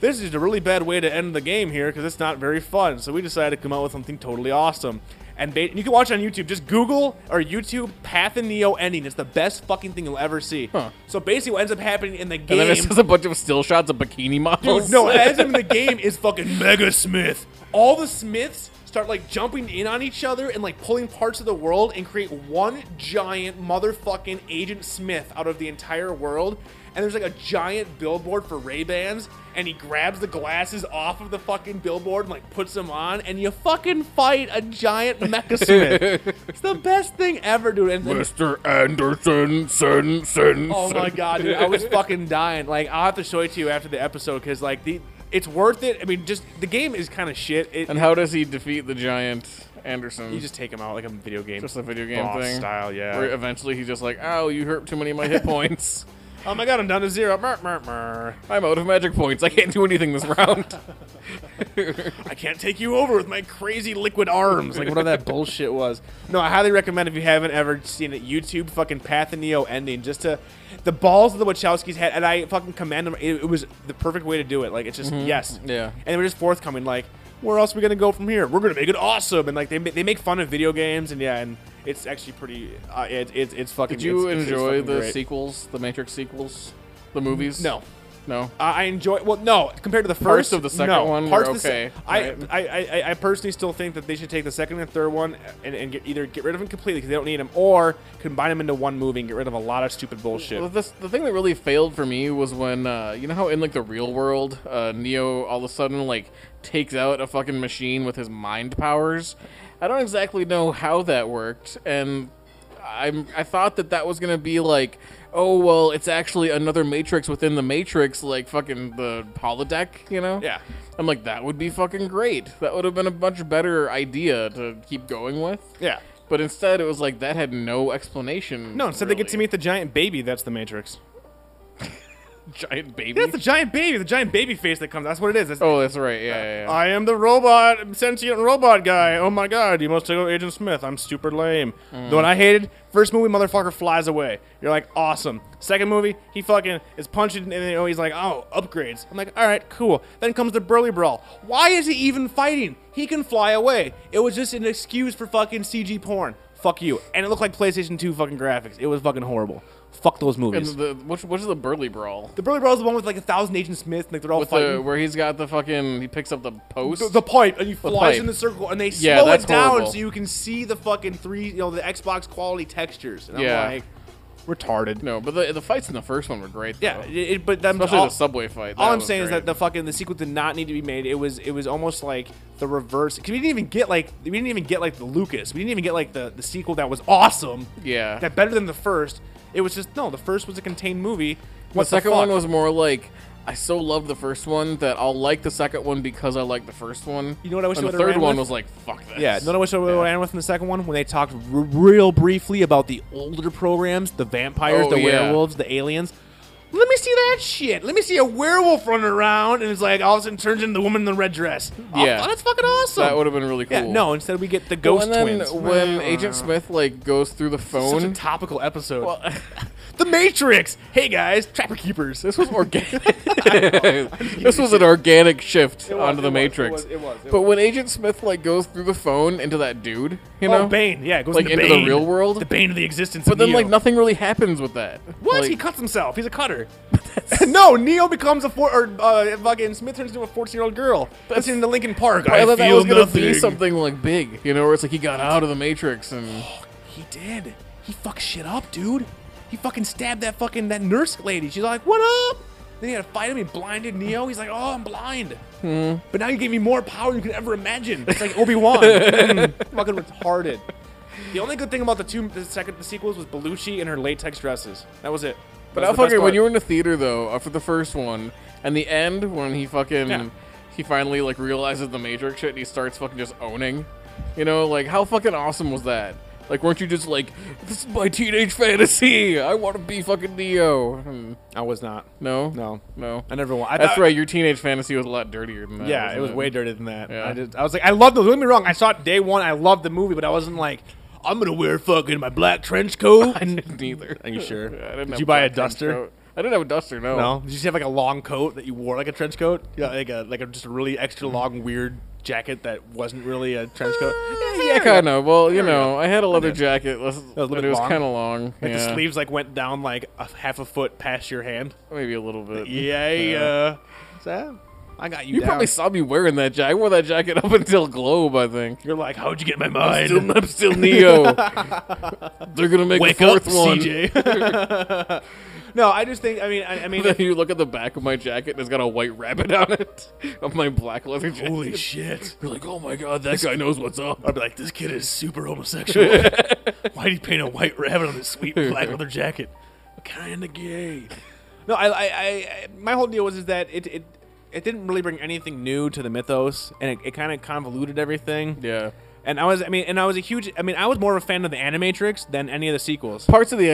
Speaker 5: This is a really bad way to end the game here because it's not very fun. So we decided to come out with something totally awesome. And they, you can watch it on YouTube. Just Google or YouTube Path and Neo ending. It's the best fucking thing you'll ever see.
Speaker 6: Huh.
Speaker 5: So basically, what ends up happening in the game
Speaker 6: and then it's just a bunch of still shots of bikini models.
Speaker 5: Dude, Oh, no, as in the game is fucking Mega Smith. All the Smiths start like jumping in on each other and like pulling parts of the world and create one giant motherfucking Agent Smith out of the entire world. And there's like a giant billboard for Ray Bans, and he grabs the glasses off of the fucking billboard and like puts them on, and you fucking fight a giant Mecha Smith. it's the best thing ever, dude. And, and
Speaker 6: Mr. Anderson, sen, sen,
Speaker 5: Oh my
Speaker 6: sen.
Speaker 5: god, dude, I was fucking dying. Like, I'll have to show it to you after the episode because, like, the it's worth it. I mean, just the game is kind of shit. It,
Speaker 6: And how does he defeat the giant Anderson?
Speaker 5: you just take them out like a video game,
Speaker 6: just a video game
Speaker 5: boss
Speaker 6: thing.
Speaker 5: style, yeah.
Speaker 6: Where eventually he's just like, "Oh, you hurt too many of my hit points.
Speaker 5: oh my god, I'm down to zero. Mer, mer, mer.
Speaker 6: I'm out of magic points. I can't do anything this round."
Speaker 5: I can't take you over with my crazy liquid arms. Like whatever that bullshit was. No, I highly recommend if you haven't ever seen it, YouTube fucking Path and Neo ending. Just to the balls of the Wachowskis had, and I fucking commend them. It, it was the perfect way to do it. Like it's just yes,
Speaker 6: Yeah.
Speaker 5: And they were just forthcoming. Like where else are we gonna go from here? We're gonna make it awesome. And like they ma- they make fun of video games, and yeah, and it's actually pretty. Uh, it, it, it's fucking.
Speaker 6: Did you
Speaker 5: it's- it's- it's
Speaker 6: enjoy
Speaker 5: fucking
Speaker 6: the
Speaker 5: great.
Speaker 6: sequels, the Matrix sequels, the movies?
Speaker 5: No.
Speaker 6: no.
Speaker 5: I I enjoy well, no, compared to the first.
Speaker 6: Parts of the second
Speaker 5: no.
Speaker 6: one were
Speaker 5: Parts of the
Speaker 6: okay,
Speaker 5: se- I,
Speaker 6: right?
Speaker 5: I, I, I- I personally still think that they should take the second and third one and, and get, either get rid of them completely because they don't need them, or combine them into one movie and get rid of a lot of stupid bullshit.
Speaker 6: Well, this, the thing that really failed for me was when uh, you know how in like the real world, uh, Neo all of a sudden like takes out a fucking machine with his mind powers. I don't exactly know how that worked, and I'm I thought that that was gonna be like, oh well, it's actually another Matrix within the Matrix, like fucking the holodeck, you know?
Speaker 5: Yeah.
Speaker 6: I'm like that would be fucking great. That would have been a much better idea to keep going with.
Speaker 5: Yeah.
Speaker 6: But instead, it was like that had no explanation.
Speaker 5: No, instead they get
Speaker 6: really.
Speaker 5: to meet the giant baby. That's the Matrix.
Speaker 6: giant baby.
Speaker 5: That's the giant baby, the giant baby face that comes. That's what it is. It's-
Speaker 6: oh, that's right. Yeah, yeah. yeah.
Speaker 5: I am the robot, sentient robot guy. Oh my god, you must take out Agent Smith. I'm super lame.
Speaker 6: Mm.
Speaker 5: The one I hated, first movie, motherfucker flies away. You're like, awesome. Second movie, he fucking is punched and then you know, he's like, oh, upgrades. I'm like, all right, cool. Then comes the Burly Brawl. Why is he even fighting? He can fly away. It was just an excuse for fucking CG porn. Fuck you. And it looked like PlayStation 2 fucking graphics. It was fucking horrible. Fuck those
Speaker 6: and
Speaker 5: movies.
Speaker 6: the which which is the burly brawl
Speaker 5: the Burly Brawl is the one with like a thousand Agent Smith, and, like they're all
Speaker 6: with the,
Speaker 5: fighting.
Speaker 6: where he's got the fucking he picks up the post.
Speaker 5: the, the pipe and you flies
Speaker 6: pipe.
Speaker 5: in the circle and they
Speaker 6: Yeah,
Speaker 5: slow
Speaker 6: that's
Speaker 5: it down
Speaker 6: horrible.
Speaker 5: so you can see the fucking three you know the Xbox quality textures and
Speaker 6: Yeah.
Speaker 5: I'm like retarded.
Speaker 6: no, but the, the fights in the first one were great. Though.
Speaker 5: Yeah, it, it- but I'm
Speaker 6: especially
Speaker 5: all,
Speaker 6: the subway fight.
Speaker 5: all
Speaker 6: that
Speaker 5: I'm
Speaker 6: was
Speaker 5: saying is
Speaker 6: great.
Speaker 5: that the fucking the sequel did not need to be made. It was it was almost like the reverse because we didn't even get like we didn't even get like the Lucas. We didn't even get like the the sequel that was awesome.
Speaker 6: Yeah.
Speaker 5: that better than the first. It was just no. The first was a contained movie. What
Speaker 6: the second
Speaker 5: fuck?
Speaker 6: one was more like I so love the first one that I'll like the second one because I like the first one.
Speaker 5: You know what I wish
Speaker 6: and
Speaker 5: I
Speaker 6: the
Speaker 5: would've
Speaker 6: third
Speaker 5: ran
Speaker 6: one
Speaker 5: with?
Speaker 6: was like fuck this.
Speaker 5: Yeah, no, no, which I
Speaker 6: Yeah.
Speaker 5: yeah. ran with in the second one when they talked r- real briefly about the older programs, the vampires,
Speaker 6: Oh,
Speaker 5: the
Speaker 6: yeah.
Speaker 5: werewolves, the aliens. Let me see that shit. Let me see a werewolf running around, and it's like all of a sudden turns into the woman in the red dress. Oh,
Speaker 6: Yeah.
Speaker 5: that's fucking awesome.
Speaker 6: That would have been really cool.
Speaker 5: yeah, no. Instead, we get the
Speaker 6: Well,
Speaker 5: ghost
Speaker 6: and then
Speaker 5: twins.
Speaker 6: when Agent Smith like goes through the
Speaker 5: Such a
Speaker 6: phone,
Speaker 5: topical episode.
Speaker 6: well,
Speaker 5: the Matrix. Hey guys, Trapper Keepers.
Speaker 6: this was organic. this was an organic shift onto the Matrix. but when Agent Smith like goes through the phone into that dude, you know,
Speaker 5: oh, Bane. Yeah, it goes
Speaker 6: like
Speaker 5: into,
Speaker 6: into the
Speaker 5: Bane.
Speaker 6: real world?
Speaker 5: The Bane of the existence.
Speaker 6: but
Speaker 5: of
Speaker 6: then
Speaker 5: Neo.
Speaker 6: like nothing really happens with that.
Speaker 5: What?
Speaker 6: Like,
Speaker 5: he cuts himself. He's a cutter. no, Neo becomes a four or uh, fucking Smith turns into a fourteen-year-old girl. That's in the Lincoln Park.
Speaker 6: I,
Speaker 5: I,
Speaker 6: thought that
Speaker 5: feel
Speaker 6: was gonna
Speaker 5: nothing.
Speaker 6: be something like big, you know, where it's like he got out of the Matrix and
Speaker 5: He did. He fucked shit up, dude. He fucking stabbed that fucking that nurse lady. She's like, "What up?" Then he had to fight him. He blinded Neo. He's like, "Oh, I'm blind."
Speaker 6: Hmm.
Speaker 5: But now you gave me more power than you could ever imagine. It's like Obi Wan. fucking retarded. The only good thing about the two, the second, the sequels was Belushi and her latex dresses. That was it.
Speaker 6: But
Speaker 5: That
Speaker 6: I
Speaker 5: was the best
Speaker 6: fucking when
Speaker 5: part.
Speaker 6: you were in the theater though after the first one and the end when he fucking
Speaker 5: Yeah.
Speaker 6: he finally like realizes the Matrix shit and he starts fucking just owning, you know, like how fucking awesome was that? Like weren't you just like this is my teenage fantasy? I want to be fucking Neo. Hmm.
Speaker 5: I was not.
Speaker 6: No,
Speaker 5: No.
Speaker 6: no.
Speaker 5: I never want. I
Speaker 6: That's
Speaker 5: thought-
Speaker 6: right. Your teenage fantasy was a lot dirtier than that.
Speaker 5: Yeah,
Speaker 6: wasn't
Speaker 5: it was way dirtier than that.
Speaker 6: Yeah.
Speaker 5: I just, I was like, I loved it. Don't get me wrong. I saw it day one. I loved the movie, but I wasn't like, I'm gonna wear fucking my black trench coat.
Speaker 6: I didn't either.
Speaker 5: Are you sure?
Speaker 6: Yeah, I didn't
Speaker 5: Did
Speaker 6: have
Speaker 5: you buy a
Speaker 6: black trench
Speaker 5: duster?
Speaker 6: coat. I didn't have a duster. No.
Speaker 5: No. Did you just have like a long coat that you wore like a trench coat? Yeah, like a like a just a really extra
Speaker 6: Mm-hmm.
Speaker 5: long weird jacket that wasn't really a trench coat.
Speaker 6: Yeah, kind of. Well, you know, I had a leather jacket. That
Speaker 5: little bit
Speaker 6: it was
Speaker 5: long.
Speaker 6: kind of long.
Speaker 5: Like
Speaker 6: yeah.
Speaker 5: the sleeves like went down like a half a foot past your hand.
Speaker 6: Maybe a little bit.
Speaker 5: Yeah, yeah. Is that? I got you.
Speaker 6: You
Speaker 5: down.
Speaker 6: probably saw me wearing that jacket. I wore that jacket up until Globe, I think.
Speaker 5: You're like, how'd you get my mind?
Speaker 6: Still, I'm still Neo. They're gonna make
Speaker 5: Wake
Speaker 6: the fourth
Speaker 5: up,
Speaker 6: one.
Speaker 5: CJ. no, I just think. I mean, I, I mean,
Speaker 6: Then you look at the back of my jacket and it's got a white rabbit on it of my black leather jacket.
Speaker 5: holy shit.
Speaker 6: You're like, oh my god, that guy knows what's up.
Speaker 5: I'd be like, this kid is super homosexual. Why did he paint a white rabbit on his sweet black leather jacket? Kinda gay. No, I, I, I, I my whole deal was is that it, it, it didn't really bring anything new to the mythos, and it, it kind of convoluted everything.
Speaker 6: Yeah.
Speaker 5: And I was, I mean, and I was a huge, I mean, I was more of a fan of the Animatrix than any of the sequels.
Speaker 6: Parts of the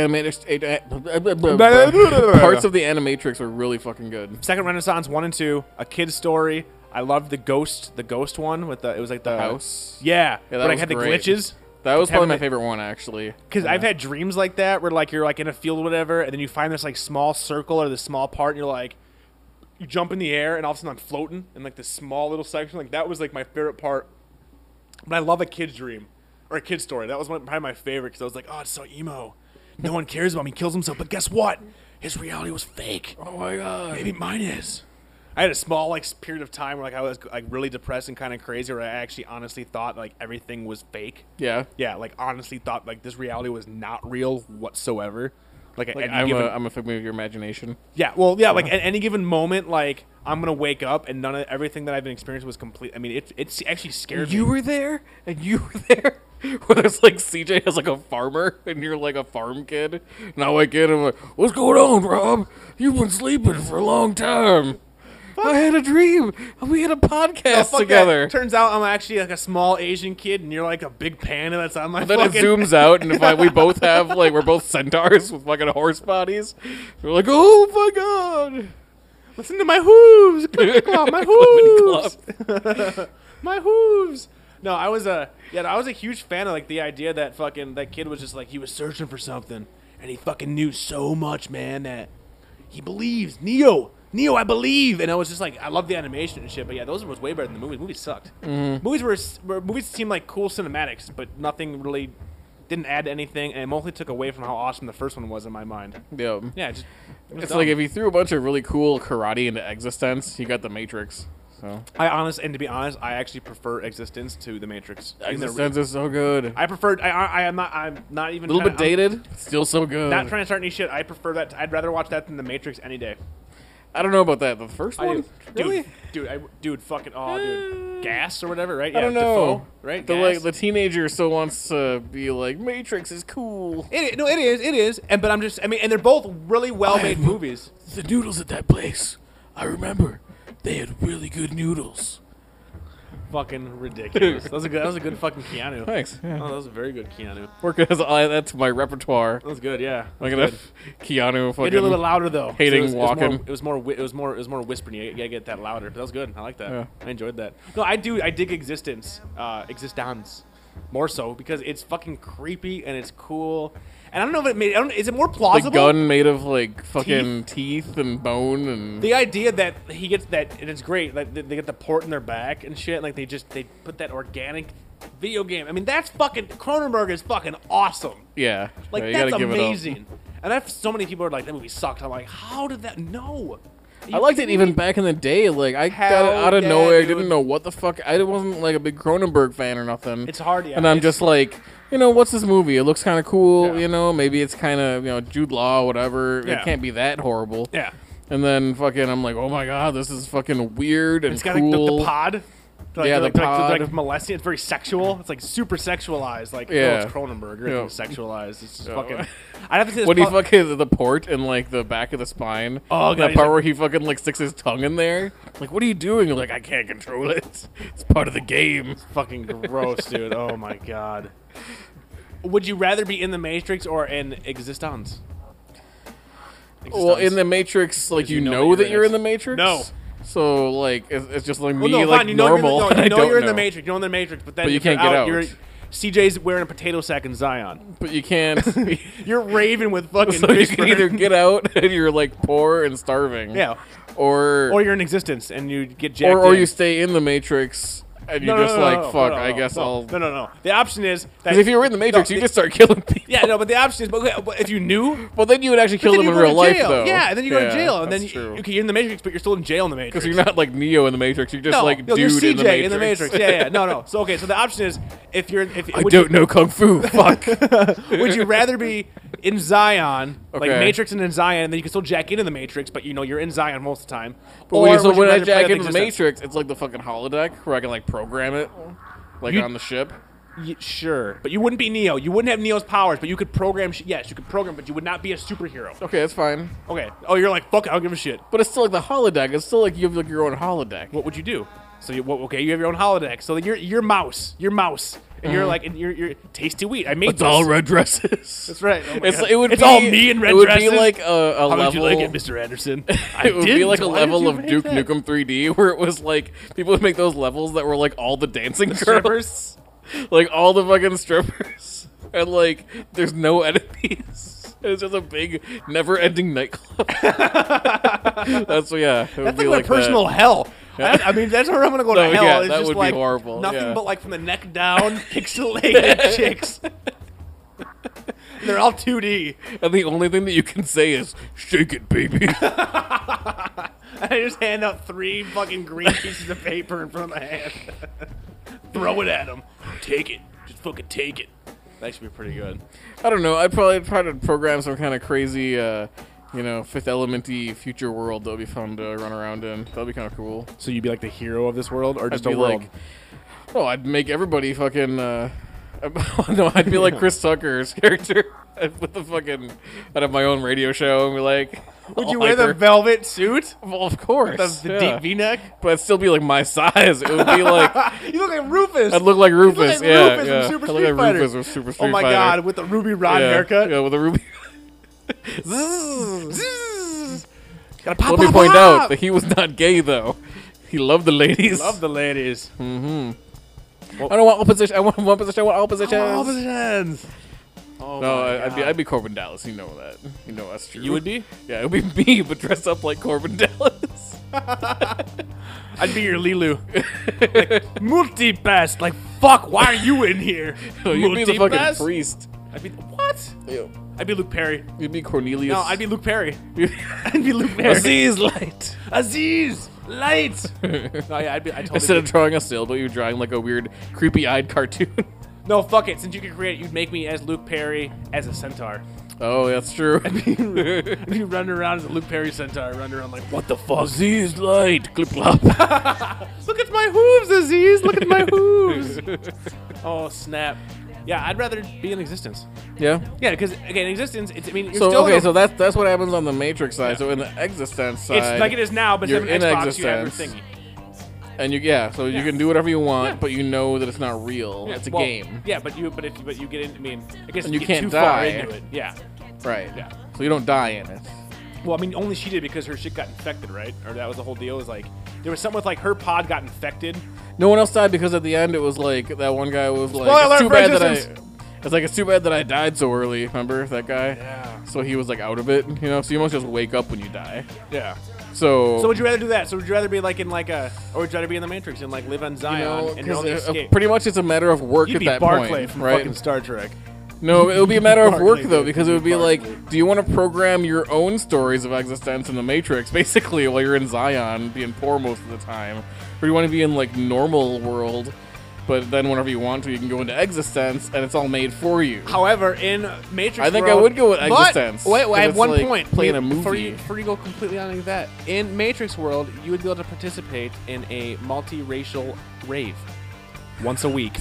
Speaker 6: animatrix, parts of the animatrix were really fucking good.
Speaker 5: Second Renaissance, one and two, a kid's story. I loved the ghost, the ghost one with the, it was like the,
Speaker 6: House.
Speaker 5: Yeah,
Speaker 6: that
Speaker 5: but I
Speaker 6: was
Speaker 5: had
Speaker 6: great.
Speaker 5: the glitches.
Speaker 6: That was
Speaker 5: Having
Speaker 6: probably my
Speaker 5: the-
Speaker 6: favorite one, actually.
Speaker 5: Because I've had dreams like that where like you're like in a field or whatever, and then you find this like small circle or this small part, and you're like, you jump in the air, and all of a sudden I'm floating in like this small little section. Like that was like my favorite part. But I love a kid's dream or a kid's story. That was one, probably my favorite because I was like, oh, it's so emo. No one cares about me. He kills himself, but guess what? His reality was fake.
Speaker 6: Oh my god.
Speaker 5: Maybe mine is. I had a small like s- period of time where like I was like really depressed and kind of crazy, where I actually honestly thought like everything was fake.
Speaker 6: Yeah.
Speaker 5: Yeah, like honestly thought like this reality was not real whatsoever. Like, at
Speaker 6: Like,
Speaker 5: any
Speaker 6: I'm,
Speaker 5: given,
Speaker 6: a, I'm a figment of your imagination.
Speaker 5: yeah, well, yeah, like at any given moment, like I'm gonna wake up and none of everything that I've been experiencing was complete. I mean, it it's actually scared
Speaker 6: You
Speaker 5: me.
Speaker 6: were there, and you were there. Where it's like CJ is like a farmer, and you're like a farm kid. And I wake in, and I'm like, "What's going on, Rob? You've been sleeping for a long time." I had a dream. We had a podcast
Speaker 5: Fuck
Speaker 6: together.
Speaker 5: That. Turns out I'm actually like a small Asian kid, and you're like a big panda that's on my
Speaker 6: Then it
Speaker 5: fucking.
Speaker 6: zooms out, and if I, we both have like we're both centaurs with fucking horse bodies, we're like, oh my god,
Speaker 5: Listen to my hooves, clip, clop, my hooves,
Speaker 6: Clip
Speaker 5: my hooves. No, I was a yeah, no, I was a huge fan of like the idea that fucking that kid was just like he was searching for something, and he fucking knew so much, man, that he believes Neo. Neo, I believe, and I was just like, I love the animation and shit, but yeah, those was way better than the movies. Movies sucked.
Speaker 6: Mm-hmm.
Speaker 5: Movies were, s- were movies seemed like cool cinematics, but nothing really didn't add to anything, and it mostly took away from how awesome the first one was in my mind.
Speaker 6: Yeah,
Speaker 5: Yeah, it just it was
Speaker 6: it's
Speaker 5: dumb.
Speaker 6: like if you threw a bunch of really cool karate into existence, you got the Matrix. So
Speaker 5: I honest and to be honest, I actually prefer Existence to The Matrix. In the-
Speaker 6: existence is so good. A
Speaker 5: I preferred. I, I I am not. I'm not even
Speaker 6: little bit
Speaker 5: trying to-
Speaker 6: dated, still so good.
Speaker 5: I'm not trying to start any shit. I prefer that. I'd rather watch that than The Matrix any day.
Speaker 6: I don't know about that. The first
Speaker 5: I
Speaker 6: one,
Speaker 5: do.
Speaker 6: really? Uh,
Speaker 5: Dude, dude, I, dude, fucking, oh, dude, gas or whatever, right? Yeah,
Speaker 6: I don't know.
Speaker 5: Defoe, right?
Speaker 6: The
Speaker 5: Gas.
Speaker 6: like the teenager still wants to be like Matrix is cool.
Speaker 5: It, no, it is, it is, and but I'm just, I mean, and they're both really well made movies.
Speaker 6: The noodles at that place, I remember, they had really good noodles.
Speaker 5: Fucking ridiculous. that was a good, that was a good fucking Keanu.
Speaker 6: Thanks. Yeah.
Speaker 5: Oh, that was a very good Keanu. That
Speaker 6: Work as I, that's my repertoire.
Speaker 5: was good, yeah.
Speaker 6: Look at that Keanu
Speaker 5: Maybe a little
Speaker 6: fucking.
Speaker 5: bit louder though. 'cause
Speaker 6: hating
Speaker 5: it was,
Speaker 6: walking.
Speaker 5: It was more. It was more. It was more, it was more whispering. You gotta get that louder. But that was good. I like that.
Speaker 6: Yeah.
Speaker 5: I enjoyed that. No, I do. I dig existence. Uh, existence. More so because it's fucking creepy and it's cool. And I don't know if it made. I don't, is it more plausible?
Speaker 6: The gun made of like fucking teeth, and bone and
Speaker 5: The idea that he gets that and it's great. Like they, they get the port in their back and shit. Like they just they put that organic video game. I mean that's fucking Cronenberg is fucking awesome.
Speaker 6: yeah.
Speaker 5: Like
Speaker 6: Yeah, you
Speaker 5: that's
Speaker 6: gotta give it up.
Speaker 5: amazing. And I've so many people are like that movie sucked. I'm like, how did that? No. Are you
Speaker 6: I liked it
Speaker 5: kidding
Speaker 6: even back in the day. Like I got
Speaker 5: Hell
Speaker 6: it out of
Speaker 5: yeah,
Speaker 6: nowhere. I
Speaker 5: dude.
Speaker 6: didn't know what the fuck. I wasn't like a big Cronenberg fan or nothing.
Speaker 5: It's hard, yeah.
Speaker 6: And I'm
Speaker 5: It's-
Speaker 6: just like, you know, what's this movie? It looks kind of cool.
Speaker 5: Yeah.
Speaker 6: You know, maybe it's kind of you know Jude Law, whatever.
Speaker 5: Yeah.
Speaker 6: It can't be that horrible.
Speaker 5: Yeah.
Speaker 6: And then fucking, I'm like, oh my god, this is fucking weird and
Speaker 5: It's got
Speaker 6: cool.
Speaker 5: like the, the pod. Like,
Speaker 6: Yeah,
Speaker 5: like,
Speaker 6: the
Speaker 5: like-
Speaker 6: pod.
Speaker 5: Like, molesting. It's very sexual. It's like super sexualized. Like,
Speaker 6: Yeah.
Speaker 5: oh, it's Cronenberg. You're
Speaker 6: Yeah.
Speaker 5: gonna sexualized. It's just fucking. I have to say this.
Speaker 6: When he
Speaker 5: pub-
Speaker 6: fucking the port and like the back of the spine.
Speaker 5: Oh, God,
Speaker 6: that
Speaker 5: he's
Speaker 6: part
Speaker 5: like-
Speaker 6: where he fucking like sticks his tongue in there. Like, what are you doing? You're like, I can't control it. It's part of the game.
Speaker 5: fucking gross, dude. Oh my god. Would you rather be in the Matrix or in Existence?
Speaker 6: Well,
Speaker 5: Existence.
Speaker 6: in the Matrix, like you, know, that you're, in the Matrix.
Speaker 5: No.
Speaker 6: So like it's, it's just like me,
Speaker 5: Well, no,
Speaker 6: like
Speaker 5: fine. You know
Speaker 6: normal.
Speaker 5: you're in the, no,
Speaker 6: and I
Speaker 5: you know
Speaker 6: don't
Speaker 5: you're in
Speaker 6: know.
Speaker 5: the Matrix. You're in the Matrix, but then
Speaker 6: But you
Speaker 5: if you're
Speaker 6: can't get out.
Speaker 5: You're, CJ's wearing a potato sack and Zion.
Speaker 6: But you can't. so
Speaker 5: You're raving with fucking.
Speaker 6: you
Speaker 5: Chris
Speaker 6: can either
Speaker 5: Burton.
Speaker 6: get out and you're like poor and starving.
Speaker 5: Yeah.
Speaker 6: Or
Speaker 5: or you're in existence and you get jacked.
Speaker 6: or, or
Speaker 5: in.
Speaker 6: you stay in the Matrix and you're
Speaker 5: No, no,
Speaker 6: just
Speaker 5: no, no,
Speaker 6: like,
Speaker 5: no, no,
Speaker 6: fuck,
Speaker 5: no, no,
Speaker 6: I guess
Speaker 5: no,
Speaker 6: I'll.
Speaker 5: No, no, no. The option is that
Speaker 6: 'Cause if you were in the Matrix,
Speaker 5: No,
Speaker 6: you
Speaker 5: the-
Speaker 6: just start killing people.
Speaker 5: yeah, no, but the option is, but, okay, but if you knew,
Speaker 6: Well, then you would actually
Speaker 5: but
Speaker 6: kill
Speaker 5: then
Speaker 6: them
Speaker 5: you
Speaker 6: in
Speaker 5: go
Speaker 6: real
Speaker 5: to
Speaker 6: life,
Speaker 5: jail.
Speaker 6: though.
Speaker 5: Yeah, and then you go to jail, and then
Speaker 6: that's
Speaker 5: you,
Speaker 6: true.
Speaker 5: okay, you're in the Matrix, but you're still in jail in the Matrix.
Speaker 6: Because you're not like Neo in the Matrix. You're just
Speaker 5: no,
Speaker 6: like
Speaker 5: no,
Speaker 6: dude
Speaker 5: you're CJ
Speaker 6: in the Matrix.
Speaker 5: Yeah, yeah, no, no. So okay, so the option is if you're if
Speaker 6: I
Speaker 5: would
Speaker 6: don't know kung fu. Fuck.
Speaker 5: You, would you rather be in Zion, like
Speaker 6: Okay.
Speaker 5: Matrix and in Zion, and then you can still jack into the Matrix, but you know you're in Zion most of the time.
Speaker 6: But when,
Speaker 5: Or
Speaker 6: so
Speaker 5: would you
Speaker 6: when I
Speaker 5: rather play
Speaker 6: jack
Speaker 5: with
Speaker 6: into the
Speaker 5: existence?
Speaker 6: Matrix, it's like the fucking holodeck where I can like program it, like
Speaker 5: You-
Speaker 6: on the ship.
Speaker 5: Y- sure, but you wouldn't be Neo. You wouldn't have Neo's powers, but you could program. Sh- yes, you could program, but you would not be a superhero.
Speaker 6: Okay, that's fine.
Speaker 5: Okay. Oh, you're like fuck. it, I don't give a shit.
Speaker 6: But it's still like the holodeck. It's still like you have like your own holodeck.
Speaker 5: What would you do? So you, what, okay, you have your own holodeck. So you're you're mouse. You're mouse, and you're
Speaker 6: Mm-hmm.
Speaker 5: like and you're you're tasty wheat. I made
Speaker 6: it's
Speaker 5: this.
Speaker 6: all red dresses.
Speaker 5: That's right. Oh my
Speaker 6: It's,
Speaker 5: God.
Speaker 6: it would
Speaker 5: It's
Speaker 6: be,
Speaker 5: all me in red
Speaker 6: It would be
Speaker 5: dresses?
Speaker 6: like a, a
Speaker 5: How
Speaker 6: level.
Speaker 5: would you like it, Mr. Anderson? I
Speaker 6: It would be
Speaker 5: didn't.
Speaker 6: like a
Speaker 5: Why did
Speaker 6: level
Speaker 5: you
Speaker 6: of
Speaker 5: make
Speaker 6: Duke
Speaker 5: that?
Speaker 6: Nukem 3D where it was like people would make those levels that were like all the dancing
Speaker 5: strippers?
Speaker 6: girls, like all the fucking strippers, and like there's no enemies. It's just a big, never-ending nightclub. That's yeah. It would
Speaker 5: That's
Speaker 6: be
Speaker 5: like, my
Speaker 6: like
Speaker 5: personal hell.
Speaker 6: Yeah.
Speaker 5: I, I mean, that's where I'm gonna go
Speaker 6: No,
Speaker 5: to hell.
Speaker 6: yeah,
Speaker 5: it's
Speaker 6: that
Speaker 5: just
Speaker 6: would be
Speaker 5: like
Speaker 6: horrible,
Speaker 5: Nothing
Speaker 6: yeah.
Speaker 5: but like from the neck down, pixelated chicks. They're all 2D.
Speaker 6: That. And the only thing that you can say is "shake it, baby."
Speaker 5: I just hand out three fucking green pieces of paper in front of my hand. Throw it at them. Take it. Just fucking take it. That should be pretty good.
Speaker 6: I don't know. I'd probably try to program some kind of crazy, uh, you know, Fifth Elementy future world that would be fun to run around in. That'd be kind of cool.
Speaker 5: So you'd be like the hero of this world, or
Speaker 6: I'd be like, oh, I'd make everybody fucking. Uh, no, I'd be like Chris Tucker's character with the fucking. I'd have my own radio show and be like,
Speaker 5: Would
Speaker 6: all
Speaker 5: you wear the
Speaker 6: hyper.
Speaker 5: velvet suit?
Speaker 6: Well, of course.
Speaker 5: The, the
Speaker 6: yeah.
Speaker 5: deep V neck?
Speaker 6: but it'd still be like my size. It would be like
Speaker 5: You look like Rufus.
Speaker 6: I'd look like Rufus.
Speaker 5: like
Speaker 6: yeah,
Speaker 5: Rufus from
Speaker 6: yeah.
Speaker 5: Super
Speaker 6: I
Speaker 5: Street
Speaker 6: look like
Speaker 5: Fighter.
Speaker 6: Rufus from Super Street
Speaker 5: oh my
Speaker 6: Fighter.
Speaker 5: god, with the ruby rod
Speaker 6: yeah.
Speaker 5: haircut.
Speaker 6: Yeah, with a ruby.
Speaker 5: Zzz. Gotta pop,
Speaker 6: Let me
Speaker 5: pop,
Speaker 6: point
Speaker 5: pop.
Speaker 6: out that he was not gay though. He loved the ladies.
Speaker 5: Love the ladies.
Speaker 6: I don't want opposition. I want one position. I want all positions.
Speaker 5: All the hands.
Speaker 6: no, I, I'd be I'd be Corbin Dallas. You know that. You know that's true.
Speaker 5: You would be?
Speaker 6: Yeah, it would be me, but dressed up like Corbin Dallas.
Speaker 5: I'd be your Lilu. like, multi-pass. Like, fuck, why are you in here?
Speaker 6: No, you'd be the fucking
Speaker 5: Multi-pass?
Speaker 6: priest.
Speaker 5: I'd be, what?
Speaker 6: Ew.
Speaker 5: I'd be Luke Perry.
Speaker 6: You'd be Cornelius.
Speaker 5: No, I'd be Luke Perry.
Speaker 6: be.
Speaker 5: I'd be Luke Perry.
Speaker 6: Aziz Light.
Speaker 5: Aziz! Light! no, yeah, I'd be, I'd totally
Speaker 6: Instead
Speaker 5: be-
Speaker 6: of drawing a sailboat, you're drawing like a weird, creepy-eyed cartoon.
Speaker 5: No, fuck it. Since you could create, it, you'd make me as Luke Perry as a centaur.
Speaker 6: oh, that's true.
Speaker 5: I'd be running around as a Luke Perry centaur, running around like, what the fuck?
Speaker 6: Aziz Light. Clip clop.
Speaker 5: Look at my hooves, Aziz! Look at my hooves! oh, snap. Yeah, I'd rather be in existence.
Speaker 6: yeah.
Speaker 5: Yeah, because again, existence. It's, I mean, you're
Speaker 6: So
Speaker 5: still
Speaker 6: okay,
Speaker 5: in a-
Speaker 6: so that's that's what happens on the Matrix side. So in the existence side,
Speaker 5: it's like it is now, but
Speaker 6: you're
Speaker 5: instead of an
Speaker 6: in
Speaker 5: Xbox, you have your
Speaker 6: existence.
Speaker 5: thingy.
Speaker 6: and you yeah, so you can do whatever you want, but you know that it's not real.
Speaker 5: Yeah,
Speaker 6: It's a
Speaker 5: well,
Speaker 6: game,
Speaker 5: Yeah, but you but if but you get in, I mean, I guess
Speaker 6: And
Speaker 5: you,
Speaker 6: you
Speaker 5: get
Speaker 6: can't
Speaker 5: too far
Speaker 6: die.
Speaker 5: into it. Yeah.
Speaker 6: right?
Speaker 5: Yeah.
Speaker 6: So you don't die in it.
Speaker 5: Well, I mean, only she did because her shit got infected, right? Or that was the whole deal. Is like there was something with like her pod got infected.
Speaker 6: No one else died because at the end it was like that one guy was like,
Speaker 5: Spoiler
Speaker 6: "It's too
Speaker 5: for
Speaker 6: bad that I."
Speaker 5: Existence.
Speaker 6: It's like it's too bad that I died so early. Remember that guy?
Speaker 5: Yeah.
Speaker 6: So he was like out of it, you know. So you must just wake up when you die.
Speaker 5: Yeah.
Speaker 6: So,
Speaker 5: So would you rather do that? So would you rather be like in like a, or would you rather be in the Matrix and like live on
Speaker 6: you
Speaker 5: Zion
Speaker 6: know,
Speaker 5: and
Speaker 6: 'cause,
Speaker 5: only
Speaker 6: uh,
Speaker 5: escape?
Speaker 6: pretty much it's a matter of work
Speaker 5: You'd
Speaker 6: at
Speaker 5: be
Speaker 6: that
Speaker 5: Barclay
Speaker 6: point,
Speaker 5: from
Speaker 6: right?
Speaker 5: fucking Star Trek.
Speaker 6: No, it would be a matter of
Speaker 5: Barkley,
Speaker 6: work though,
Speaker 5: dude.
Speaker 6: because it would be
Speaker 5: Barkley.
Speaker 6: like, do you want to program your own stories of existence in the Matrix, basically, while you're in Zion, being poor most of the time, or do you want to be in like normal world, but then whenever you want to, you can go into existence, and it's all made for you.
Speaker 5: However, in Matrix,
Speaker 6: I think I
Speaker 5: world-
Speaker 6: would go with
Speaker 5: But-
Speaker 6: Existence,
Speaker 5: Wait, wait, I
Speaker 6: 'cause
Speaker 5: have
Speaker 6: it's
Speaker 5: one
Speaker 6: like
Speaker 5: point.
Speaker 6: playing a
Speaker 5: Before
Speaker 6: movie.
Speaker 5: you, before you go completely on like that, in Matrix world, you would be able to participate in a multiracial rave once a week.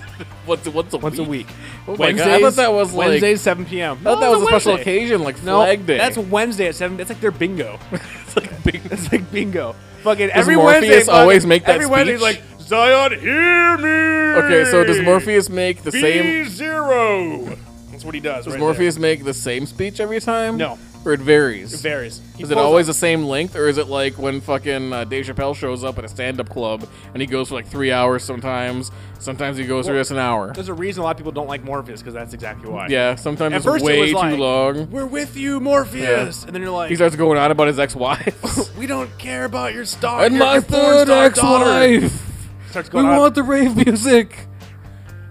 Speaker 6: What's once a
Speaker 5: Once a week.
Speaker 6: Oh my God, I thought that was like
Speaker 5: Wednesdays, 7 p.m.
Speaker 6: I thought that was a special occasion, like
Speaker 5: No,
Speaker 6: Flag Day.
Speaker 5: that's Wednesday at 7. That's like their bingo.
Speaker 6: it's like big.
Speaker 5: It's like bingo. Fucking every
Speaker 6: Morpheus
Speaker 5: Wednesday. fucking-
Speaker 6: always make that
Speaker 5: Every Wednesday's
Speaker 6: speech?
Speaker 5: like Zion, hear me.
Speaker 6: Okay, so does Morpheus make the
Speaker 5: B
Speaker 6: same?
Speaker 5: zero? That's what he does.
Speaker 6: Does
Speaker 5: right
Speaker 6: Morpheus make the same speech every time?
Speaker 5: No.
Speaker 6: or it varies.
Speaker 5: there. varies? He
Speaker 6: Is it
Speaker 5: pulls
Speaker 6: always the same length, or is it like when fucking uh, Dave Chappelle shows up at a stand-up club and he goes for like three hours sometimes? Sometimes he goes for
Speaker 5: Well,
Speaker 6: just an hour.
Speaker 5: There's a reason a lot of people don't like Morpheus because that's exactly why.
Speaker 6: Yeah, sometimes
Speaker 5: At
Speaker 6: it's
Speaker 5: first it
Speaker 6: way
Speaker 5: was
Speaker 6: too
Speaker 5: like,
Speaker 6: long.
Speaker 5: We're with you, Morpheus, and then you're like,
Speaker 6: He starts going on about his ex-wife
Speaker 5: we don't care about your star.
Speaker 6: and
Speaker 5: your-
Speaker 6: my
Speaker 5: your
Speaker 6: third
Speaker 5: porn star daughter."
Speaker 6: ex-wife.
Speaker 5: Starts
Speaker 6: We
Speaker 5: going on.
Speaker 6: want the rave music.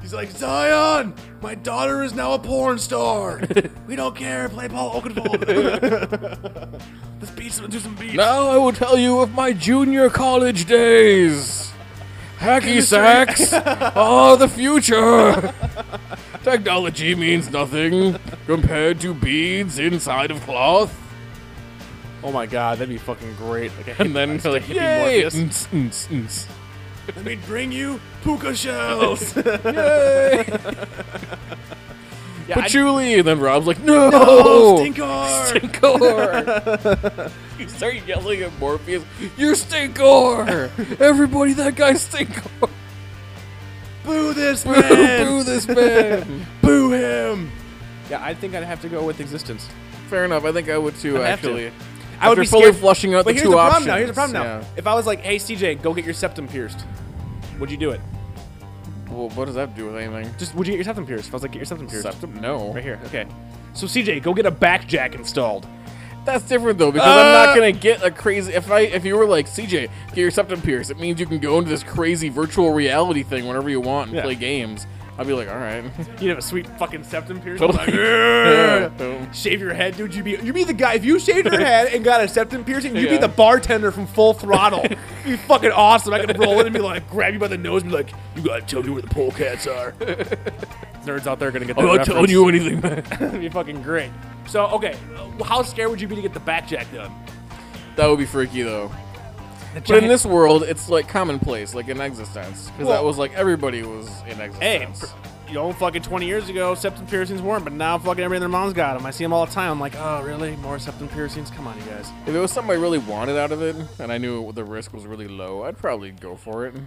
Speaker 5: He's like, Zion, my daughter is now a porn star. we don't care. Play Paul Oakenfold. Let's beat some, do some beats.
Speaker 6: Now I will tell you of my junior college days. Hacky sacks are the future. Technology means nothing compared to beads inside of cloth.
Speaker 5: Oh my god, that'd be fucking great. Like,
Speaker 6: and then like, yay! Mm, mm, mm,
Speaker 5: Let me bring you puka shells.
Speaker 6: mm. Yay!
Speaker 5: yeah,
Speaker 6: Patchouli! And then Rob's like, no!
Speaker 5: Oh. stinkor.
Speaker 6: Stinkor! you start yelling at Morpheus, you're Stinkor! Everybody, that guy's Stinkor!
Speaker 5: Boo this
Speaker 6: Boo this man!
Speaker 5: Boo him. Yeah, I think I'd have to go with existence.
Speaker 6: Fair enough, I think I would too,
Speaker 5: have to.
Speaker 6: actually.
Speaker 5: I would
Speaker 6: After
Speaker 5: be
Speaker 6: fully
Speaker 5: scared.
Speaker 6: flushing out
Speaker 5: but
Speaker 6: the
Speaker 5: here's
Speaker 6: two
Speaker 5: the problem
Speaker 6: options.
Speaker 5: now. Here's the problem now.
Speaker 6: Yeah.
Speaker 5: If I was like, "Hey, CJ, go get your septum pierced," would you do it?
Speaker 6: Well, what does that do with anything?
Speaker 5: Just would you get your septum pierced? If I was like, "Get your septum pierced,"
Speaker 6: Septum? No.
Speaker 5: right here. Okay. So CJ, go get a back jack installed.
Speaker 6: That's different though because I'm
Speaker 5: Uh,
Speaker 6: not gonna get a crazy. If I if you were like CJ, get your septum pierced. It means you can go into this crazy virtual reality thing whenever you want and
Speaker 5: Yeah.
Speaker 6: play games. I'd be like, all right,
Speaker 5: You'd have a sweet fucking septum piercing.
Speaker 6: Totally.
Speaker 5: Like, "Yeah."
Speaker 6: Boom.
Speaker 5: Shave your head, dude. You'd be you'd be the guy if you shaved your head and got a septum piercing. You'd
Speaker 6: Yeah.
Speaker 5: be the bartender from Full Throttle. You'd be fucking awesome. I could roll in and be like, grab you by the nose and be like, "You gotta tell me where the pole cats are." Nerds out there are gonna get that
Speaker 6: I'm not
Speaker 5: reference.
Speaker 6: telling you anything, man.
Speaker 5: That'd be fucking great. So okay, uh, how scared would you be to get the back jack done?
Speaker 6: that would be freaky though. But
Speaker 5: giant-
Speaker 6: in this world, it's like commonplace, like in existence, because
Speaker 5: Well-
Speaker 6: that was like everybody was in existence.
Speaker 5: Hey, pr- you know, fucking 20 years ago, septum piercings weren't, but now fucking everybody and their mom's got them. I see them all the time. I'm like, oh, really? More septum piercings? Come on, you guys.
Speaker 6: If it was something I really wanted out of it, and I knew the risk was really low, I'd probably go for it.
Speaker 5: Do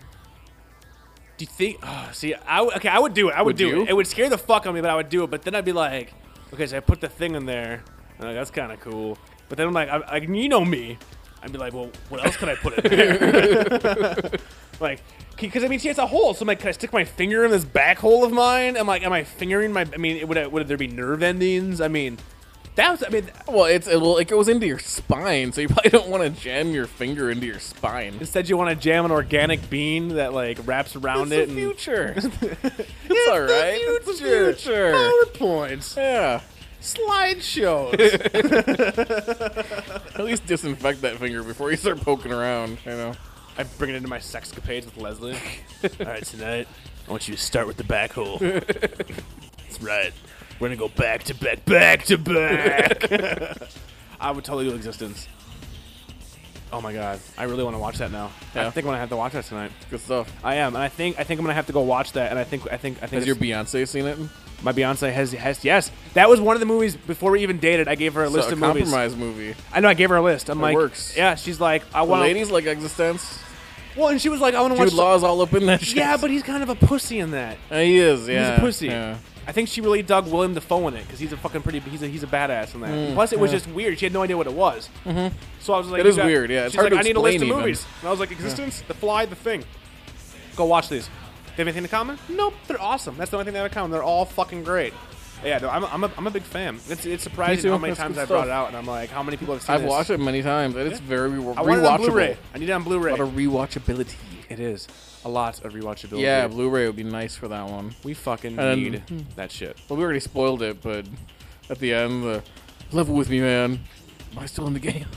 Speaker 5: you think? Oh, see, I w- okay, I would do it. I would,
Speaker 6: Would
Speaker 5: do
Speaker 6: you?
Speaker 5: it. It would scare the fuck out of me, but I would do it. But then I'd be like, okay, so I put the thing in there. And I'm like, that's kind of cool. But then I'm like, I, I, you know me. I'd be like, well, what else could I put in there? like, because I mean, see, it's a hole. So I'm like, can I stick my finger in this back hole of mine? I'm like, am I fingering my? I mean, it- would I, would there be nerve endings? I mean, that was. I mean,
Speaker 6: Well, it's it, well, it goes into your spine, so you probably don't want to jam your finger into your spine. It's
Speaker 5: instead you want to jam an organic bean that like wraps around
Speaker 6: the
Speaker 5: it and
Speaker 6: future. it's all right. It's the future.
Speaker 5: PowerPoints,
Speaker 6: Yeah.
Speaker 5: slideshows.
Speaker 6: At least disinfect that finger before you start poking around. You know.
Speaker 5: I bring it into my sexcapades with Leslie. All right, tonight I want you to start with the back hole. That's right. We're gonna go back to back, back to back. I would totally do existence. Oh my god, I really want to watch that now. I
Speaker 6: Yeah.
Speaker 5: think I'm gonna have to watch that tonight.
Speaker 6: Good stuff.
Speaker 5: I am, and I think I think I'm gonna have to go watch that. And I think I think I think
Speaker 6: Has your
Speaker 5: it's-
Speaker 6: Beyonce seen it?
Speaker 5: my Beyonce has has yes. That was one of the movies before we even dated. I gave her a
Speaker 6: It's
Speaker 5: list
Speaker 6: a
Speaker 5: of movies.
Speaker 6: compromise movie.
Speaker 5: I know I gave her a list. I'm
Speaker 6: It
Speaker 5: like,
Speaker 6: works.
Speaker 5: yeah. She's like, I
Speaker 6: The
Speaker 5: want.
Speaker 6: ladies like Existence.
Speaker 5: Well, and she was like, I want to watch.
Speaker 6: Jude Law's all up in that shit.
Speaker 5: Yeah, but he's kind of a pussy in that.
Speaker 6: Uh, he is. Yeah.
Speaker 5: he's a pussy.
Speaker 6: Yeah.
Speaker 5: I think she really dug William Dafoe in it because he's a fucking pretty. He's a he's a badass in that. Plus, it was just weird. She had no idea what it was. Mm-hmm. So I was like,
Speaker 6: Mm, It
Speaker 5: you
Speaker 6: is
Speaker 5: got-
Speaker 6: weird, yeah. It's
Speaker 5: she's
Speaker 6: hard
Speaker 5: like,
Speaker 6: to
Speaker 5: I need a list of
Speaker 6: explain even.
Speaker 5: movies. And I was like, Existence, The Fly, The Thing. Go watch these. They have anything in common? Nope. They're awesome. That's the only thing they have in common. They're all fucking great. Yeah, no, I'm, a, I'm, a, I'm a big fan. It's, it's surprising
Speaker 6: too.
Speaker 5: how many
Speaker 6: That's
Speaker 5: times
Speaker 6: good
Speaker 5: I brought
Speaker 6: stuff.
Speaker 5: it out, and I'm like, how many people have seen
Speaker 6: I've
Speaker 5: this?
Speaker 6: watched it many times, and it's very re-
Speaker 5: I want it on Blu-ray.
Speaker 6: rewatchable.
Speaker 5: I need it on
Speaker 6: A
Speaker 5: Blu-ray.
Speaker 6: lot of rewatchability.
Speaker 5: it is a lot of rewatchability.
Speaker 6: Yeah, Blu-ray would be nice for that one.
Speaker 5: we fucking
Speaker 6: And-
Speaker 5: need that shit.
Speaker 6: Well, we already spoiled it, but at the end, the level with me, man. Am I still in the game?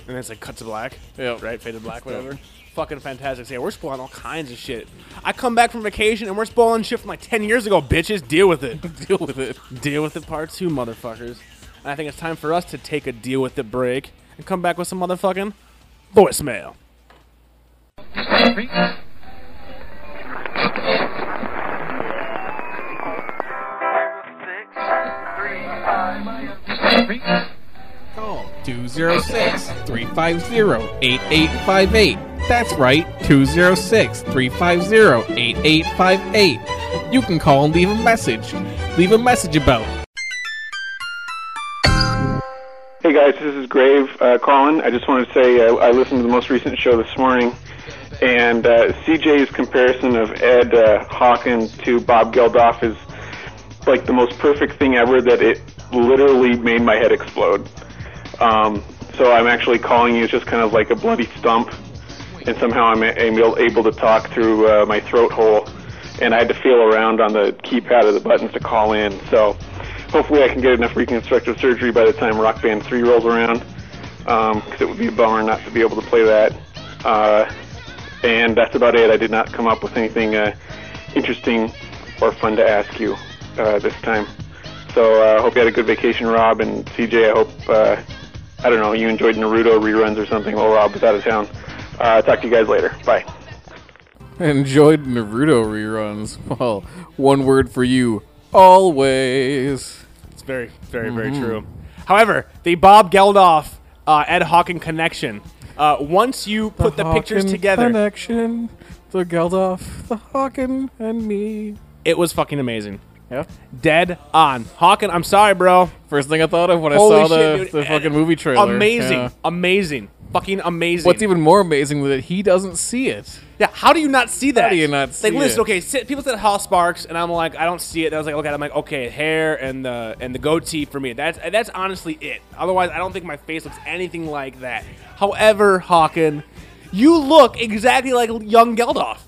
Speaker 5: And then it's like cut to black.
Speaker 6: Yeah.
Speaker 5: Right? Faded black,
Speaker 6: Stuff.
Speaker 5: whatever. Fucking fantastic. So, yeah, we're spoiling all kinds of shit. I come back from vacation and we're spoiling shit from like 10 years ago, bitches. Deal with it.
Speaker 6: Deal with it.
Speaker 5: deal with it, part two, motherfuckers. And I think it's time for us to take a deal with it break and come back with some motherfucking voicemail.
Speaker 2: Six, three, five,
Speaker 9: Call 206 350 8858. That's right, 206 350 8858. You can call and leave a message. Leave a message about
Speaker 10: Hey guys, this is Grave uh, calling. I just wanted to say uh, I listened to the most recent show this morning, and uh, CJ's comparison of Ed uh, Hawkins to Bob Geldof is like the most perfect thing ever. That it literally made my head explode. Um, so I'm actually calling you just kind of like a bloody stump, and somehow I'm a- able able to talk through uh, my throat hole, and I had to feel around on the keypad of the buttons to call in. So hopefully I can get enough reconstructive surgery by the time Rock Band 3 rolls around, because it would be a bummer not to be able to play that. Uh, and that's about it. I did not come up with anything uh, interesting or fun to ask you uh, this time. So I uh, hope you had a good vacation, Rob and CJ. I hope uh, I don't know you enjoyed Naruto reruns or something while Rob was out of town. Uh, talk to you guys later. Bye.
Speaker 6: Enjoyed Naruto reruns. Well, one word for you: always.
Speaker 5: It's very, very, very
Speaker 6: Mm-hmm.
Speaker 5: true. However, the Bob Geldof uh, Ed Hawking connection. Uh, once you put the, pictures
Speaker 6: Hawken
Speaker 5: together,
Speaker 6: Connection, the Geldof, the Hawken, and me.
Speaker 5: it was fucking amazing.
Speaker 6: Yeah.
Speaker 5: Dead on. Hawking, I'm sorry, bro.
Speaker 6: First thing I thought of when I
Speaker 5: Holy
Speaker 6: saw the,
Speaker 5: shit, dude.
Speaker 6: the fucking movie trailer.
Speaker 5: Amazing,
Speaker 6: Yeah.
Speaker 5: amazing, fucking amazing.
Speaker 6: What's even more amazing is that he doesn't see it.
Speaker 5: Yeah, how do you not see that?
Speaker 6: do you not
Speaker 5: It's
Speaker 6: see
Speaker 5: like, listen,
Speaker 6: it?
Speaker 5: okay, sit, people said Hall Sparks, and I'm like, I don't see it. And I was like, okay, I'm like, okay, hair and the and the goatee for me. That's that's honestly it. Otherwise, I don't think my face looks anything like that. However, Hawken, you look exactly like young Geldof,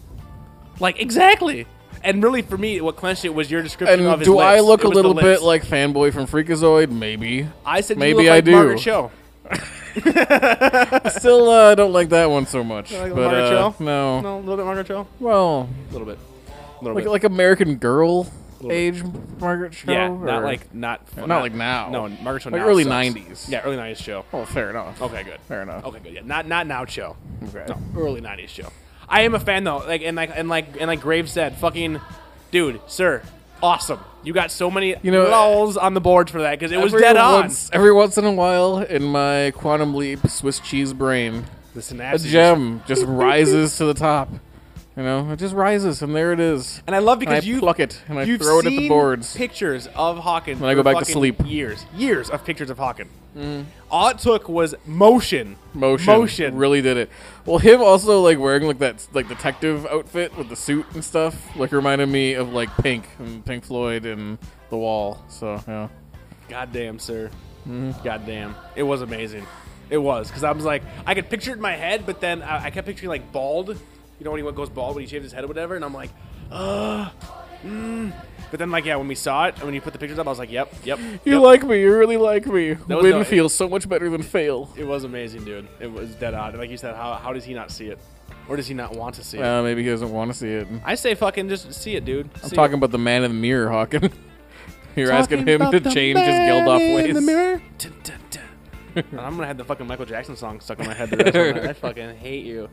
Speaker 5: like exactly. And really, for me, what clenched it was your description
Speaker 6: And
Speaker 5: of his
Speaker 6: do
Speaker 5: lips.
Speaker 6: I look
Speaker 5: It
Speaker 6: a
Speaker 5: was the
Speaker 6: little bit
Speaker 5: lips.
Speaker 6: like fanboy from Freakazoid? Maybe.
Speaker 5: I said? you
Speaker 6: maybe
Speaker 5: look
Speaker 6: I
Speaker 5: like
Speaker 6: do.
Speaker 5: Margaret Cho.
Speaker 6: Still uh, don't like that one so much.
Speaker 5: like
Speaker 6: but
Speaker 5: Margaret
Speaker 6: uh,
Speaker 5: Cho?
Speaker 6: no.
Speaker 5: No, a little bit Margaret Cho.
Speaker 6: well,
Speaker 5: A little bit. A little
Speaker 6: like
Speaker 5: bit.
Speaker 6: like American Girl age Margaret Cho.
Speaker 5: yeah, not
Speaker 6: or-
Speaker 5: like not
Speaker 6: not, like now.
Speaker 5: No, Margaret Cho.
Speaker 6: like
Speaker 5: now
Speaker 6: early
Speaker 5: sucks.
Speaker 6: '90s.
Speaker 5: Yeah, early '90s show.
Speaker 6: Oh, fair enough.
Speaker 5: Okay, good.
Speaker 6: Fair enough.
Speaker 5: Okay, good. Yeah, not not now show.
Speaker 6: Okay.
Speaker 5: No, early '90s show. I am a fan though. Like and like and like and like Graves said, fucking dude, sir, awesome. You got so many
Speaker 6: You know,
Speaker 5: lulls on the board for that because it was
Speaker 6: Every
Speaker 5: dead on.
Speaker 6: once, Every once in a while, in my quantum leap Swiss cheese brain,
Speaker 5: The
Speaker 6: a
Speaker 5: synapses.
Speaker 6: gem just rises to the top. You know, it just rises, and there it is.
Speaker 5: And I love because
Speaker 6: I
Speaker 5: you
Speaker 6: pluck it, and I
Speaker 5: you've
Speaker 6: throw it at the
Speaker 5: seen
Speaker 6: boards.
Speaker 5: Pictures of Hawkins.
Speaker 6: Then I go
Speaker 5: for
Speaker 6: back to
Speaker 5: fucking
Speaker 6: sleep. Mm-hmm.
Speaker 5: Years, years of pictures of Hawkins. All it took was motion,
Speaker 6: Motion,
Speaker 5: motion.
Speaker 6: really did it. Well, him also like wearing like that like detective outfit with the suit and stuff, like reminded me of like Pink and Pink Floyd and The Wall. So yeah,
Speaker 5: Goddamn, sir.
Speaker 6: Mm-hmm.
Speaker 5: Goddamn, it was amazing. It was because I was like, I could picture it in my head, but then I, I kept picturing like bald. You know when he goes bald when he shaves his head or whatever, and I'm like, uh, mm. But then like yeah, when we saw it and when you put the pictures up, I was like, yep, yep.
Speaker 6: you
Speaker 5: yep.
Speaker 6: like me, you really like me.
Speaker 5: was
Speaker 6: Win
Speaker 5: no-
Speaker 6: feels so much better than fail.
Speaker 5: It was amazing, dude. It was dead on. Like you said, how, how does he not see it? Or does he not want to see it?
Speaker 6: Uh, maybe he doesn't want to see it.
Speaker 5: I say fucking just see it, dude.
Speaker 6: I'm talking about the man in the mirror, Hawking. You're asking him to change his Geldof ways.
Speaker 5: I'm gonna have the fucking Michael Jackson song stuck in my head. the rest of the night. I fucking hate you.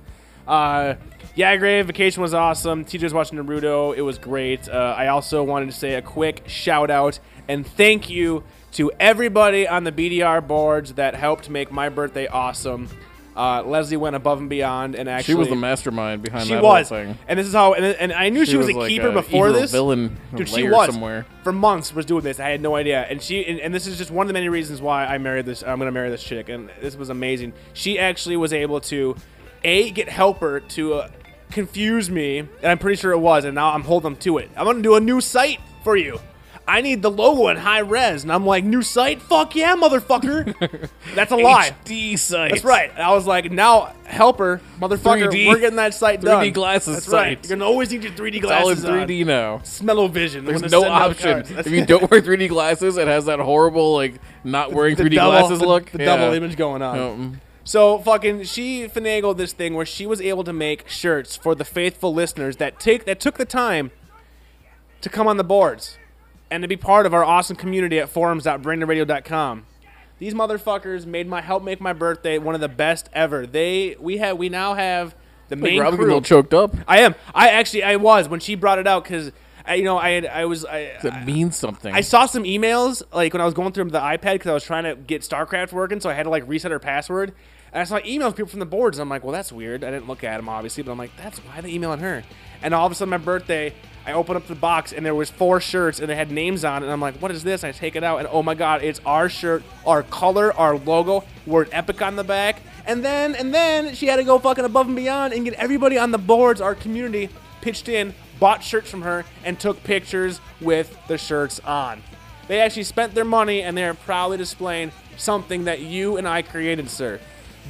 Speaker 5: Uh, yeah, Grave Vacation was awesome. TJ's watching Naruto. It was great. Uh, I also wanted to say a quick shout out and thank you to everybody on the BDR boards that helped make my birthday awesome. Uh, Leslie went above and beyond and actually
Speaker 6: She was the mastermind behind
Speaker 5: She
Speaker 6: that
Speaker 5: was,
Speaker 6: whole thing.
Speaker 5: and this is how. And, and I knew she, was, a
Speaker 6: like
Speaker 5: keeper before
Speaker 6: evil
Speaker 5: this.
Speaker 6: villain
Speaker 5: Dude, she
Speaker 6: lair
Speaker 5: was
Speaker 6: somewhere.
Speaker 5: for months was doing this. I had no idea, and she and, and this is just one of the many reasons why I married this. I'm gonna marry this chick, and this was amazing. She actually was able to, a get helper to uh, confuse me, and I'm pretty sure it was. And now I'm holding them to it. I'm gonna do a new site for you. I need the logo in high res, and I'm like, new site? Fuck yeah, motherfucker! That's a lie.
Speaker 6: HD site.
Speaker 5: That's right. And I was like, now helper, motherfucker,
Speaker 6: 3D
Speaker 5: we're getting that site
Speaker 6: 3D
Speaker 5: done.
Speaker 6: glasses
Speaker 5: That's
Speaker 6: site.
Speaker 5: right. You're gonna always need your 3D
Speaker 6: It's all in
Speaker 5: glasses.
Speaker 6: 3D now.
Speaker 5: Smell o vision.
Speaker 6: There's no option. If you don't wear 3D glasses, it has that horrible like not wearing 3D glasses
Speaker 5: the,
Speaker 6: look.
Speaker 5: The
Speaker 6: Yeah.
Speaker 5: double image going on.
Speaker 6: Um,
Speaker 5: So fucking she finagled this thing where she was able to make shirts for the faithful listeners that take that took the time to come on the boards and to be part of our awesome community at forums.brainradio.com. These motherfuckers made my help make my birthday one of the best ever. They we have we now have the
Speaker 6: like,
Speaker 5: main
Speaker 6: Robin
Speaker 5: crew.
Speaker 6: getting all choked up.
Speaker 5: I am. I actually I was when she brought it out because you know I had, I was I,
Speaker 6: That means something.
Speaker 5: I saw some emails like when I was going through the iPad because I was trying to get StarCraft working, so I had to like reset her password. And I saw emails people from the boards, and I'm like, well, that's weird. I didn't look at them obviously, but I'm like, that's why they emailing her. And all of a sudden, my birthday, I open up the box and there was four shirts and they had names on it, and I'm like, what is this? And I take it out, and oh my god, it's our shirt, our color, our logo, word epic on the back. And then and then she had to go fucking above and beyond and get everybody on the boards, our community, pitched in, bought shirts from her, and took pictures with the shirts on. They actually spent their money and they are proudly displaying something that you and I created, sir.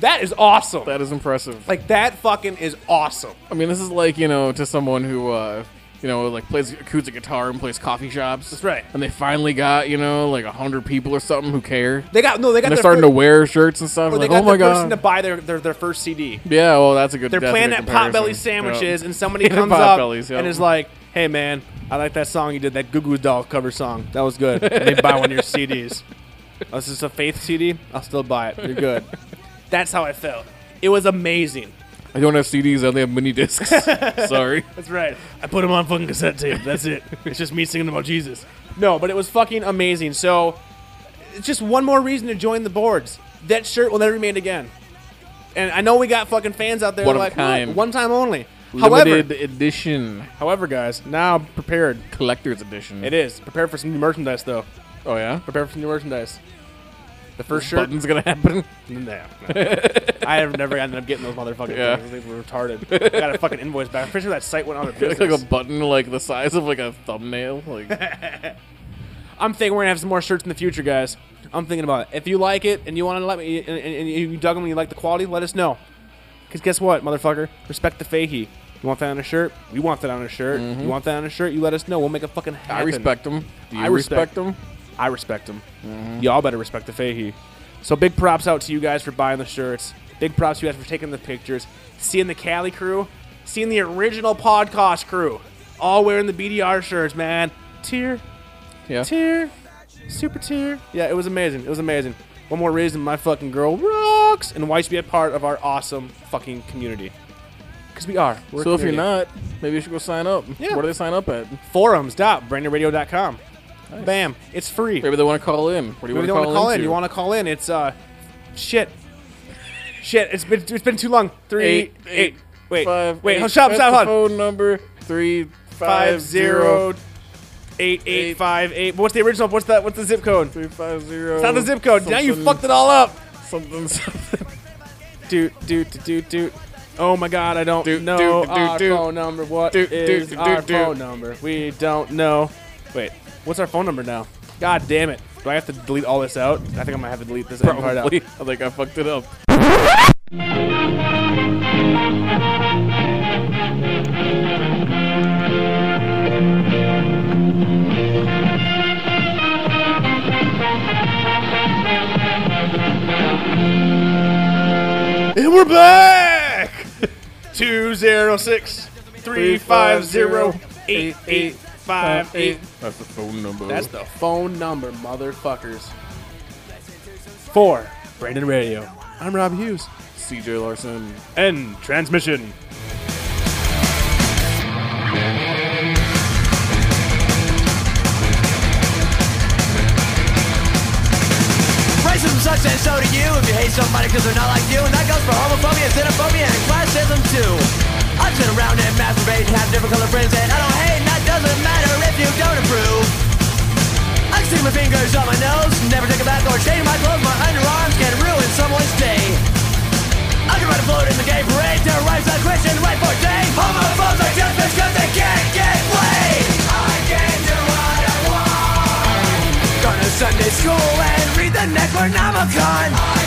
Speaker 5: That is awesome.
Speaker 6: that is impressive.
Speaker 5: like that fucking is awesome.
Speaker 6: I mean, this is like you know to someone who uh, you know like plays acoustic guitar and plays coffee shops. That's
Speaker 5: right.
Speaker 6: And they finally got you know like hundred people or something who care.
Speaker 5: They got no, they got
Speaker 6: and they're
Speaker 5: their
Speaker 6: starting to
Speaker 5: fir-
Speaker 6: wear shirts and stuff.
Speaker 5: or they
Speaker 6: Like,
Speaker 5: got
Speaker 6: oh my
Speaker 5: the person
Speaker 6: god.
Speaker 5: to buy their, their, their first CD.
Speaker 6: yeah, well, that's a good.
Speaker 5: They're
Speaker 6: that's a
Speaker 5: playing
Speaker 6: good
Speaker 5: at Potbelly
Speaker 6: comparison.
Speaker 5: sandwiches,
Speaker 6: Yeah.
Speaker 5: and somebody
Speaker 6: Yeah,
Speaker 5: comes up
Speaker 6: Potbelly's, yeah.
Speaker 5: and is like, "Hey man, I like that song you did, that Goo Goo Doll cover song. That was good. And they buy one of your CDs. Oh, this is a Faith CD. I'll still buy it. You're good. That's how I felt. It was amazing.
Speaker 6: I don't have CDs. I only have mini discs. Sorry.
Speaker 5: That's right. I put them on fucking cassette tape. That's it. It's just me singing about Jesus. No, but it was fucking amazing. So, it's just one more reason to join the boards. That shirt will never be made again. And I know we got fucking fans out there
Speaker 6: One of a
Speaker 5: like
Speaker 6: kind.
Speaker 5: "What? one time only. However,
Speaker 6: Limited edition,
Speaker 5: However, guys, now I'm prepared.
Speaker 6: collector's edition.
Speaker 5: It is. Prepare for some new merchandise, though.
Speaker 6: Oh yeah.
Speaker 5: Prepare for some new merchandise. The first shirt.
Speaker 6: Button's gonna happen.
Speaker 5: Nah, nah. I have never ended up getting those motherfucking
Speaker 6: Yeah.
Speaker 5: things. They were retarded. I got a fucking invoice back. I'm pretty sure that site went out of
Speaker 6: Like a
Speaker 5: business.
Speaker 6: button like the size of like a thumbnail. Like
Speaker 5: I'm thinking we're gonna have some more shirts in the future, guys. I'm thinking about it. If you like it and you want to let me, and, and, and you dug them and you like the quality, let us know. Because guess what, motherfucker? Respect the fakie. You want that on a shirt? We want that on a shirt. You want that on a shirt? You let us know. We'll make a fucking happen.
Speaker 6: I respect them. Do you
Speaker 5: I respect-
Speaker 6: respect them?
Speaker 5: I respect him.
Speaker 6: Mm-hmm.
Speaker 5: Y'all better respect the Fahey. So big props out to you guys for buying the shirts. Big props to you guys for taking the pictures, seeing the Cali crew, seeing the original podcast crew, all wearing the BDR shirts, man. Tier,
Speaker 6: Yeah.
Speaker 5: tier, super tier. Yeah, it was amazing. It was amazing. One more reason my fucking girl rocks and why you should be a part of our awesome fucking community. Because we are. We're a
Speaker 6: So if you're
Speaker 5: community.
Speaker 6: not, Maybe you should go sign up.
Speaker 5: Yeah.
Speaker 6: Where do they sign up at?
Speaker 5: Forums.brandradio.com. Bam. It's free.
Speaker 6: Maybe they want to call in. What do you
Speaker 5: Maybe they
Speaker 6: want to
Speaker 5: want to
Speaker 6: call,
Speaker 5: call in.
Speaker 6: into?
Speaker 5: You want to call in. It's, uh, shit. shit. It's been, it's been too long. Three,
Speaker 6: Eight,
Speaker 5: eight,
Speaker 6: eight,
Speaker 5: wait,
Speaker 6: Five,
Speaker 5: wait,
Speaker 6: eight-
Speaker 5: hold, stop,
Speaker 6: that's
Speaker 5: stop,
Speaker 6: the
Speaker 5: hold on.
Speaker 6: Phone number three
Speaker 5: Five, zero, eight,
Speaker 6: eight-
Speaker 5: eight, five, eight. What's the original? What's the, what's the zip code? It's
Speaker 6: three five zero.
Speaker 5: not the zip code. Now you
Speaker 6: something-
Speaker 5: fucked it all up.
Speaker 6: something something.
Speaker 5: Doot, doot, doot, doot, doot. Oh my god, I don't
Speaker 6: Doot,
Speaker 5: know
Speaker 6: doot, doot,
Speaker 5: our
Speaker 6: doot.
Speaker 5: uh, phone number. What is
Speaker 6: Doot, doot, doot,
Speaker 5: our
Speaker 6: doot.
Speaker 5: phone number? We don't know. Wait, what's our phone number now? God damn it. Do I have to delete all this out? I think I'm gonna have to delete this end part out.
Speaker 6: Probably. I think I fucked it up.
Speaker 5: And we're back! 206 350 8858.
Speaker 6: That's the phone number.
Speaker 5: That's the phone number, motherfuckers. For Brandon Radio, I'm Rob Hughes.
Speaker 6: CJ Larson.
Speaker 5: End transmission.
Speaker 11: Racism sucks and so do you if you hate somebody because they're not like you. And that goes for homophobia, xenophobia, and classism too. I've been around and masturbate and have different color friends and I don't hate and that doesn't matter if you don't approve. I can stick my fingers on my nose, never take a bath or change my clothes. My underarms can ruin someone's day. I can ride a float in the gay parade, terrorize a Christian right for day. Homophobes are just because they can't get laid. I can do what I want. Go to Sunday school and read the Necronomicon. I